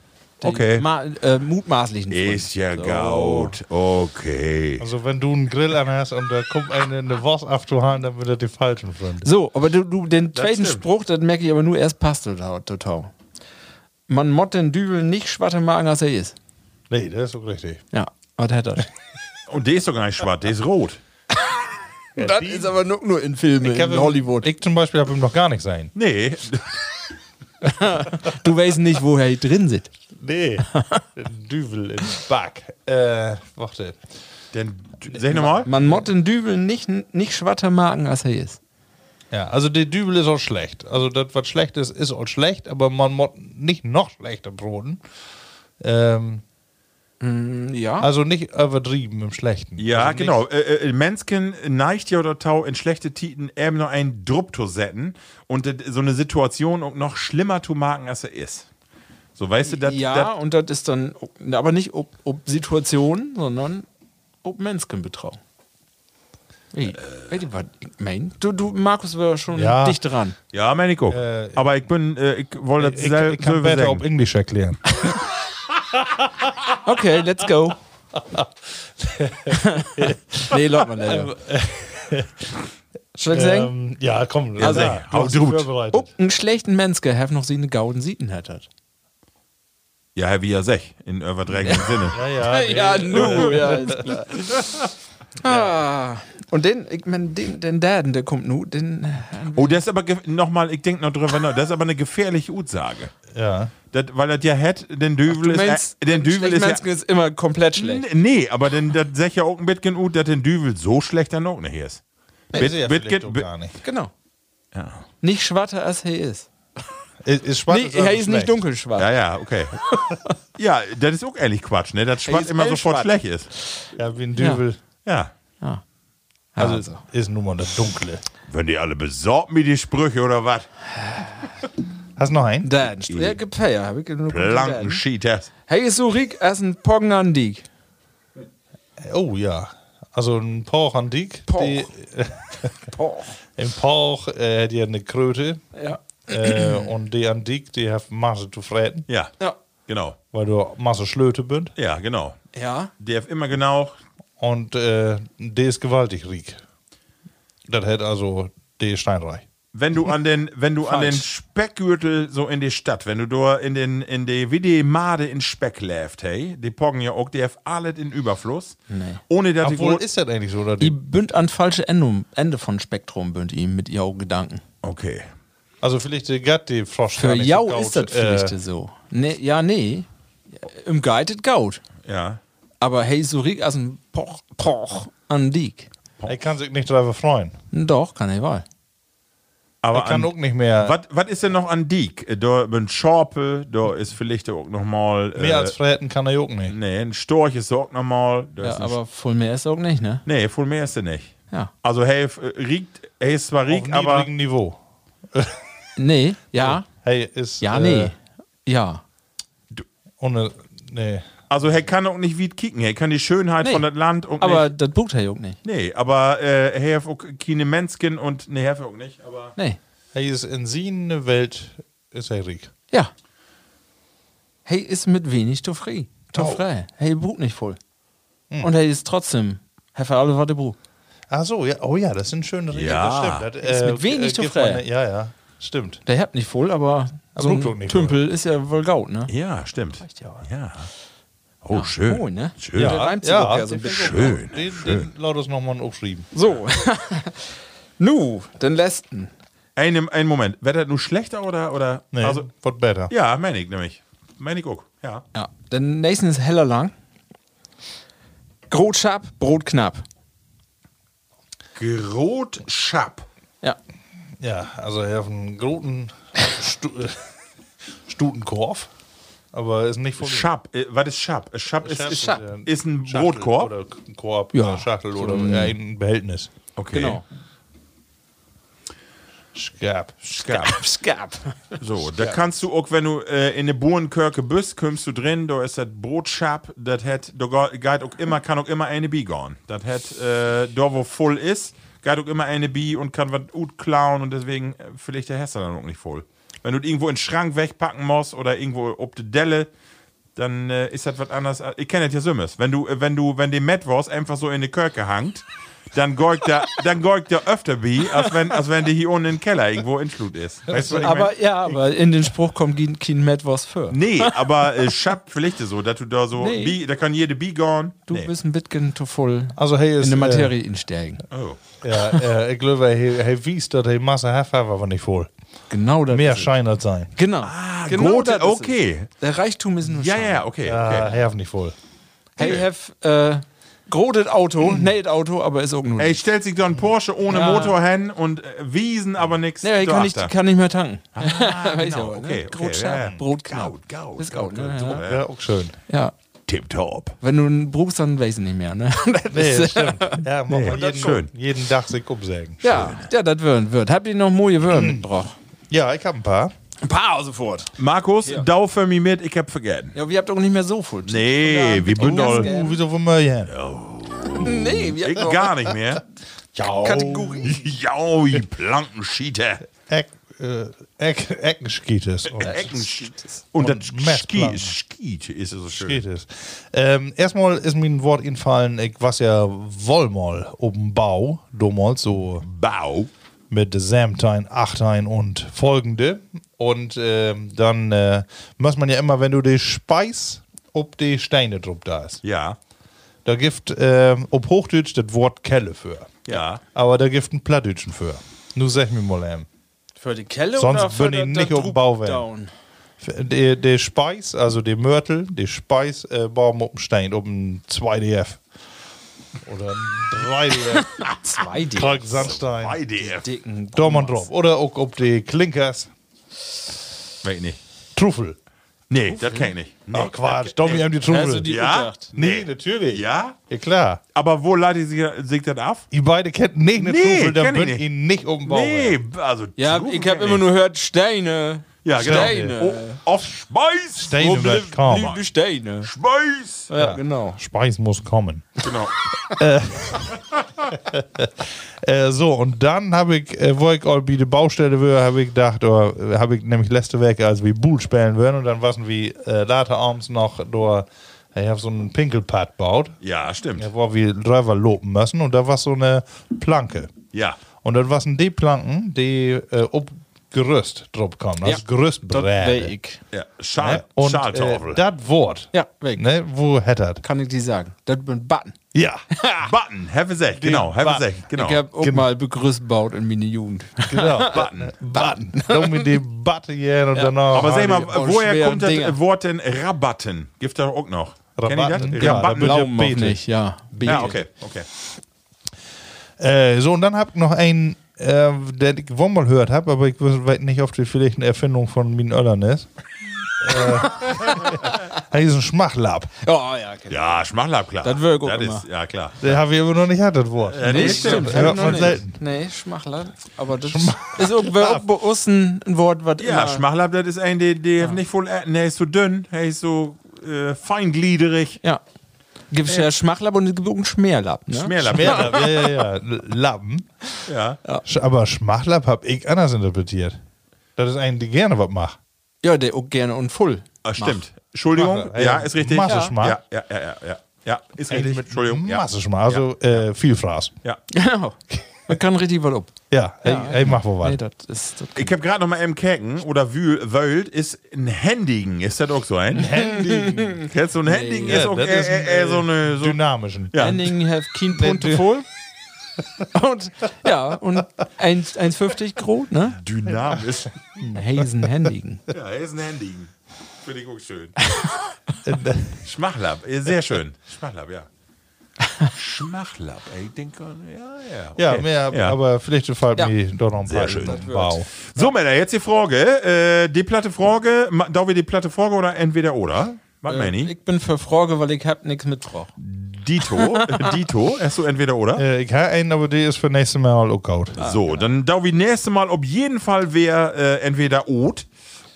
D: Die
C: Okay.
D: Ma äh, mutmaßlichen Gründe.
C: Ist ja gaut. Okay.
B: Also wenn du einen Grill anhast und da kommt eine eine Wurst abzuhauen, dann wird er die falschen Freunde.
D: So, aber du, du den zweiten
C: stimmt.
D: Spruch, das merke ich aber nur erst passt total. total. Man mott den Dübel nicht schwatter machen, als er ist.
B: Nee, das ist so richtig.
D: Ja, was hat das?
C: Und der ist doch gar nicht schwarz, der ist rot.
D: das ist aber nur, (laughs) nur in Filmen,
B: Ich hab ihm- Ich zum Beispiel habe ihm noch gar nicht sein. (laughs)
C: Nee.
D: Du weißt nicht, woher ich drin sitzt.
B: Nee. (laughs) Düvel im Back. Äh, warte.
C: Denn, sag nochmal.
D: Man mott den Dübel nicht, nicht schwatter machen, als er ist.
B: Ja, also der Dübel ist auch schlecht. Also das, was schlecht ist, ist auch schlecht, aber man muss nicht noch schlechter broten. Ähm,
D: Ja.
B: also nicht übertrieben im Schlechten.
C: Ja,
B: also
C: genau. Äh, äh, Mensken neigt ja oder Tau in schlechte Titen eben noch einen Druck zu setzen und das- so eine Situation um noch schlimmer zu machen, als er ist. So, weißt du, das.
D: ja,
C: das-
D: und das ist dann ob- aber nicht ob, ob Situation, sondern ob Menschenbetrau. Hey, weißt du, was ich mein? Du, du, Markus, war schon
B: Ja.
D: dicht dran.
C: ja meine ich auch. Aber ich bin, äh, ich wollte das
B: Ich, ich
C: selber
B: kann besser auf
C: sagen.
B: Englisch erklären.
D: Okay, let's go. nee, lass mal leider. Soll ich sagen?
B: Ähm, ja, komm.
C: Also,
B: ja,
C: hau
B: hast dich
C: drut.
B: vorbereitet.
D: Ob einen schlechten Menske, have noch sie eine gauden Sieten hättet.
C: Ja, Herr Via Sech,
B: (laughs)
C: in übertragenem Sinne.
B: Ja, ja, nee.
D: nu, ja, ist klar. Ah, und den, ich mein, den, den Daden, der kommt nu, den
C: Oh, das ist aber nochmal, ich denke noch drüber nach, das ist aber eine gefährliche Utsage.
B: ja.
C: Das, weil das ja hat, den Düvel
D: Du
C: ist.
D: meinst,
C: Äh, den Düvel
D: schlecht
C: ist.
D: Menschen
C: Ja,
D: ist immer komplett schlecht.
C: N- nee, aber denn das sag ja auch ein bisschen gut, dass den Düvel so schlecht dann auch nicht ist.
B: Ist er
C: Bit-
B: vielleicht
C: Bit-
B: auch
C: Bit-
B: gar nicht.
D: Genau.
C: Ja.
D: Nicht schwatter, als er ist.
B: Ist, ist schwarz,
D: nee,
B: aber
D: er ist nicht
B: schlecht.
D: dunkelschwarz.
C: Ja, ja,
D: (laughs)
C: okay. ja, das ist auch ehrlich Quatsch, ne? Das
D: Ey,
C: Schwarz
D: ist
C: immer
D: hell
C: sofort
D: schwarz.
C: schlecht ist.
B: Ja, wie ein Dübel.
C: Ja.
B: Also, ist nun mal das Dunkle.
C: Wenn die alle besorgt mir die Sprüche oder was?
B: Hast noch einen?
D: Dann, schwer gepeier, habe ich genug.
C: Plankenschieters.
D: Hey, ist so riek, als ein Poggen an dich.
B: Oh ja. Also ein Porch antik.
D: Porch.
B: Die,
D: Boah.
B: Im Porch äh, hat ihr eine Kröte.
D: Ja.
B: Äh, und die antik, die hat Masse zu fretten,
C: Ja.
D: Ja.
C: Genau.
B: weil du Masse Schlöte bist.
C: Ja, genau.
D: Ja.
C: Der hat immer genau.
B: Und äh, die ist gewaltig riek. Das hätte also die ist steinreich.
C: Wenn du an den, wenn du an den
D: Falsch.
C: Speckgürtel so in die Stadt, wenn du da in den, in die, wie die Made in Speck läuft, hey, die poggen ja auch, die haben alles in Überfluss. Ohne dass die
B: Obwohl,
C: groß-
B: ist das eigentlich so? Oder
D: Die
B: die,
D: bünd an falsche Ende, Ende von Spektrum, bünd ihm mit ihren Gedanken.
C: Okay.
B: also vielleicht die Gatt, die Frosch
D: Für
B: gar nicht
D: Jau
B: so
D: ist das
B: gaut,
D: vielleicht
B: äh,
D: so. Nee, ja, nee. Im Guided Gaut.
C: Ja.
D: Aber hey, so riek, als ein Poch, Poch an dich.
B: Er kann sich nicht darüber freuen.
D: Doch, kann er wahl.
C: Aber
B: Er kann
C: an-
B: auch nicht mehr.
C: Was, was ist denn noch an Diek? Da ein Schorpe, da ist vielleicht auch nochmal. Äh,
B: Mehr als fretten kann er auch nicht.
C: Nee, ein Storch ist auch nochmal.
D: Ja, aber voll mehr ist er auch nicht, ne?
C: Nee, voll mehr ist er nicht.
D: Ja.
C: Also, hey, f- äh, riecht, hey, ist zwar
B: Auf
C: riecht, aber.
B: niedrigem Niveau.
D: Nee, ja.
B: Hey, ist.
D: Ja,
B: äh,
D: nee. Ja.
B: Ohne. Nee.
C: Also, hey, kann auch nicht wie kicken. Hey, kann die Schönheit
D: Nee.
C: von das Land auch
D: Aber
C: nicht.
D: das bucht Herr Jung nicht.
C: Nee, aber, äh, hey, hat auch keine Menskin und. Nee, hey, auch nicht, aber.
D: Nee.
B: Hey, ist in seine Welt ist er riek.
D: Ja. Hey, ist mit wenig to frei. To
B: Oh.
D: frei. Hey, bucht nicht voll. Und hey, ist trotzdem. Herr für alle, was er bucht.
B: Ach so, ja. Oh ja, das sind schöne Regeln.
C: Ja.
B: Das stimmt. Äh, Das,
D: Ist mit wenig zu
B: gibt
D: frei.
B: man- Ja, ja. Stimmt.
D: Der hat nicht voll, aber so
B: bucht auch
D: ein
B: nicht
D: Tümpel ist ja wohl gaut, ne?
C: Ja, stimmt.
D: ja aber.
C: Ja. Oh, schön.
D: Oh, ne?
C: Schön.
D: Der reimt sich auch ja so ein bisschen.
C: Schön,
B: Den, den Laudus nochmal aufschrieben.
D: So. (laughs) nu, den letzten.
C: Ein, ein Moment. Wird das nur schlechter oder. oder
B: Nee,
C: Also,
B: also, wird besser.
C: ja, meine ich nämlich. Meine ich auch. Ja.
D: Ja. Den nächsten ist heller lang. Grot scharf, Brot knapp.
C: Grot Schapp.
D: Ja.
B: Ja, also er hat einen großen (laughs) Stu Stutenkorb, aber ist nicht voll.
C: Schapp. Äh, was ist Schapp? Äh, Schapp ist,
B: Schachtel,
C: ist,
D: Schapp.
B: ja.
C: ist ein
B: Schachtel
C: Brotkorb.
B: Oder K- Korb,
D: Ja.
B: oder Schachtel
D: So
B: oder
D: ein-
B: ein Behältnis.
C: okay.
D: Genau.
B: Schgab.
C: Skab.
D: Skab.
C: So, da kannst du auch, wenn du äh, in eine Burenkirche bist, kommst du drin, da ist das Brotschab, das hat, da go- geht auch immer, kann auch immer eine Bi gehen. Das hat, äh, da wo voll ist, geht auch immer eine Bi und kann was gut klauen und deswegen, äh, vielleicht der Hester dann auch nicht voll. Wenn du das irgendwo in den Schrank wegpacken musst oder irgendwo ob die Delle, dann äh, ist das was anderes. als- Ich kenne das ja Sümmes. Wenn du, äh, wenn du, wenn die Metwurst einfach so in die Kirche hangt, dann geugt der, dann geugt der öfter Bi, als wenn, als wenn die hier unten im Keller irgendwo in Schlut ist. Weißt du, was ich mein?
D: Aber ja, aber in den Spruch kommt kein- kein Matt was für.
C: Nee, aber äh, Schab vielleicht so, dass du da so,
D: Nee.
C: Bi- da kann jede Bi gone.
D: Du
C: nee.
D: bist ein bisschen zu voll
B: Also, hey, ist.
C: äh,
D: in die Materie einsteigen.
C: Oh.
B: Äh, ja, äh, ich glaube, hey, hey wies, dass hey Masse Hafer aber nicht voll.
D: Genau das.
B: Mehr
D: ist es.
B: Schein als sein.
D: Genau. genau
C: Gut,
D: das ist
C: Ah, okay.
D: es. Der Reichtum ist nur
C: Ja,
D: Schein.
C: ja, okay.
B: Ja,
C: okay.
B: Herf Ah, nicht voll.
D: Hey, Hef, äh, grodet Auto, nee, das Auto, aber ist auch nur.
C: Mhm. Ey, stellt sich da ein Porsche ohne
D: Ja.
C: Motor hin und äh, Wiesen aber nichts.
D: nee, ich
C: da
D: kann nicht,
C: achter.
D: kann nicht mehr tanken. (laughs) Weiß
C: genau,
D: aber, ne?
C: okay, okay,
D: Grotstab,
C: ja, ja.
D: Brotknapp.
C: Gaut, Gaut,
D: Ist Gaut,
C: Gaut,
D: ne?
C: Gaut,
D: ja.
B: Ja, auch schön.
D: ja.
C: Tipptopp.
D: Wenn du einen brauchst, dann weiß ich nicht mehr, ne? (laughs) Das
B: Nee,
D: ist-
B: das stimmt. Ja, mach mal
C: das
B: jeden,
C: ist schön.
B: jeden Tag sich umsägen.
D: ja, ja, das wird, wird. Habt ihr noch moje Würm mitgebracht?
B: Ja, ich habe ein paar.
D: Ein paar sofort.
C: Markus, dau für mich mit, ich hab vergessen.
D: Ja, wir habt doch nicht mehr so viel.
C: Nee, wir bünden
D: das
C: all.
D: geht.
B: Uh, wieso wollen wir hier?
D: nee wir
C: Ich
D: habt noch
C: gar nicht mehr.
B: Ja.
D: Kategorie.
C: Jau, die Plankenschieter.
B: Eck, äh, Eck, Oh, Eckenschites. Und
C: Eckenschiet. Und das
B: Messplan.
C: Ski- Schiet ist so schön.
B: Schites. Ähm, erstmal ist mir ein Wort entfallen, ich was ja wollmal oben Bau, damals so
C: Bau.
B: mit Samtein, Achtein und folgende. Und ähm, dann äh, muss man ja immer, wenn du die Speis, ob die Steine drauf da ist.
C: Ja.
B: Da gibt, ähm, ob Hochdeutsch, das Wort Kelle für.
C: Ja.
B: Aber da gibt ein Plattdeutschen für. Nur sag mir mal, ähm,
D: Für die Kelle
B: Sonst
D: oder für
B: würden die
D: das-
B: nicht
D: das
B: auf den Bau werden.
D: Down?
B: der, der Speis, also der Mörtel, der Speis, äh, bauen wir auf dem Stein, ob ein 2DF. Oder ein 3DF.
C: (laughs)
D: Zwei D.
B: Kalk Sandstein.
C: IDF.
D: Dicken.
B: Dormann drauf. Oder auch ob die Klinkers.
C: Weiß ich nicht.
B: Truffel.
C: Nee, das kann ich nicht. Nee.
B: Ach Quatsch, Tommy haben die
D: Also
B: Truffel.
D: die
C: Ja?
D: Oh. Hm. gedacht.
B: Nee, natürlich.
C: Ja?
B: Ja, klar.
C: Aber wo leitet sich, sich das ab?
B: Die beiden kennt nicht eine
C: Nee,
B: Truffel, dann
C: kenn ich
B: bünden
C: nicht.
B: ihn nicht um den Bauch.
C: Nee, also.
D: Ja,
C: Trufen
D: ich
C: kenn
D: habe immer nur gehört Steine.
C: Ja, genau.
D: Steine.
C: Oh, auf Schmeiß!
B: Steine
C: Wo
B: wird
C: blieb-
B: kommen.
C: blieb
D: Die
C: die
D: Steine.
C: Schmeiß!
D: Ja, genau.
B: Speis muss kommen. (laughs)
C: Genau.
B: Äh, so, und dann habe ich, äh, wo ich all bei der Baustelle war, habe ich gedacht, oder äh, habe ich nämlich letzte Woche, als wir Bull spielen würden, und dann waren wir äh, later abends noch, da, äh, ich habe so einen Pinkelpad gebaut, äh,
C: Ja, stimmt.
B: wo wir Driver lopen müssen, und da war so eine Planke.
C: Ja.
B: Und dann waren die Planken, die äh, ob Gerüst drauf kommen, also
D: Ja, Das wär
B: Gerüstbräde.
D: ich.
C: ja.
B: Ne?
C: Schal,
B: Und
C: Schaltafel.
B: äh, das Wort,
D: Ja, weg.
B: ne, wo hättet?
D: Kann ich dir sagen. Das bin Button. (laughs)
B: Ja,
C: Button, Heavy Sech, genau, Heavy
B: Button.
C: Sech, genau.
D: Ich hab auch mal begrüßt baut in meine Jugend.
B: genau.
C: Button.
B: (laughs) Button. Dann mit dem Button hier und danach.
C: Aber sag mal,
D: Oh,
C: woher
D: schweren
C: kommt das
D: Dinger.
C: Wort denn Rabatten? Gibt da auch noch?
B: Rabatten?
C: Kennt ihr das?
B: Ja, da
C: Rabatten?
B: bin ich-
D: Glauben auch
B: Beete.
D: nicht, ja. Beete.
C: Ja, okay, okay.
B: Äh, so, und dann hab ich noch einen, äh, den ich wohl mal gehört habe, aber ich weiß weit nicht, ob das vielleicht eine Erfindung von Min
C: (laughs)
B: Öllern ist. äh, das ist ein Schmachlab.
D: Ja, ja, okay.
C: Ja, Schmachlab, klar.
D: Das wirkt auch
C: Das
D: immer.
C: ist- Ja, klar. Äh,
B: Den habe ich aber noch nicht gehabt, das Wort.
C: Ja,
D: Nee,
C: das
D: stimmt.
B: Hört
D: hab ich
B: man
D: noch
B: selten.
D: nicht. Nee, Schmachler. Aber das ist irgendwie auch bewusst ein Wort, was
C: Ja,
D: immer-
C: Schmachlapp, das ist ein, der, der nicht voll, äh, der ist so dünn, der ist so äh, feingliederig.
D: Ja. Gibt es ja Schmachlapp und es gibt auch einen Schmerlapp. Ne?
C: Schmerlapp.
B: Schmerlapp, ja, ja, ja. L- Lappen.
C: Ja.
B: Sch- Aber Schmachlab habe ich anders interpretiert. Das ist ein, die gerne was macht.
D: Ja, der auch gerne und voll.
C: Ah, stimmt. Entschuldigung,
B: Mach.
C: ja, ist richtig.
B: Masse
C: ja.
B: Schmack.
C: Ja, ja, ja, ja, ja. Ja, ist richtig. Entschuldigung. Ja.
B: Masse Schmack, also äh, viel Fraß.
C: Ja.
D: Genau. Man kann richtig was ab.
B: Ja, ey, ey, mach wohl was.
D: Nee, das ist. Das
C: Ich habe gerade noch mal im Käken oder Wühl- Wölt ist ein Händigen. Ist das auch so ein? Händigen. Kennst du ein Händigen? ist
B: Ja,
C: auch
B: das
C: eher,
B: ist äh,
C: eher, eher so eine. So,
B: Dynamischen.
C: ja.
D: Ending have keen Punkte voll. Und ja, und 1 1,50 groß, ne?
C: (laughs) Dynamisch.
D: Hasen Händigen.
C: ja, er ist ein Händigen. Finde ich auch (laughs) schön. Schmachlapp, eh, sehr schön. Schmachlapp, ja. Schmachlapp, ey, ich denke, ja, ja.
B: Ja,
C: okay.
B: mehr, aber vielleicht fällt
D: Ja.
B: mir doch noch ein paar
C: schön. Das
B: Wow.
C: So, Männer, jetzt die Frage. Äh, die platte Frage, ma- da wir die platte Frage oder entweder oder? Mag äh,
D: Ich bin für Frage, weil ich hab nichts mitgebracht.
B: (laughs)
C: Dito. Dito, hast du entweder oder?
B: Äh, ich habe einen, aber der ist für nächstes Mal Äh, auch
D: Ah,
B: gut.
C: So, dann da wie nächste Mal auf jeden Fall wer äh, entweder Ot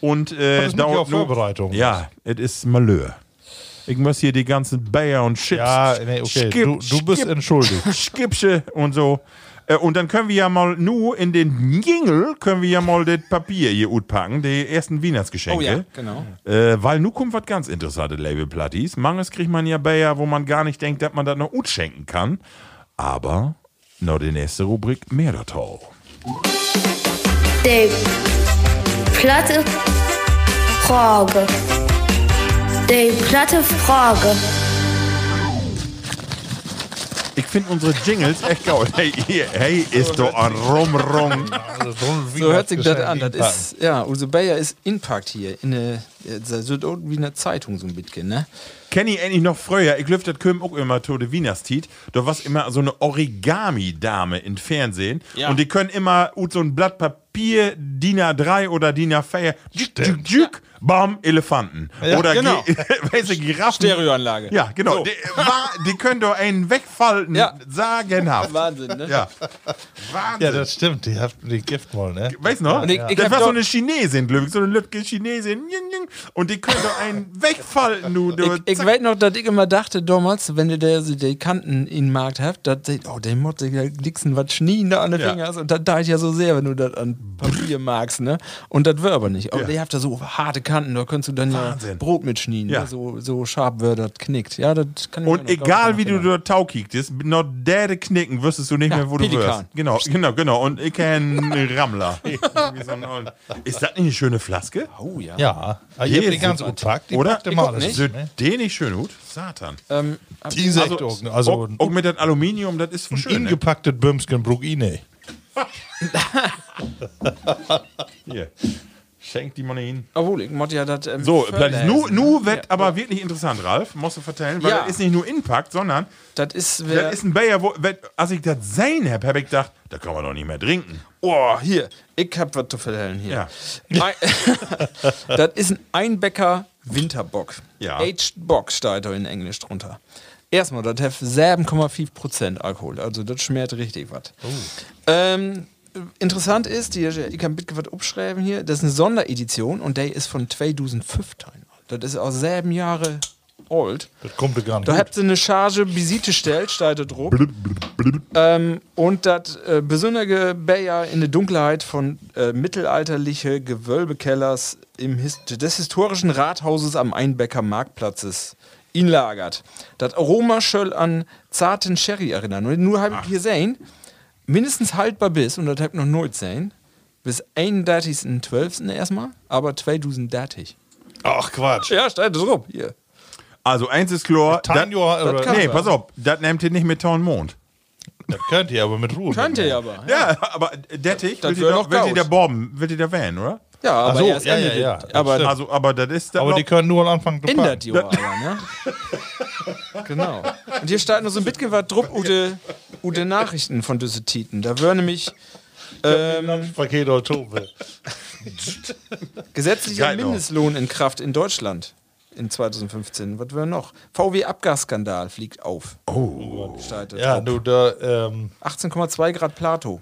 C: und äh,
B: Das ist ja
C: dauert
B: auch
C: nur-
B: Vorbereitung.
C: Ja, es ist Malheur. Ich muss hier die ganzen Bayer und Chips.
B: Ja, nee, okay. Du- du bist entschuldigt.
C: Skipsche und so. Äh, Und dann können wir ja mal nu in den Jingle können wir ja mal das Papier hier gut packen, die ersten Weihnachtsgeschenke.
D: Oh ja, genau.
C: Äh, weil nu kommt was ganz interessantes, Labelplatties. Manches kriegt man ja Bayer, wo man gar nicht denkt, dass man das noch gut schenken kann. Aber noch die nächste Rubrik mehr dazu.
A: Die platte Frage. Die platte Frage.
C: Ich finde unsere Jingles echt geil. Hey, hier, hey, ist doch ein Rumrung.
D: (laughs) So hört sich das an. Das ist, ja, Use Bayer ist Impact hier in der wie eine Zeitung so ein bisschen, ne?
C: Kenny eigentlich noch früher, ich lüftet Köm auch immer Tode Wienerstit. Da war immer so eine Origami-Dame im Fernsehen.
D: Ja.
C: Und die können immer ut so ein Blatt Papier, DIN A3 oder DIN A4, juk, juk, juk, bam, Elefanten. oder
D: genau.
C: ge- (laughs) weißt du, Giraffen.
D: Stereoanlage.
C: Ja, genau.
D: So.
C: Die, war, die können doch einen wegfalten.
D: Ja.
C: Sagenhaft.
D: Wahnsinn, ne?
C: Ja. Wahnsinn.
B: Ja, das stimmt. Die haben die Gift mal, ne?
C: Weißt du noch?
D: Und ich- ich
C: das
D: hab
C: war
D: doch-
C: so eine Chinesin, glaube ich. So eine Lütke Chinesin. Jing, jing. Und die können doch einen wegfalten, du. du
D: Ich, ich
C: zack.
D: weiß noch, dass ich immer dachte damals, wenn du der, so die Kanten in den Markt habt, dass die, oh, der Motte, der Dixon, was Schnien da an den
C: Ja.
D: Finger hast. Und das da ja so sehr, wenn du das an Papier magst, ne? Und das wird aber nicht. Aber
C: Ja.
D: die habt da so harte Kanten, da könntest du dann ja
C: Wahnsinn.
D: Brot mit Schnien,
C: Ja.
D: ne? so, so scharf wird das knickt. Ja, das kann ich
C: Und
D: mir noch
C: egal wie du
D: genau.
C: dort Tau kiektest, noch der knicken, wüsstest du nicht
D: Ja,
C: mehr, wo du
D: Pelikan.
C: wirst. Genau, genau, genau. Und ich kenne Rammler. Irgendwie so ein- Ist das nicht eine schöne Flaske?
D: Oh ja.
B: Ja. Ah, ihr habt die ganz gut packt. Die
C: Oder?
B: packt immer alles.
D: nicht.
B: ne?
C: Sind die nicht schön gut? Satan.
D: Ähm,
B: Die Sekt auch, ne? also
C: auch,
D: oh,
C: auch mit dem Aluminium, das ist so schön. Ne?
B: ingepacktes Bömsken brug i ne.
C: Hier. Schenk die Money hin.
D: obwohl, ich motte ja das. Ähm,
C: So,
D: Förderhäsen,
C: Plattis. Nu,
D: ne?
C: nu wird aber wirklich interessant, Ralf. Musst du vertellen, weil
D: Ja.
C: das ist nicht nur Impact, sondern
D: Das ist.
C: das ist ein Bayer, wo, wenn- als ich das sehen habe, habe ich gedacht, da kann man doch nicht mehr trinken.
D: Oh, hier, ich hab was zu verhellen hier. Ein, (laughs) das ist ein Einbecker Winterbock.
C: Ja.
D: Aged Bock steht da in Englisch drunter. Erstmal, das hat 7,5% Alkohol, also das schmeckt richtig was. Ähm, interessant ist, die, ich kann bitte was abschreiben hier, das ist eine Sonderedition und der ist von 2015. Das ist aus selben Jahre alt.
B: Das kommt dir gar nicht.
D: Da
B: gut.
D: habt ihr eine Charge Visite stellt, steht da drauf. Ähm, und das äh, besondere Bayer in der Dunkelheit von äh, mittelalterliche Gewölbekellers im His des historischen Rathauses am Einbecker Marktplatzes ihn lagert. Das Aroma soll an zarten Sherry erinnern. Und nur habe ich hier sehen, mindestens haltbar bis, und das habe ich noch nicht sehen, bis 31.12. erstmal, aber 2030.
B: Ach Quatsch.
D: Ja, steht da drauf. Hier.
C: Also eins ist Chlor.
B: Tanjo, äh,
C: dat-
B: oder-
D: kann-
C: nee,
D: aber.
C: pass auf, das nehmt ihr nicht mit Ton Mond.
B: Das könnt ihr aber mit Ruhe.
D: Könnt ihr
B: machen.
D: ja aber.
C: Ja, aber Dettich,
D: Das
C: will die
D: wär
C: da-
D: doch
C: will die
D: Gaut.
C: der Bomben, will die der Van, oder?
D: Ja, aber
B: so,
D: erst
B: ja, ja,
D: Ende
B: ja,
D: des-
B: das
D: Aber
B: stimmt.
C: Also, aber das ist dann
B: Aber
C: noch-
B: die können nur am Anfang zu
D: ändert
B: packen.
D: die aber, ne? genau. Und hier steht noch so ein bisschen was druck ute, ute Nachrichten von diese Titen. Da wäre nämlich ähm,
B: Paket oder Tobe.
D: gesetzlicher
C: Geil noch.
D: Mindestlohn in Kraft in Deutschland in 2015. Was wäre noch? VW-Abgasskandal fliegt auf. Oh.
B: Ja, du, da, ähm,
D: 18,2 Grad Plato.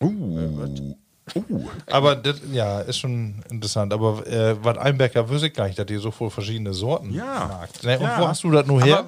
C: Uh, uh.
B: aber das, ja, ist schon interessant. Aber äh, was Einbecker wüsste ich gar nicht, dass ihr so viele verschiedene Sorten
C: Ja.
B: mag. Ne? Und
C: Ja.
B: wo hast du das nur her?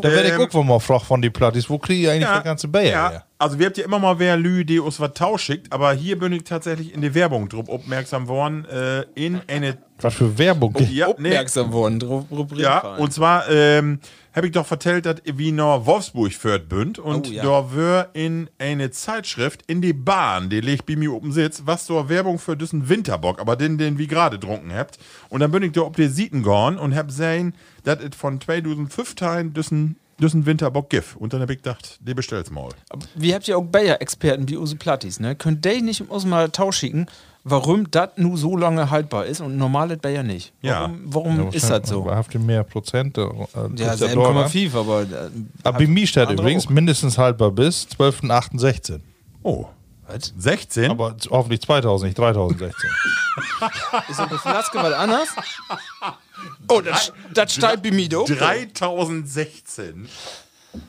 B: da werde ich
C: Ähm,
B: gucken, wo man fragt von die Plattis, wo kriege ich eigentlich das ganze Bayer
C: ja.
B: her?
C: Also, wir habt ja immer mal wer Lü, die uns was Tau schickt, aber hier bin ich tatsächlich in die Werbung drauf aufmerksam worden, äh, in eine.
B: Was für Werbung.
C: Oh, Ja, nee,
D: Merksam worden, Dru- Rubrik.
C: ja,
D: fallen.
C: und zwar ähm, habe ich doch vertellt, dass wie nur Wolfsburg führt bünd und
D: Oh, ja.
C: da wär in eine Zeitschrift in die Bahn, die legt bei mir oben sitzt, was so Werbung für diesen Winterbock, aber den, den wir gerade getrunken habt. Und dann bin ich da ob der Sieten gorn und hab sehen, dass es von 2015 diesen, diesen Winterbock gibt. Und dann hab ich gedacht, die bestell's mal.
D: Wir habt ja auch Bayer-Experten wie Use Plattis, ne? Könnt ihr nicht uns mal Tausch schicken, warum das nur so lange haltbar ist und normales Bayer nicht?
C: Ja.
D: Warum, warum ist das so?
B: Habt ihr mehr Prozent? Äh,
D: Ja,
B: als der Dollar?
D: 7,5, aber. äh,
B: Aber bei mir steht
D: andere
B: übrigens
D: auch.
B: mindestens haltbar bis 12.08.16.
C: Oh.
D: Was?
C: 16?
B: Aber hoffentlich 2000, nicht 3016.
D: Ist eine Flaske
C: (laughs)
D: was anders? Oh, das, das steigt bei mir doch.
C: 3016.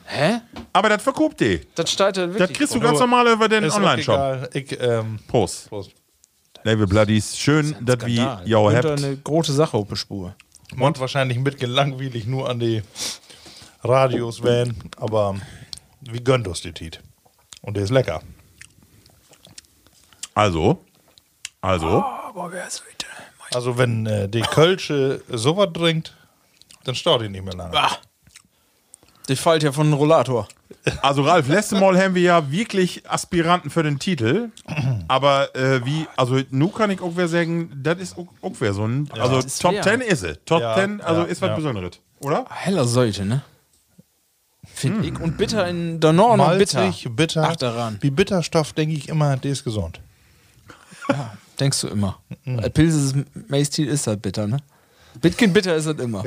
D: Hä?
C: Aber das verkauft die.
D: Das steigt dann
C: Das
D: wirklich.
C: kriegst du ganz normal über den
B: Ist
C: (laughs)
B: auch
C: Online-Shop.
B: egal. Ich, ähm,
C: Prost.
B: Prost.
C: Level Bloodies, schön, dass wir
D: Skandal.
C: ja
D: Könnte
C: habt.
D: eine große Sache auf der Spur.
B: Mont wahrscheinlich mit gelangweilig nur an die Radios wählen, aber wie gönnt uns die Tiet? Und der ist lecker.
C: Also, also,
D: Aber wer ist heute?
B: Also wenn äh, die Kölsche sowas trinkt, dann staut die nicht mehr lange.
D: Die fällt ja von einem Rollator.
C: also Ralf, letztes Mal haben wir ja wirklich Aspiranten für den Titel, aber äh, wie, also nu kann ich auch wer sagen, das ist auch auch wer so ein, also
D: Das ist
C: Top
D: fair.
C: 10 ist es. Top
B: Ja,
C: 10, also
B: ja,
C: ist was
B: ja.
C: Besonderes, oder?
D: Heller Seite, ne?
C: Hm.
D: Find ich. Und bitter in der Norden und bitter.
B: Malzig, bitter.
D: Ach, daran.
B: Wie Bitterstoff denke ich immer, der ist gesund.
D: Denkst du immer.
C: Mhm.
D: Äh, Pilz ist, Maistil ist halt bitter, ne? Bitkin bitter ist halt immer.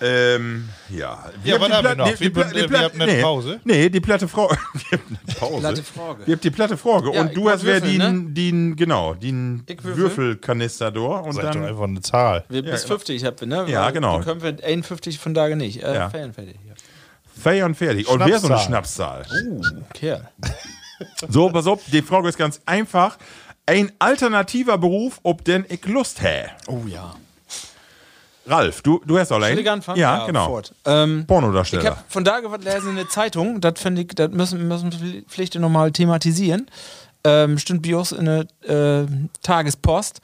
C: Ähm, ja. Wir
B: Ja, was haben wir noch? Wir bin- wir haben eine
C: nee,
B: Pause.
C: Nee, die platte Frau. (laughs) Wir haben eine Pause.
D: Platte Frage.
C: Wir haben die platte Frage.
D: Ja,
C: und
D: ich
C: du
D: mach
C: hast wer
D: würfeln,
C: den, den, genau, den
D: Ich würfel.
C: Würfelkanister durch und
B: Seid doch
C: dann.
B: einfach eine Zahl.
D: Wir bis 50 habt ihr, ne?
C: genau. Ja,
D: Weil
C: genau.
D: die Können wir 51 von Tage nicht. Äh,
C: Ja.
D: ja. fertig. Ja.
C: Fair und fertig. Und wer so eine
B: Schnapszahl.
C: Schnapszahl?
D: Uh, Kerl.
C: So, pass auf, die Frage ist ganz einfach. Ein alternativer Beruf, ob denn ich Lust hä?
D: Oh ja.
C: Ralf, du, du hast allein.
D: Soll ich anfangen?
C: Ja, genau.
D: Fort. Ähm, ich
C: Pornodarsteller.
D: hab von da was lesen in der Zeitung, das finde ich, das müssen, müssen wir Pflicht nochmal thematisieren. Ähm, stimmt Bios in der äh, Tagespost,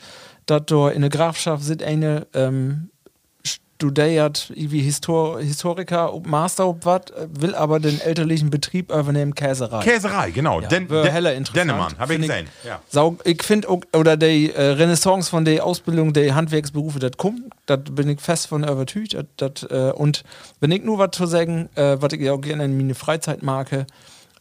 D: dass da in der Grafschaft sind eine ähm, studiert irgendwie Histor Historiker, ob Master, ob was, äh, will aber den elterlichen Betrieb übernehmen, Käserei.
C: Käserei, genau. Ja, Den,
D: wär
C: Den-
D: heller interessant.
C: Dennemann, habe ich
D: Find ich-
C: gesehen. Ja.
D: Sau, ich finde auch, oder die äh, Renaissance von der Ausbildung der Handwerksberufe, das kommt, das bin ich fest von übertüt. Dat, dat, äh, und wenn ich nur was zu sagen, äh, was ich ja auch gerne in meine Freizeit marke,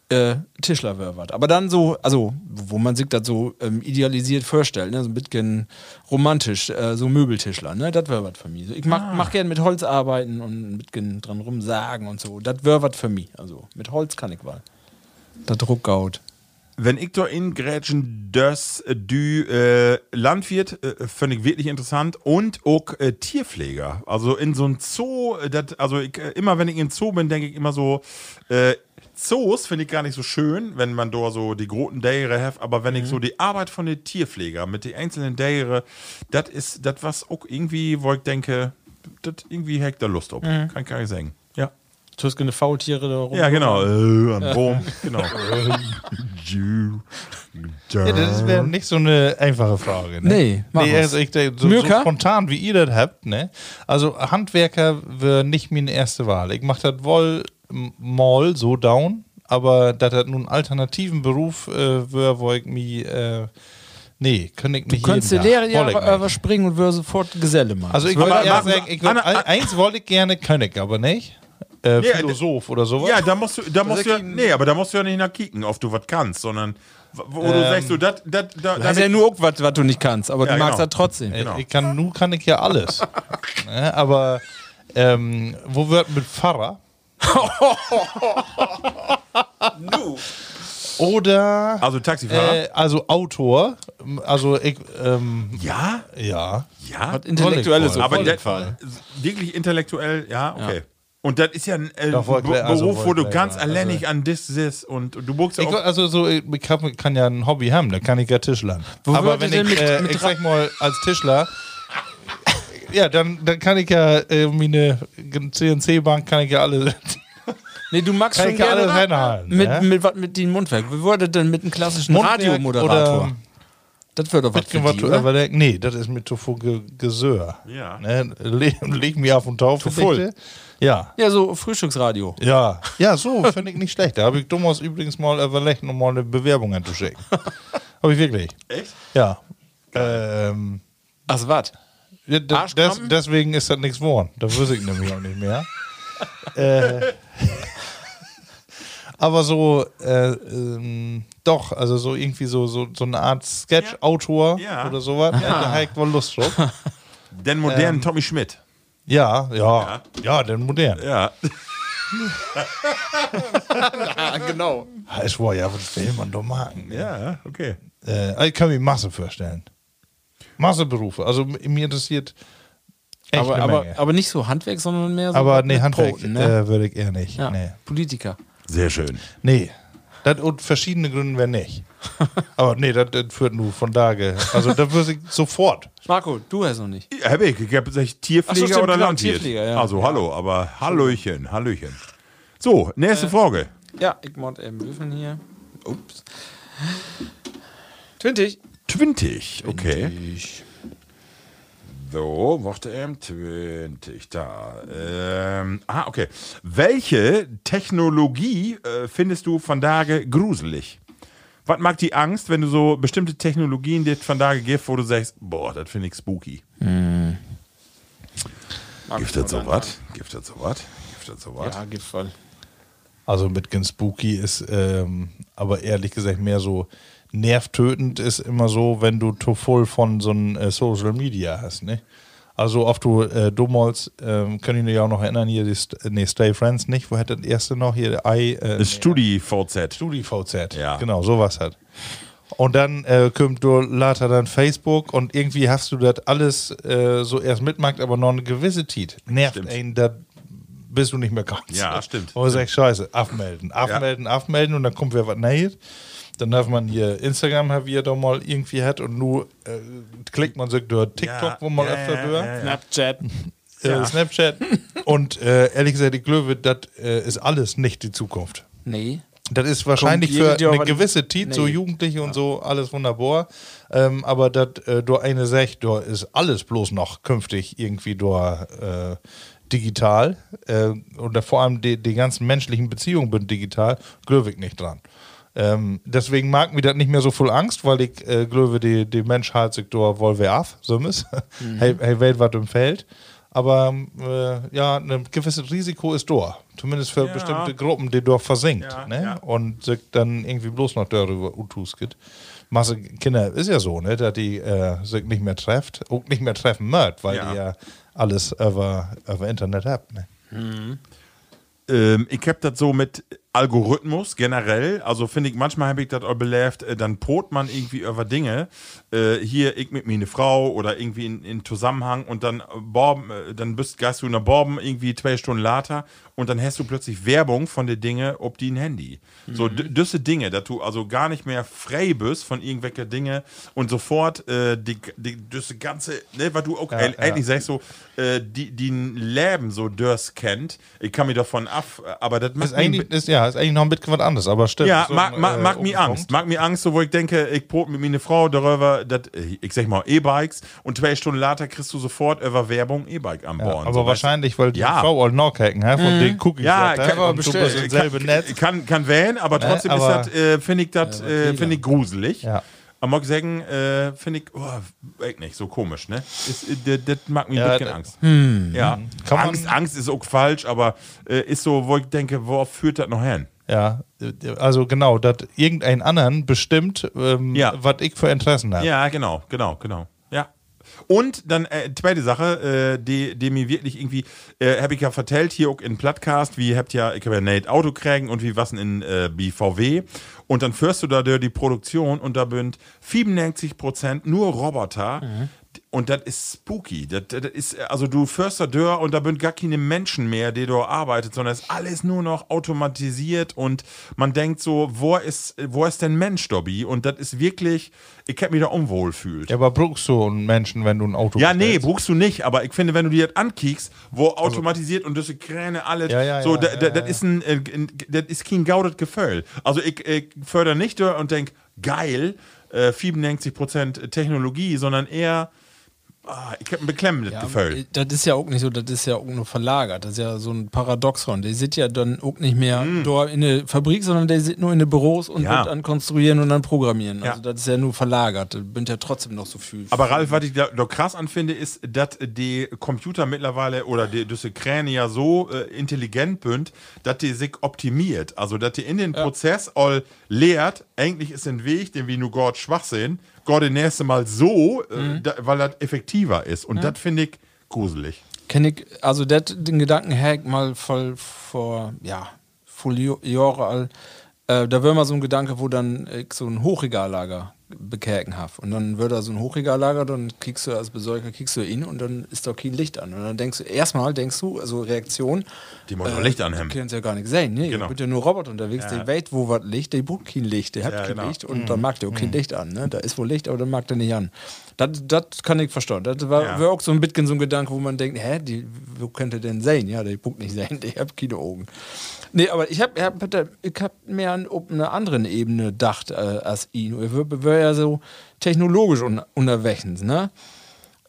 D: äh, Tischler wäre was. Aber dann so, also, wo man sich das so ähm, idealisiert vorstellt, ne? so ein bisschen romantisch, äh, so Möbeltischler, ne? das wäre was für mich. So, ich mach,
C: Ah.
D: mach gern mit Holz arbeiten und ein bisschen dran rumsagen und so, das wäre was für mich. Also, mit Holz kann ich was. Das Druckgaut.
C: Wenn ich da in Grätschen das du äh, Landwirt, äh, finde ich wirklich interessant und auch äh, Tierpfleger. Also in so ein Zoo, äh, dat, also ich, äh, immer wenn ich in Zoo bin, denke ich immer so, äh, Zoos finde ich gar nicht so schön, wenn man da so die großen Däre hat, aber wenn ich so die Arbeit von den Tierpfleger mit den einzelnen Däre, das ist das, was auch irgendwie, wo ich denke, das irgendwie hackt da Lust auf. Kann, kann ich sagen. Ja.
D: Tüskende Faultiere da rum.
C: Ja, genau. Äh, an Rom. (laughs) Genau. Jew.
B: Ja, das wäre nicht so eine einfache Frage. Ne?
D: Ah, Nee, mach
B: nee
D: was.
B: also ich, denk, so, so
D: Mirka?
B: spontan wie ihr das habt, ne? Also Handwerker wäre nicht meine erste Wahl. Ich mache das wohl m- mal so down, aber dass das nun einen alternativen Beruf äh, wäre, wo ich mich äh, nee, könnte ich
D: Du
B: nicht
D: könntest die
B: jeden
D: Lehre
B: Tag. Woll ich nicht.
D: ja überspringen und würdest sofort Geselle machen.
B: Also ich
C: Aber
B: würde eher
C: mach-
B: sagen, ich würd,
C: Anna-
B: eins wollte ich gerne König, aber nicht. Äh,
C: Ja,
B: Philosoph oder sowas.
C: Ja, da musst du, da musst du ja,
B: Kicken.
C: nee, aber da musst du ja nicht nach kicken, ob du was kannst, sondern wo wo du sagst, du, dat, dat, da,
D: das ist ja nur was, was du nicht kannst, aber
C: Ja,
D: du magst
C: genau.
D: das trotzdem.
B: Äh,
C: Genau.
B: Ich kann, nun kann ich ja alles. ne? Aber ähm, wo wird mit Pfarrer? Oder
C: also Taxifahrer.
B: äh, also Autor, also ich, ähm,
C: ja,
B: ja.
C: ja.
D: Intellektuelles
C: aber
D: auf jeden
C: dat,
D: Fall.
C: wirklich intellektuell, ja, okay. Und das ist ja ein äh,
B: Da wollt
C: Be-
B: ihr- also
C: Beruf, wo
B: wollt
C: du
B: ihr-
C: ganz
B: also-
C: alleinig an das ist und du buchst ja
B: Ich,
C: auch.
B: also so, ich kann, kann ja ein Hobby haben, dann kann ich ja Tischlern.
D: Wo
B: Aber
D: würdet
B: wenn
D: ihr
B: ich,
D: mit-
B: äh,
D: mit
B: ich sag mal, als Tischler, ja, dann, dann kann ich ja äh, meine CNC-Bank, kann ich ja alle, (laughs)
D: Nee, du magst
B: kann
D: schon
B: ich ja
D: gerne
B: alle reinhalten.
D: mit,
B: ne?
D: mit, was mit dem Mundwerk. Wie würde denn mit einem klassischen
B: Mundwerk
D: Radiomoderator?
B: oder-
D: das würde doch was ne? für
B: Mitgemacht,
D: die,
B: aber
D: oder?
B: der, nee, das ist mit Tofu Ge Gesör.
C: Ja.
B: Ne? Le leg mich auf den Taufe,
D: Tofu.
B: bitte. Ja.
D: Ja, so Frühstücksradio.
B: Ja, ja, so finde ich nicht schlecht. Da habe ich Thomas übrigens mal überlegt, um mal eine Bewerbung (laughs) anzuschicken. habe ich wirklich.
C: Echt?
B: Ja. Ähm,
D: Ach, was?
B: ja, da- das,
D: Arschkrampen?
B: deswegen ist das nichts geworden. Da wüsste ich nämlich auch nicht (laughs) mehr. äh, aber so, äh, ähm, doch, also so irgendwie so, so, so eine Art Sketch-Autor
C: Ja. Ja.
B: oder sowas. Ja, da habe ich wohl Lust drauf.
C: Den modernen Tommy Schmidt.
B: Ja, ja. Ja, denn modern.
C: Ja.
D: genau.
B: Es war ja, was will man da machen?
C: Ja, okay.
B: Äh, ich kann mir Masse vorstellen. Masseberufe. Also m- mir interessiert Echt
D: aber,
B: eine
D: aber,
B: Menge.
D: aber nicht so Handwerk, sondern mehr so.
B: Aber
D: mit
B: nee, Handwerk
D: Broten, ne?
B: äh, würde ich eher nicht.
D: ja.
B: Nee.
D: Politiker.
C: Sehr schön.
B: Nee. Das und verschiedene Gründe wäre
D: (laughs)
B: nicht. Aber nee, das das führt nur von Tage. Also da würde ich sofort.
D: Marco, du hast noch nicht.
C: Hab ich, ich hab gesagt,
D: Ach so,
C: Tierpfleger
D: stimmt,
C: oder
D: klar,
C: Landwirt.
D: Tierpfleger, ja. Äh.
C: Also hallo, aber Hallöchen, Hallöchen. So, nächste Frage.
D: Ja, ich mod eben Würfeln hier. Ups. 20.
C: 20, okay. So, warte eben, 20, da. Ähm, ah, okay. Welche Technologie äh, findest du von Tage gruselig? Was mag die Angst, wenn du so bestimmte Technologien dir von Tage gibst, wo du sagst, boah, das finde ich spooky?
D: Hm.
C: Gibt das sowas? Gibt das sowas? Gibt das sowas?
D: Ja, gibt's voll.
B: Also mit ganz spooky ist, ähm, aber ehrlich gesagt mehr so nervtötend ist immer so, wenn du zu voll von so einem äh, Social Media hast, ne? Also oft du äh, Dummholz, ähm, könnt ihr mich auch noch erinnern, hier die St nee, Stay Friends nicht, wo hätte das erste noch hier I, äh,
C: Das StudiVZ.
B: StudiVZ.
C: Ja.
B: Genau, sowas hat. Und dann äh, kommt du later dann Facebook und irgendwie hast du das alles äh, so erst mitmacht, aber noch eine gewisse Tiet. Nervt
C: Stimmt.
B: einen, da bist du nicht mehr ganz.
C: Ja, stimmt.
B: Und sagst, scheiße, abmelden, abmelden, abmelden und dann kommt wer was Neues. Dann darf man hier Instagram, haben wir da mal irgendwie hat und nur äh, klickt man sich durch TikTok, wo man öfter durch
D: Snapchat.
B: äh, Snapchat. und äh, ehrlich gesagt, ich glaube, das äh, ist alles nicht die Zukunft.
D: Nee.
B: Das ist wahrscheinlich
D: Kommt jede,
B: für
D: die
B: eine
D: aber-
B: gewisse Zeit, so
D: Nee.
B: Jugendliche und so, alles wunderbar. Ähm, aber das äh, durch eine Sicht, da ist alles bloß noch künftig irgendwie durch äh, digital. Äh, und da vor allem die, die ganzen menschlichen Beziehungen sind digital, glaube ich nicht dran. Ähm, deswegen mag mir das nicht mehr so viel Angst, weil ich äh, glaube, die, die Mensch hält sich durch wohl wer auf, so ist.
C: Mhm.
B: (laughs) Hey, hey, Welt, was im Feld. Aber äh, ja, ein gewisses Risiko ist da. Zumindest für bestimmte Gruppen, die dort versinkt. ne? Und sich dann irgendwie bloß noch darüber utusket. Masse Kinder ist ja so, ne, dass die äh, sich nicht mehr trefft und nicht mehr treffen mögt, weil
C: Ja.
B: die ja alles über, über Internet habt. Ne?
C: Ähm, ich hab das so mit Algorithmus generell. Also finde ich, manchmal habe ich das auch belebt, äh, dann pot man irgendwie über Dinge. Äh, hier, ich mit mir eine Frau oder irgendwie in, in Zusammenhang und dann äh, Borben, äh, dann bist gehst du in der Borben irgendwie zwei Stunden later und dann hast du plötzlich Werbung von den Dinge, ob die ein Handy. So,
B: Mhm.
C: d- düsse Dinge, dass du also gar nicht mehr frei bist von irgendwelchen Dinge und sofort äh, die, die, düsse ganze, ne, weil du auch
B: Ja,
C: e- eigentlich sagst so, äh, die, die ein Leben so dürst kennt, ich kann mir davon ab, aber das macht
B: Ist
C: mich-
B: eigentlich, ist, ja, ist eigentlich noch ein bisschen was anderes, aber stimmt.
C: ja,
B: so
C: mag,
B: ein,
C: mag,
B: äh,
C: mag mir
B: Umfang.
C: Angst. Mag mir Angst, so wo ich denke, ich brot mit mir eine Frau darüber, dat, äh, ich sag mal E-Bikes und zwei Stunden later kriegst du sofort über Werbung E-Bike an Bord.
B: Ja, aber
C: so,
B: wahrscheinlich, weil die
C: Ja.
B: Frau all noch hacken hat,
D: Mhm.
B: von den Cookies
C: Ja,
B: hat,
C: kann- aber
B: und du
C: bestimmt.
B: bist im selben
C: weißt,
B: Netz. Ne?
C: du? kann, kann wählen, aber trotzdem
B: aber-
C: ist das, äh, finde ich das, äh, finde ich gruselig.
B: Ja.
C: Am Morgen sagen, äh, finde ich, oh, echt nicht, so komisch, ne? Ist, äh, das, das mag mir
B: Ja,
C: ein bisschen
B: da-
C: Angst. Ja.
B: Kann man-
C: Angst, Angst ist auch falsch, aber äh, ist so, wo ich denke, worauf führt das noch hin?
B: Ja, also genau, dass irgendein anderen bestimmt, ähm,
C: Ja.
B: was ich für Interessen habe.
C: Ja, genau, genau, genau. Ja. Und dann äh, zweite Sache, äh, die, die mir wirklich irgendwie, äh, habe ich ja vertellt hier auch in Plattcast, wie habt ja, ich habe ja Nate Auto kriegen und wie was in äh, BVW. Und dann führst du da durch die Produktion und da bünd 97% nur Roboter. Und das ist spooky. Das, das ist, also du führst da durch und da bünd gar keine Menschen mehr, die da arbeitet, sondern es ist alles nur noch automatisiert und man denkt so, wo ist, wo ist denn Mensch, Dobby? Und das ist wirklich, ich hab mich da unwohl fühlt.
B: Ja, aber brauchst du einen Menschen, wenn du ein Auto
C: Ja, nee,
B: bestellst?
C: brauchst du nicht, aber ich finde, wenn du dir das ankiekst, wo automatisiert und diese Kräne alles,
B: Ja, ja,
C: so,
B: ja,
C: da,
B: ja,
C: da,
B: ja,
C: das ist ein, äh, ein- das ist kein gaudet Gefühl. Also ich, ich fördere nicht da und denk geil, äh, 97% Technologie, sondern eher, ah, ich hab ein beklemmendes Gefühl.
D: Ähm, Das ist ja auch nicht so, das ist ja auch nur verlagert. Das ist ja so ein Paradoxon. Die sind ja dann auch nicht mehr dort in der Fabrik, sondern die sind nur in den Büros
C: Hm.
D: und
C: Ja.
D: wird dann konstruieren und dann programmieren.
C: Ja.
D: Also das ist ja nur verlagert. Das bin ja trotzdem noch so viel.
C: Aber Ralf, was ich da doch krass anfinde, ist, dass die Computer mittlerweile oder die, diese Kräne ja so äh, intelligent bünd, dass die sich optimiert. Also, dass die in den Prozess all lehrt, eigentlich ist ein Weg, den wir nur Gott schwach sehen, Gott den nächsten Mal so, äh,
D: Mhm.
C: da, weil das effektiver ist. Und das finde ich gruselig.
D: Kenn ich, also dat, den Gedanken hack mal voll vor, ja, voll Jo- Jahre all. Äh, da wäre mal so ein Gedanke, wo dann äh, so ein Hochregallager bekerken habe. Und dann wird da so ein Hochregallager, dann kriegst du als Besäuger, kriegst du ihn und dann ist doch kein Licht an. Und dann denkst du, erstmal denkst du, also Reaktion.
C: Die wollen doch
D: Äh,
C: Licht anhaben.
D: Die können ja gar nicht sehen. Nee,
C: Genau.
D: genau. ja nur Roboter unterwegs, der weiß, wo was Licht, der braucht kein Licht, der hat
C: Ja,
D: kein
C: genau.
D: Licht und dann mag der auch kein Licht an. Ne? Da ist wohl Licht, aber dann mag der nicht an. Das, das kann ich verstehen. Das war,
C: Ja.
D: war auch so ein bisschen so ein Gedanke, wo man denkt, hä, die, wo könnte denn sein? Ja, der guckt nicht sein, (laughs) ich hab keine Augen. Nee, aber ich hab, ich hab, ich hab mehr an ob einer anderen Ebene gedacht äh, als ihn. Ich wär, wär ja so technologisch un, unterwegs, ne?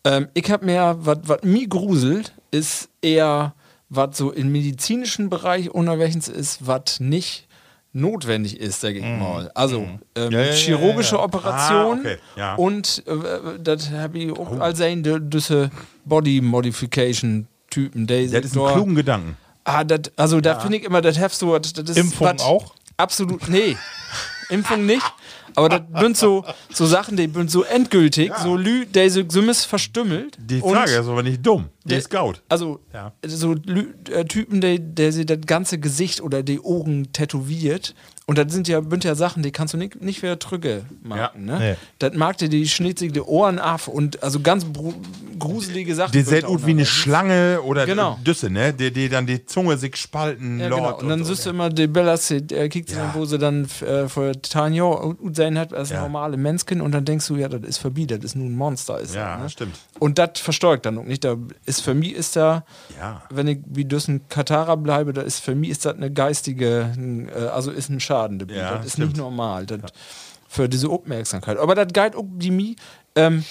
D: Ähm, ich hab mehr, was mir gruselt, ist eher, was so im medizinischen Bereich unterwegs ist, was nicht notwendig ist, sag ich mal. Also ähm,
B: Ja, ja, ja,
D: chirurgische
B: ja, ja.
D: Operationen
C: Ah, okay, ja.
D: und äh, das habe ich auch all sein, diese Body Modification Typen. Das
C: Das ist ein klugen Gedanken.
D: Ah, dat, also da finde ich immer, das heft so, das das ist
B: Impfung
D: wat-
B: auch?
D: Absolut, nee. (laughs) Impfung nicht. Aber das sind so, so Sachen, die sind so endgültig, so lü, die so, so verstümmelt.
C: Die Frage ist aber nicht dumm. Die
D: der-
C: ist gaut.
D: Also,
C: Ja.
D: so Lü äh, Typen, der, der sie das ganze Gesicht oder die Augen tätowiert. Und das sind ja, sind ja Sachen, die kannst du nicht, nicht wieder drücke machen.
B: Ja.
D: Ne?
B: Nee.
D: Das mag dir die schnitzige Ohren ab und also ganz bru- gruselige Sachen.
C: Die
D: sind
C: sieht
D: da
C: gut wie eine
D: unterwegs.
C: Schlange oder
D: ne? Genau.
C: Düsse, ne? Die, die dann die Zunge sich spalten.
D: Ja,
C: Lord
D: genau. Und dann
C: so. ne?
D: siehst du immer, die Bella, äh, kriegt sie
C: Ja.
D: dann, wo sie dann äh, vor Tanja und und sein hat, als
C: Ja.
D: normale Menschen und dann denkst du, ja, das ist Phobie, das ist nun ein Monster. Ist
C: Ja,
D: das, ne?
C: stimmt.
D: Und das verstärkt dann auch nicht. Da ist für mich ist da,
C: Ja.
D: wenn ich wie Düssen Katara bleibe, da ist für mich ist das eine geistige, ein, äh, also ist ein Schaden. dabei.
C: Ja,
D: das ist
C: stimmt.
D: nicht normal. Das, Für diese Aufmerksamkeit. Aber das geht auch die Mie, ähm,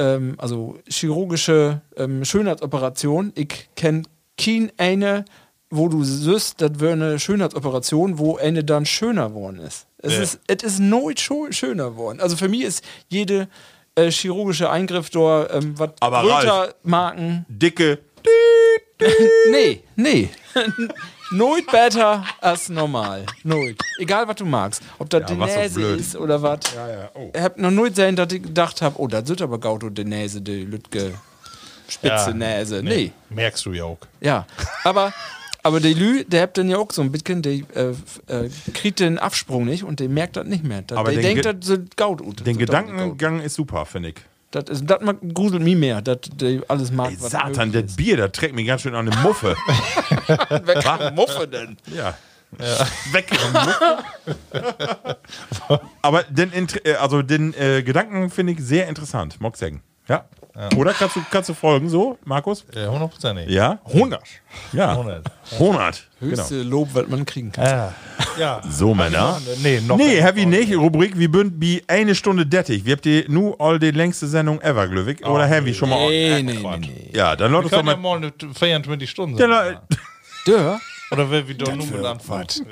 D: ähm, also chirurgische ähm, Schönheitsoperation. Ich kenne kein eine, wo du siehst, das wäre eine Schönheitsoperation, wo eine dann schöner worden ist. Es
B: Ja.
D: ist, es ist nooit scho- schöner worden. Also für mich ist jede äh, chirurgische Eingriff dort, ähm, was
C: Aber Ralf-
D: Marken.
C: Dicke.
D: Nee, nee. (laughs) Nooit better als normal. Nooit. Egal, was du magst. Ob das die
C: was so
D: Nase
C: blöd. Oh.
D: ist oder was. Ich hab noch nooit sein, dass ich gedacht habe, oh, das sind aber Gauto die Nase, die Lütke. Spitze Nase. Nee.
B: Merkst du ja auch.
D: Ja. Aber, aber der Lü, der habt dann ja auch so ein bisschen, der äh, f- äh, kriegt den Absprung nicht und der merkt das nicht mehr. Das,
C: Aber
D: der
C: den
D: denkt,
C: Ge-
D: das sind Gauto.
C: Den Gedankengang ist super, finde ich.
D: Das, ist- das mag- gruselt mich mehr, dass der alles mag.
C: Ey,
D: was
C: Satan,
D: möglich
C: das Bier, das trägt mir ganz schön an eine Muffe.
D: ist. Wer kann Muffe denn?
C: ja. Weg. Aber den, Int- äh, also den äh, Gedanken finde ich sehr interessant, mag ich sagen. Ja. Oder kannst du, kannst du folgen so, Markus?
B: Ja, 100 nicht.
C: Ja?
B: 100.
C: Ja.
B: 100.
C: 100. Genau.
D: Höchste Lob, was man kriegen kann.
B: Ja. ja.
C: So, Männer.
B: Nee, noch
C: Nee, heavy nicht. Rubrik, wie bünd wie eine Stunde dettig. Wir habt die nu all die längste Sendung ever, Glöwig. Oder heavy schon mal.
D: Nee, nee, nee,
B: Quatsch.
D: nee.
C: Ja, dann läuft
B: Wir
C: es doch
B: können ja
C: mal.
B: mal eine 24 Stunden
C: Ja,
B: sein.
C: le-
D: Dörr?
B: Oder wer wieder nur mit anfängt.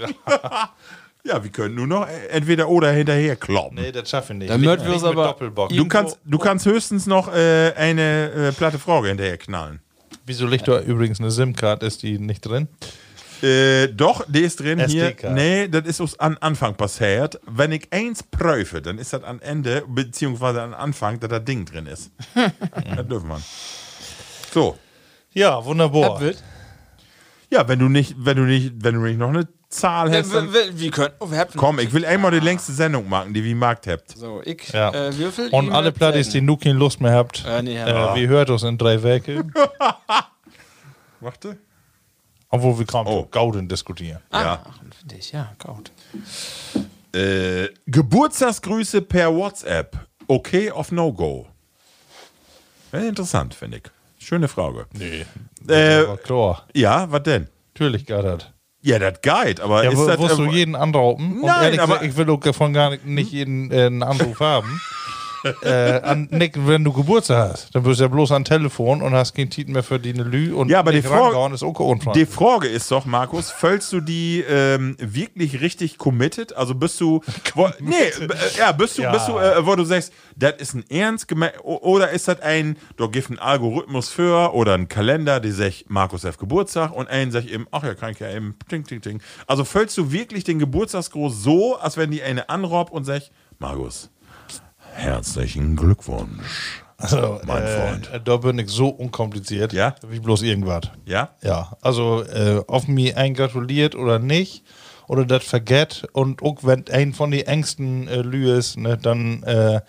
C: ja, wir können nur noch äh, entweder oder hinterher kloppen.
B: Nee, das schaffe ich nicht.
D: Dann
B: Nicht-
D: möchten wir
B: nicht
D: es aber-
B: Mit Doppelbock.
C: Du kannst, du kannst höchstens noch äh, eine äh, platte Frage hinterher knallen.
B: Wieso liegt da übrigens eine SIM-Card? Ist die nicht drin?
C: Äh, doch, die ist drin hier.
B: SD-Card.
C: Nee, das ist uns an Anfang passiert. Wenn ich eins prüfe, dann ist das am Ende, beziehungsweise am Anfang, dass das Ding drin ist. das dürfen wir. So.
B: Ja, wunderbar.
D: Abwild?
C: Ja, wenn du nicht, wenn du nicht, wenn du nicht noch eine Zahl hast, dann
D: Wir können. Oh, wir haben-
C: komm, ich will einmal die längste Sendung machen, die wir im Markt habt.
D: So, ich
B: Ja.
D: äh, würfel.
B: Und
D: ihm
B: alle
D: mit
B: Plattis, die
D: Plätten.
B: nu keine Lust mehr habt,
D: Ja, nee, ja.
B: äh, wie hört uns in drei
D: (laughs)
B: Werken,
C: Warte.
B: obwohl wir kaum
C: Oh.
B: oh. Gauden diskutieren.
C: Ja.
D: Ach, für dich, ja, kaut.
C: Äh, Geburtstagsgrüße per WhatsApp. Okay of no go? Ja, interessant, finde ich. Schöne Frage.
B: Nee.
C: Äh,
B: Aber klar,
C: ja, was denn?
B: natürlich geht das.
C: Ja, das geht, aber
B: Ja,
C: ist
B: wo-
C: das.
B: wirst du
C: Äh,
B: jeden anrauben?
C: Nein,
B: und ehrlich
C: aber-
B: gesagt, ich will auch davon gar nicht, nicht
D: Hm?
B: jeden äh, einen Anruf
C: (laughs)
B: haben. äh, an, Nick, wenn du Geburtstag hast, dann wirst du ja bloß an Telefon und hast keinen Titel mehr für die Lü und
C: Ja, aber
B: nicht
C: die Frage-
B: rangehauen ist auch
C: die
B: unfreundlich.
C: Frage ist doch, Markus, füllst du die ähm, wirklich richtig committed? Also bist
B: (laughs)
C: du. Wo, nee, äh, ja, bist du,
B: Ja.
C: bist du äh, wo du sagst, das ist ein Ernst geme- o- oder ist das ein, da gibt einen Algorithmus für oder einen Kalender, die sagt, Markus hat Geburtstag und einen sagt eben, ach ja, kann ich ja eben, ting, ting, ting. Also füllst du wirklich den Geburtstagsgruß so, als wenn die eine anraubt und sagt, Markus, herzlichen Glückwunsch.
B: Also,
C: Mein
B: äh,
C: Freund.
B: Da bin ich so unkompliziert,
C: Ja?
B: wie bloß irgendwas.
C: Ja?
B: Ja, also äh, auf mich eingratuliert oder nicht, oder das vergett und auch wenn ein von die engsten äh, Lü ist, ne, dann äh,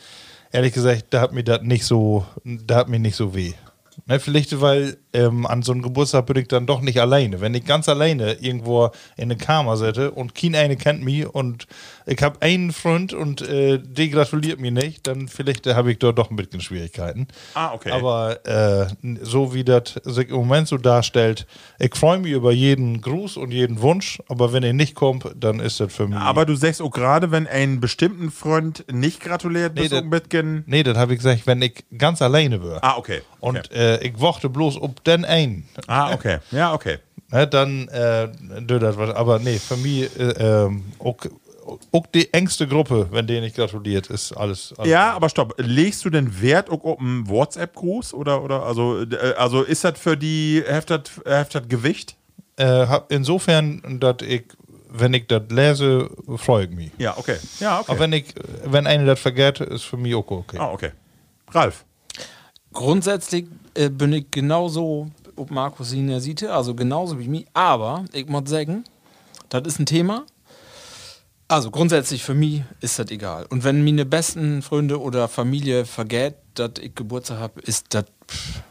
B: ehrlich gesagt, da hat mir das nicht so, da hat mir nicht so weh. Ne, vielleicht, weil ähm, an so einem Geburtstag bin ich dann doch nicht alleine. Wenn ich ganz alleine irgendwo in eine Kammer sitze und kein eine kennt mich und ich habe einen Freund und äh, der gratuliert mir nicht, dann vielleicht äh, habe ich dort doch ein bisschen Schwierigkeiten.
C: Ah, okay.
B: Aber aber äh, so wie das sich im Moment so darstellt, ich freue mich über jeden Gruß und jeden Wunsch, aber wenn er nicht kommt, dann ist das für mich.
C: Aber du sagst auch gerade, wenn einen bestimmten Freund nicht gratuliert, bist
B: Nee,
C: du mitgen.
B: nee, das habe ich gesagt, wenn ich ganz alleine wäre.
C: Ah, okay.
B: Und
C: okay.
B: äh, ich wochte bloß ob den einen,
C: ah, okay. Ja, okay.
B: ne, dann äh, dö das was. Aber nee, für mich, äh, ähm, auch, auch die engste Gruppe, wenn denen nicht gratuliert, ist alles. alles
C: Ja, aber stopp. Legst du denn Wert auch auf einen WhatsApp-Gruß? Oder, oder, also, äh, also ist das für die, heft das heft das Gewicht?
B: Äh, hab insofern, dass ich, wenn ich das lese, freue ich mich.
C: Ja, okay. Ja, okay.
B: Aber wenn ich, wenn einer das vergeht, ist für mich auch okay.
C: ah, okay. Ralf.
D: Grundsätzlich äh, bin ich genauso, ob Markus ihn ja sieht, also genauso wie mich, aber ich muss sagen, das ist ein Thema. Also grundsätzlich für mich ist das egal. Und wenn meine besten Freunde oder Familie vergeht, dass ich Geburtstag habe, ist das pff,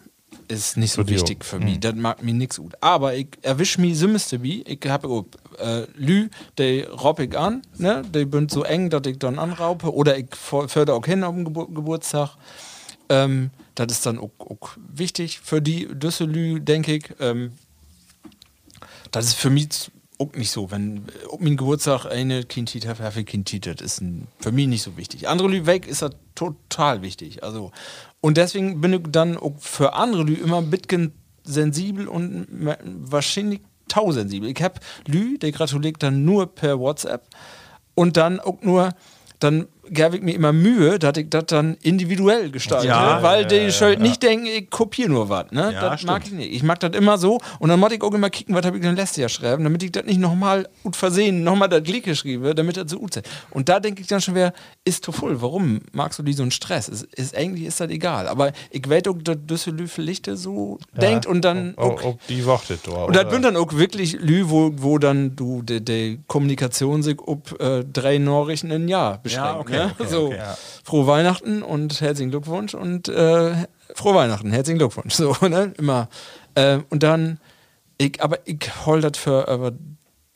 D: ist nicht so wichtig für mich. Das mag mir nichts gut. Aber ich erwische mich sümmeste wie, ich habe oh, äh, Lü, die rob ich an, ne? die bünd so eng, dass ich dann anraupe. Oder ich förder auch hin auf den Gebur Geburtstag. Ähm, das ist dann auch, auch wichtig für die Düsselü, denke ich. Ähm, das ist für mich z- auch nicht so. Wenn äh, ob mein Geburtstag eine Kindheit hat, wer für Kindheit hat, ist n- für mich nicht so wichtig. Andere Lü weg ist das total wichtig. Also, und deswegen bin ich dann auch für andere Lü immer ein bisschen sensibel und m- wahrscheinlich tausensibel. Ich habe Lü, der gratuliert dann nur per WhatsApp und dann auch nur, dann gab ich mir immer Mühe, dass ich das dann individuell gestalte,
C: Ja,
D: weil
C: ja,
D: die Schuld nicht denken, ich kopiere nur was. Ne?
C: Ja,
D: das
C: stimmt.
D: mag ich nicht. Ich mag das immer so und dann muss ich auch immer kicken, was habe ich denn letztes Jahr schreiben, damit ich das nicht nochmal gut versehen, nochmal das Glied geschrieben, damit das so gut ist. Und da denke ich dann schon wieder, ist zu voll, warum magst du die so einen Stress? Ist, ist, eigentlich ist das egal, aber ich werde auch, dass Düsseldorf Lichte so denkt und dann...
B: Ob,
D: auch-
B: Oh, ob die wartet da.
D: und das sind dann auch wirklich Lü, wo, wo dann du die de Kommunikation sich ob äh, drei Nachrichten im Jahr beschränkt.
C: Ja, okay,
D: ne?
C: okay,
D: so,
C: okay.
D: Frohe Weihnachten und herzlichen Glückwunsch und äh, frohe Weihnachten, herzlichen Glückwunsch. (laughs) So, ne? Immer. Ähm, und dann, ich, aber ich hol das für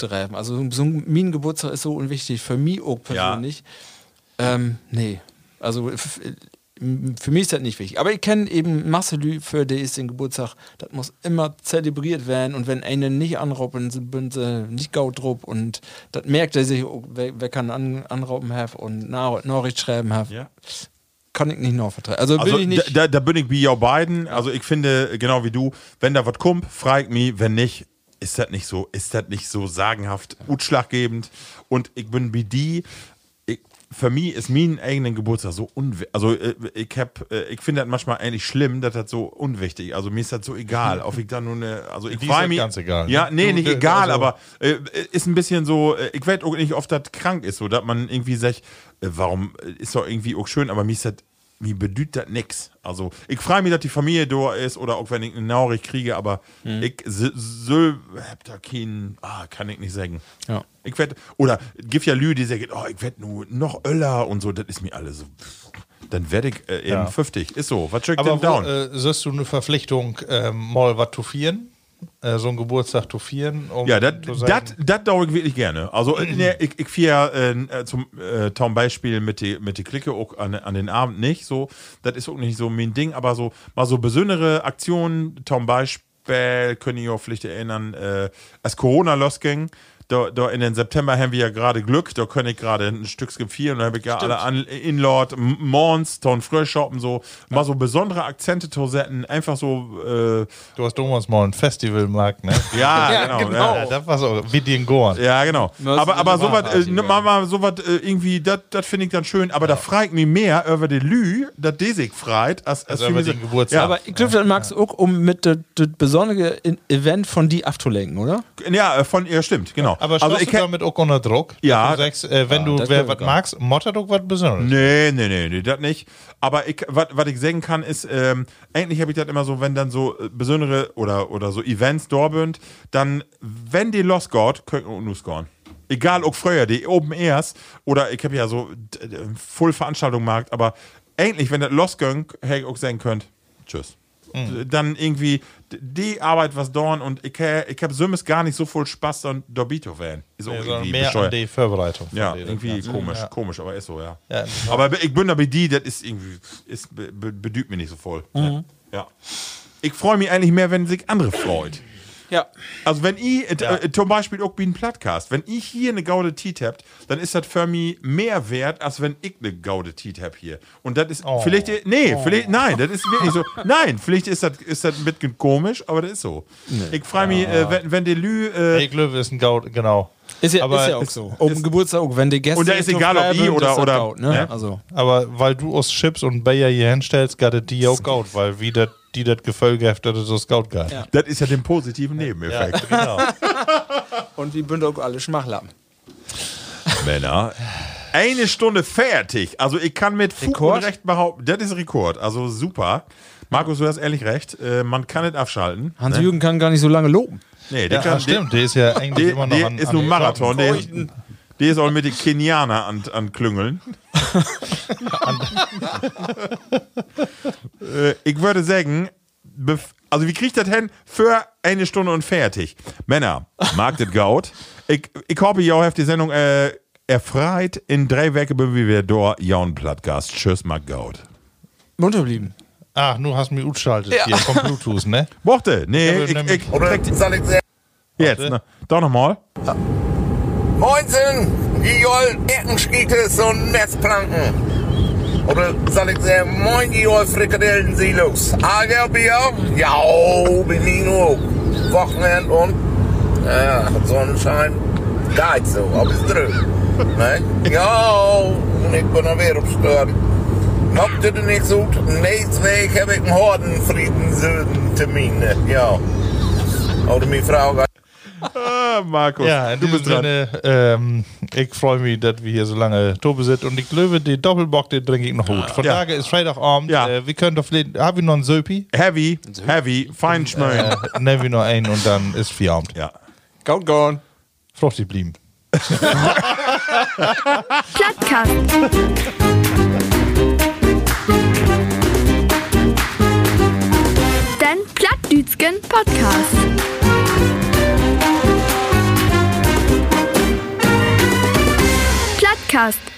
D: übertreiben. Also so- so ein mein Geburtstag ist so unwichtig für mich auch persönlich. Ähm, nee. Also f- m- für mich ist das nicht wichtig. Aber ich kenne eben Masse Lü, für die ist den Geburtstag, das muss immer zelebriert werden. Und wenn eine nicht anrauben, sind sind sie nicht gautrup und das merkt er sich, oh, wer, wer kann an, anrauben haben und Na- Nachricht schreiben haben.
C: Ja.
D: Kann ich nicht noch vertreiben. Also,
C: Also
D: will ich nicht.
C: Da, da bin ich wie auch beiden. Also ich finde, genau wie du, wenn da was kommt, frag mich, wenn nicht, ist das nicht so, ist das nicht so sagenhaft utschlaggebend. Und ich bin wie die, ich, für mich ist mein eigenen Geburtstag so unwichtig. Also äh, ich hab, äh, ich finde das manchmal eigentlich schlimm, dass das so unwichtig. Also mir ist das so egal, ob ich da nur eine, also ich
B: Dir ist
C: freu
B: das
C: mich.
B: ganz egal, ne?
C: Ja, nee,
B: Du,
C: nicht
B: äh,
C: egal,
B: also-
C: aber äh, ist ein bisschen so, äh, ich weiß auch nicht, oft das krank ist, so dass man irgendwie sagt, äh, warum äh, ist doch irgendwie auch schön, aber mir ist das, mir bedüht das nix. Also ich freue mich, dass die Familie da ist oder auch wenn ich eine Nachricht kriege, aber
B: Mhm.
C: ich so, so hab da keinen, ah, kann ich nicht sagen.
D: Ja.
C: Ich werd, oder gibt ja Lü, die sagt, oh, ich werd nur noch Öller und so, das ist mir alles so. pff, Dann werde ich äh, eben 50. Ist so. Was checkt denn
B: Aber wo,
C: down?
B: äh, siehst du eine Verpflichtung, ähm, mal was zu fieren? Äh, so einen Geburtstag zu fieren? Um
C: Ja, das
B: zu sagen-
C: dauere ich wirklich gerne. Also äh, nee, ich, ich fier äh, zum äh, Tom Beispiel mit die, mit die Clique auch an, an den Abend nicht so. Das ist auch nicht so mein Ding, aber so mal so besondere Aktionen, Tom Beispiel, können ihr auch vielleicht erinnern, äh, als Corona losging. Da, da in den September haben wir ja gerade Glück, da kann ich gerade ein Stück skippieren und da habe ich ja alle an Inlord, M- Mons, Ton Fröschhoppen, so mal so besondere Akzente, Tosetten, einfach so äh,
B: du hast damals mal ein Festival, Marc, ne?
C: (laughs) ja, genau,
D: genau.
B: Ja, das war's auch. Wie die in Gorn.
C: ja, genau.
D: Das
C: aber
D: ist
C: aber
D: eine
C: sowas, äh,
D: Wahrheit,
C: ne,
D: ja.
C: mal, mal sowas äh, irgendwie, das finde ich dann schön. Aber da fragt mich mehr über die Lü, dass die sich freit, als, als
B: Also über
C: mich so-
B: den Geburtstag.
C: Ja,
D: aber ich glaube, das magst du auch, um mit das besondere Event von die abzulenken, oder?
C: ja, äh, von ihr stimmt, genau.
B: Aber
C: Also
B: stehst
C: ich
B: du
C: kenn-
B: damit auch unter Druck?
C: Ja.
B: Dass Du sagst, äh, wenn du
D: das
B: wer
D: glaub ich
B: was
D: auch.
B: magst, mottert doch was Besonderes.
C: Nee, nee, nee, nee, das nicht. Aber ich, was ich sagen kann, ist, ähm, eigentlich habe ich das immer so, wenn dann so äh, besondere oder, oder so Events da sind, dann, wenn die Lost God, können wir nur scoren. Egal, ob früher, die Open Airs oder ich habe ja so d- d- voll Veranstaltung gemacht, aber eigentlich, wenn das Lost Gönk, hätte ich auch sagen könnt, tschüss.
B: Mhm.
C: D- Dann irgendwie d- die Arbeit, was dauern und ich, hä- ich habe Sümmes gar nicht so viel Spaß an Dobito Van. Ist auch
B: Nee, sondern
C: irgendwie
B: mehr an
C: bescheuert.
B: die Vorbereitung. von
C: Ja,
B: dir, das
C: irgendwie
B: Ganze.
C: komisch,
B: Ja.
C: komisch, aber ist so, ja.
B: Ja.
C: aber ich bin da bei die, das ist irgendwie, ist, be- be- bedüht mir nicht so voll. ne? Ja. Ich freue mich eigentlich mehr, wenn sich andere freut.
D: Ja.
C: Also wenn ich, äh, äh, zum Beispiel auch wie ein Plattcast, wenn ich hier eine gaude T tappt, dann ist das für mich mehr wert, als wenn ich eine gaude T tapp hier. Und das ist vielleicht, äh, nee, vielleicht, nein, das ist wirklich so. (laughs) Nein, vielleicht ist das ist das ein bisschen komisch, aber das ist so. Ich freue mich, äh, wenn, wenn die Lü, äh,
B: Hey, Glöwe ist ein Gaut, genau.
D: Ist ja,
B: Aber
D: ist ja auch
B: es-
D: so. Open Geburtstag, auch wenn die Gäste.
C: Und da ist
D: so
C: egal, ob
D: frei
C: I
D: sind,
C: oder-
D: ist das
C: oder-
D: Gaut, ne?
C: Ja.
D: Also.
B: Aber weil du aus Chips und Bayer hier hinstellst, gerade die
C: (laughs)
B: auch Gaut, weil wie dat, die das Gefolge hat, das ist das Gaut geil. Ja.
C: das ist ja den positiven Nebeneffekt.
B: genau.
D: Und die bünden auch alle Schmachlappen.
C: Männer. Eine Stunde fertig. Also ich kann mit Fug und
D: Rekord?
C: Recht behaupten, das ist Rekord. Also super. Markus, du hast ehrlich recht. Äh, man kann nicht abschalten.
D: Hans-Jürgen kann gar nicht so lange loben.
C: Nee, der
B: Ja, ah,
C: kann,
B: stimmt, der ist ja
C: Der,
B: eigentlich
C: der,
B: immer noch
C: der
B: an,
C: ist
B: an
C: nur
B: den Oh,
C: Marathon. Der, ist-
D: Feuchten.
C: der ist auch mit den Kenianer an, an
B: (laughs)
C: Klüngeln. äh, ich würde sagen, bef- also wie kriegt das hin? Für eine Stunde und fertig. Männer, mag das Gaut. Ich, ich hoffe, ihr habt die Sendung äh, erfreut. In drei Werke bin wie wir da. Jaun Plattgast. Tschüss, mag Gaut.
D: Munter blieben.
B: Ach, nu Ah, hast mich utschaltet hier vom
C: (laughs)
B: Bluetooth, ne?
C: Mochte? Nee,
B: Ja,
C: ich,
B: wir
C: ich, ich
G: Oder soll ich sagen,
C: jetzt. Ne? Doch nochmal.
G: Moinsen, Giol, Eckenschietes und Netzplanken. Oder soll ich sagen, moin Giol, Frikadellen, Silos. Ager, Bier, ja, Benino, Wochenend und ja, Sonnenschein, geht so, aber ist drüben. Ne? Ja, und ich bin wieder am Stören. Habt ihr denn nichts gut? Nächste Woche habe ich einen Hordenfrieden-Süden-Termin. Ja. Oder meine Frau geht
C: Ah, Markus,
B: Ja, in
C: du
B: diesem
C: bist dran.
B: Sinne, ähm, ich freue mich, dass wir hier so lange Tobe sind und die Glöwe, die Doppelbock, den trinke ich noch gut. Von
C: Ja.
B: daher ist Freitagabend,
C: Ja.
B: äh, wir können doch vielleicht, haben wir noch
C: (laughs)
B: einen Söpi?
C: Heavy, heavy, fein schmögen.
B: Äh, Nehmen wir noch einen und dann ist Feierabend.
C: Ja.
D: Gaut, gaut.
B: Fruchtig blieben.
A: Plattkast. Den Plattdütschen Podcast. Plattkast.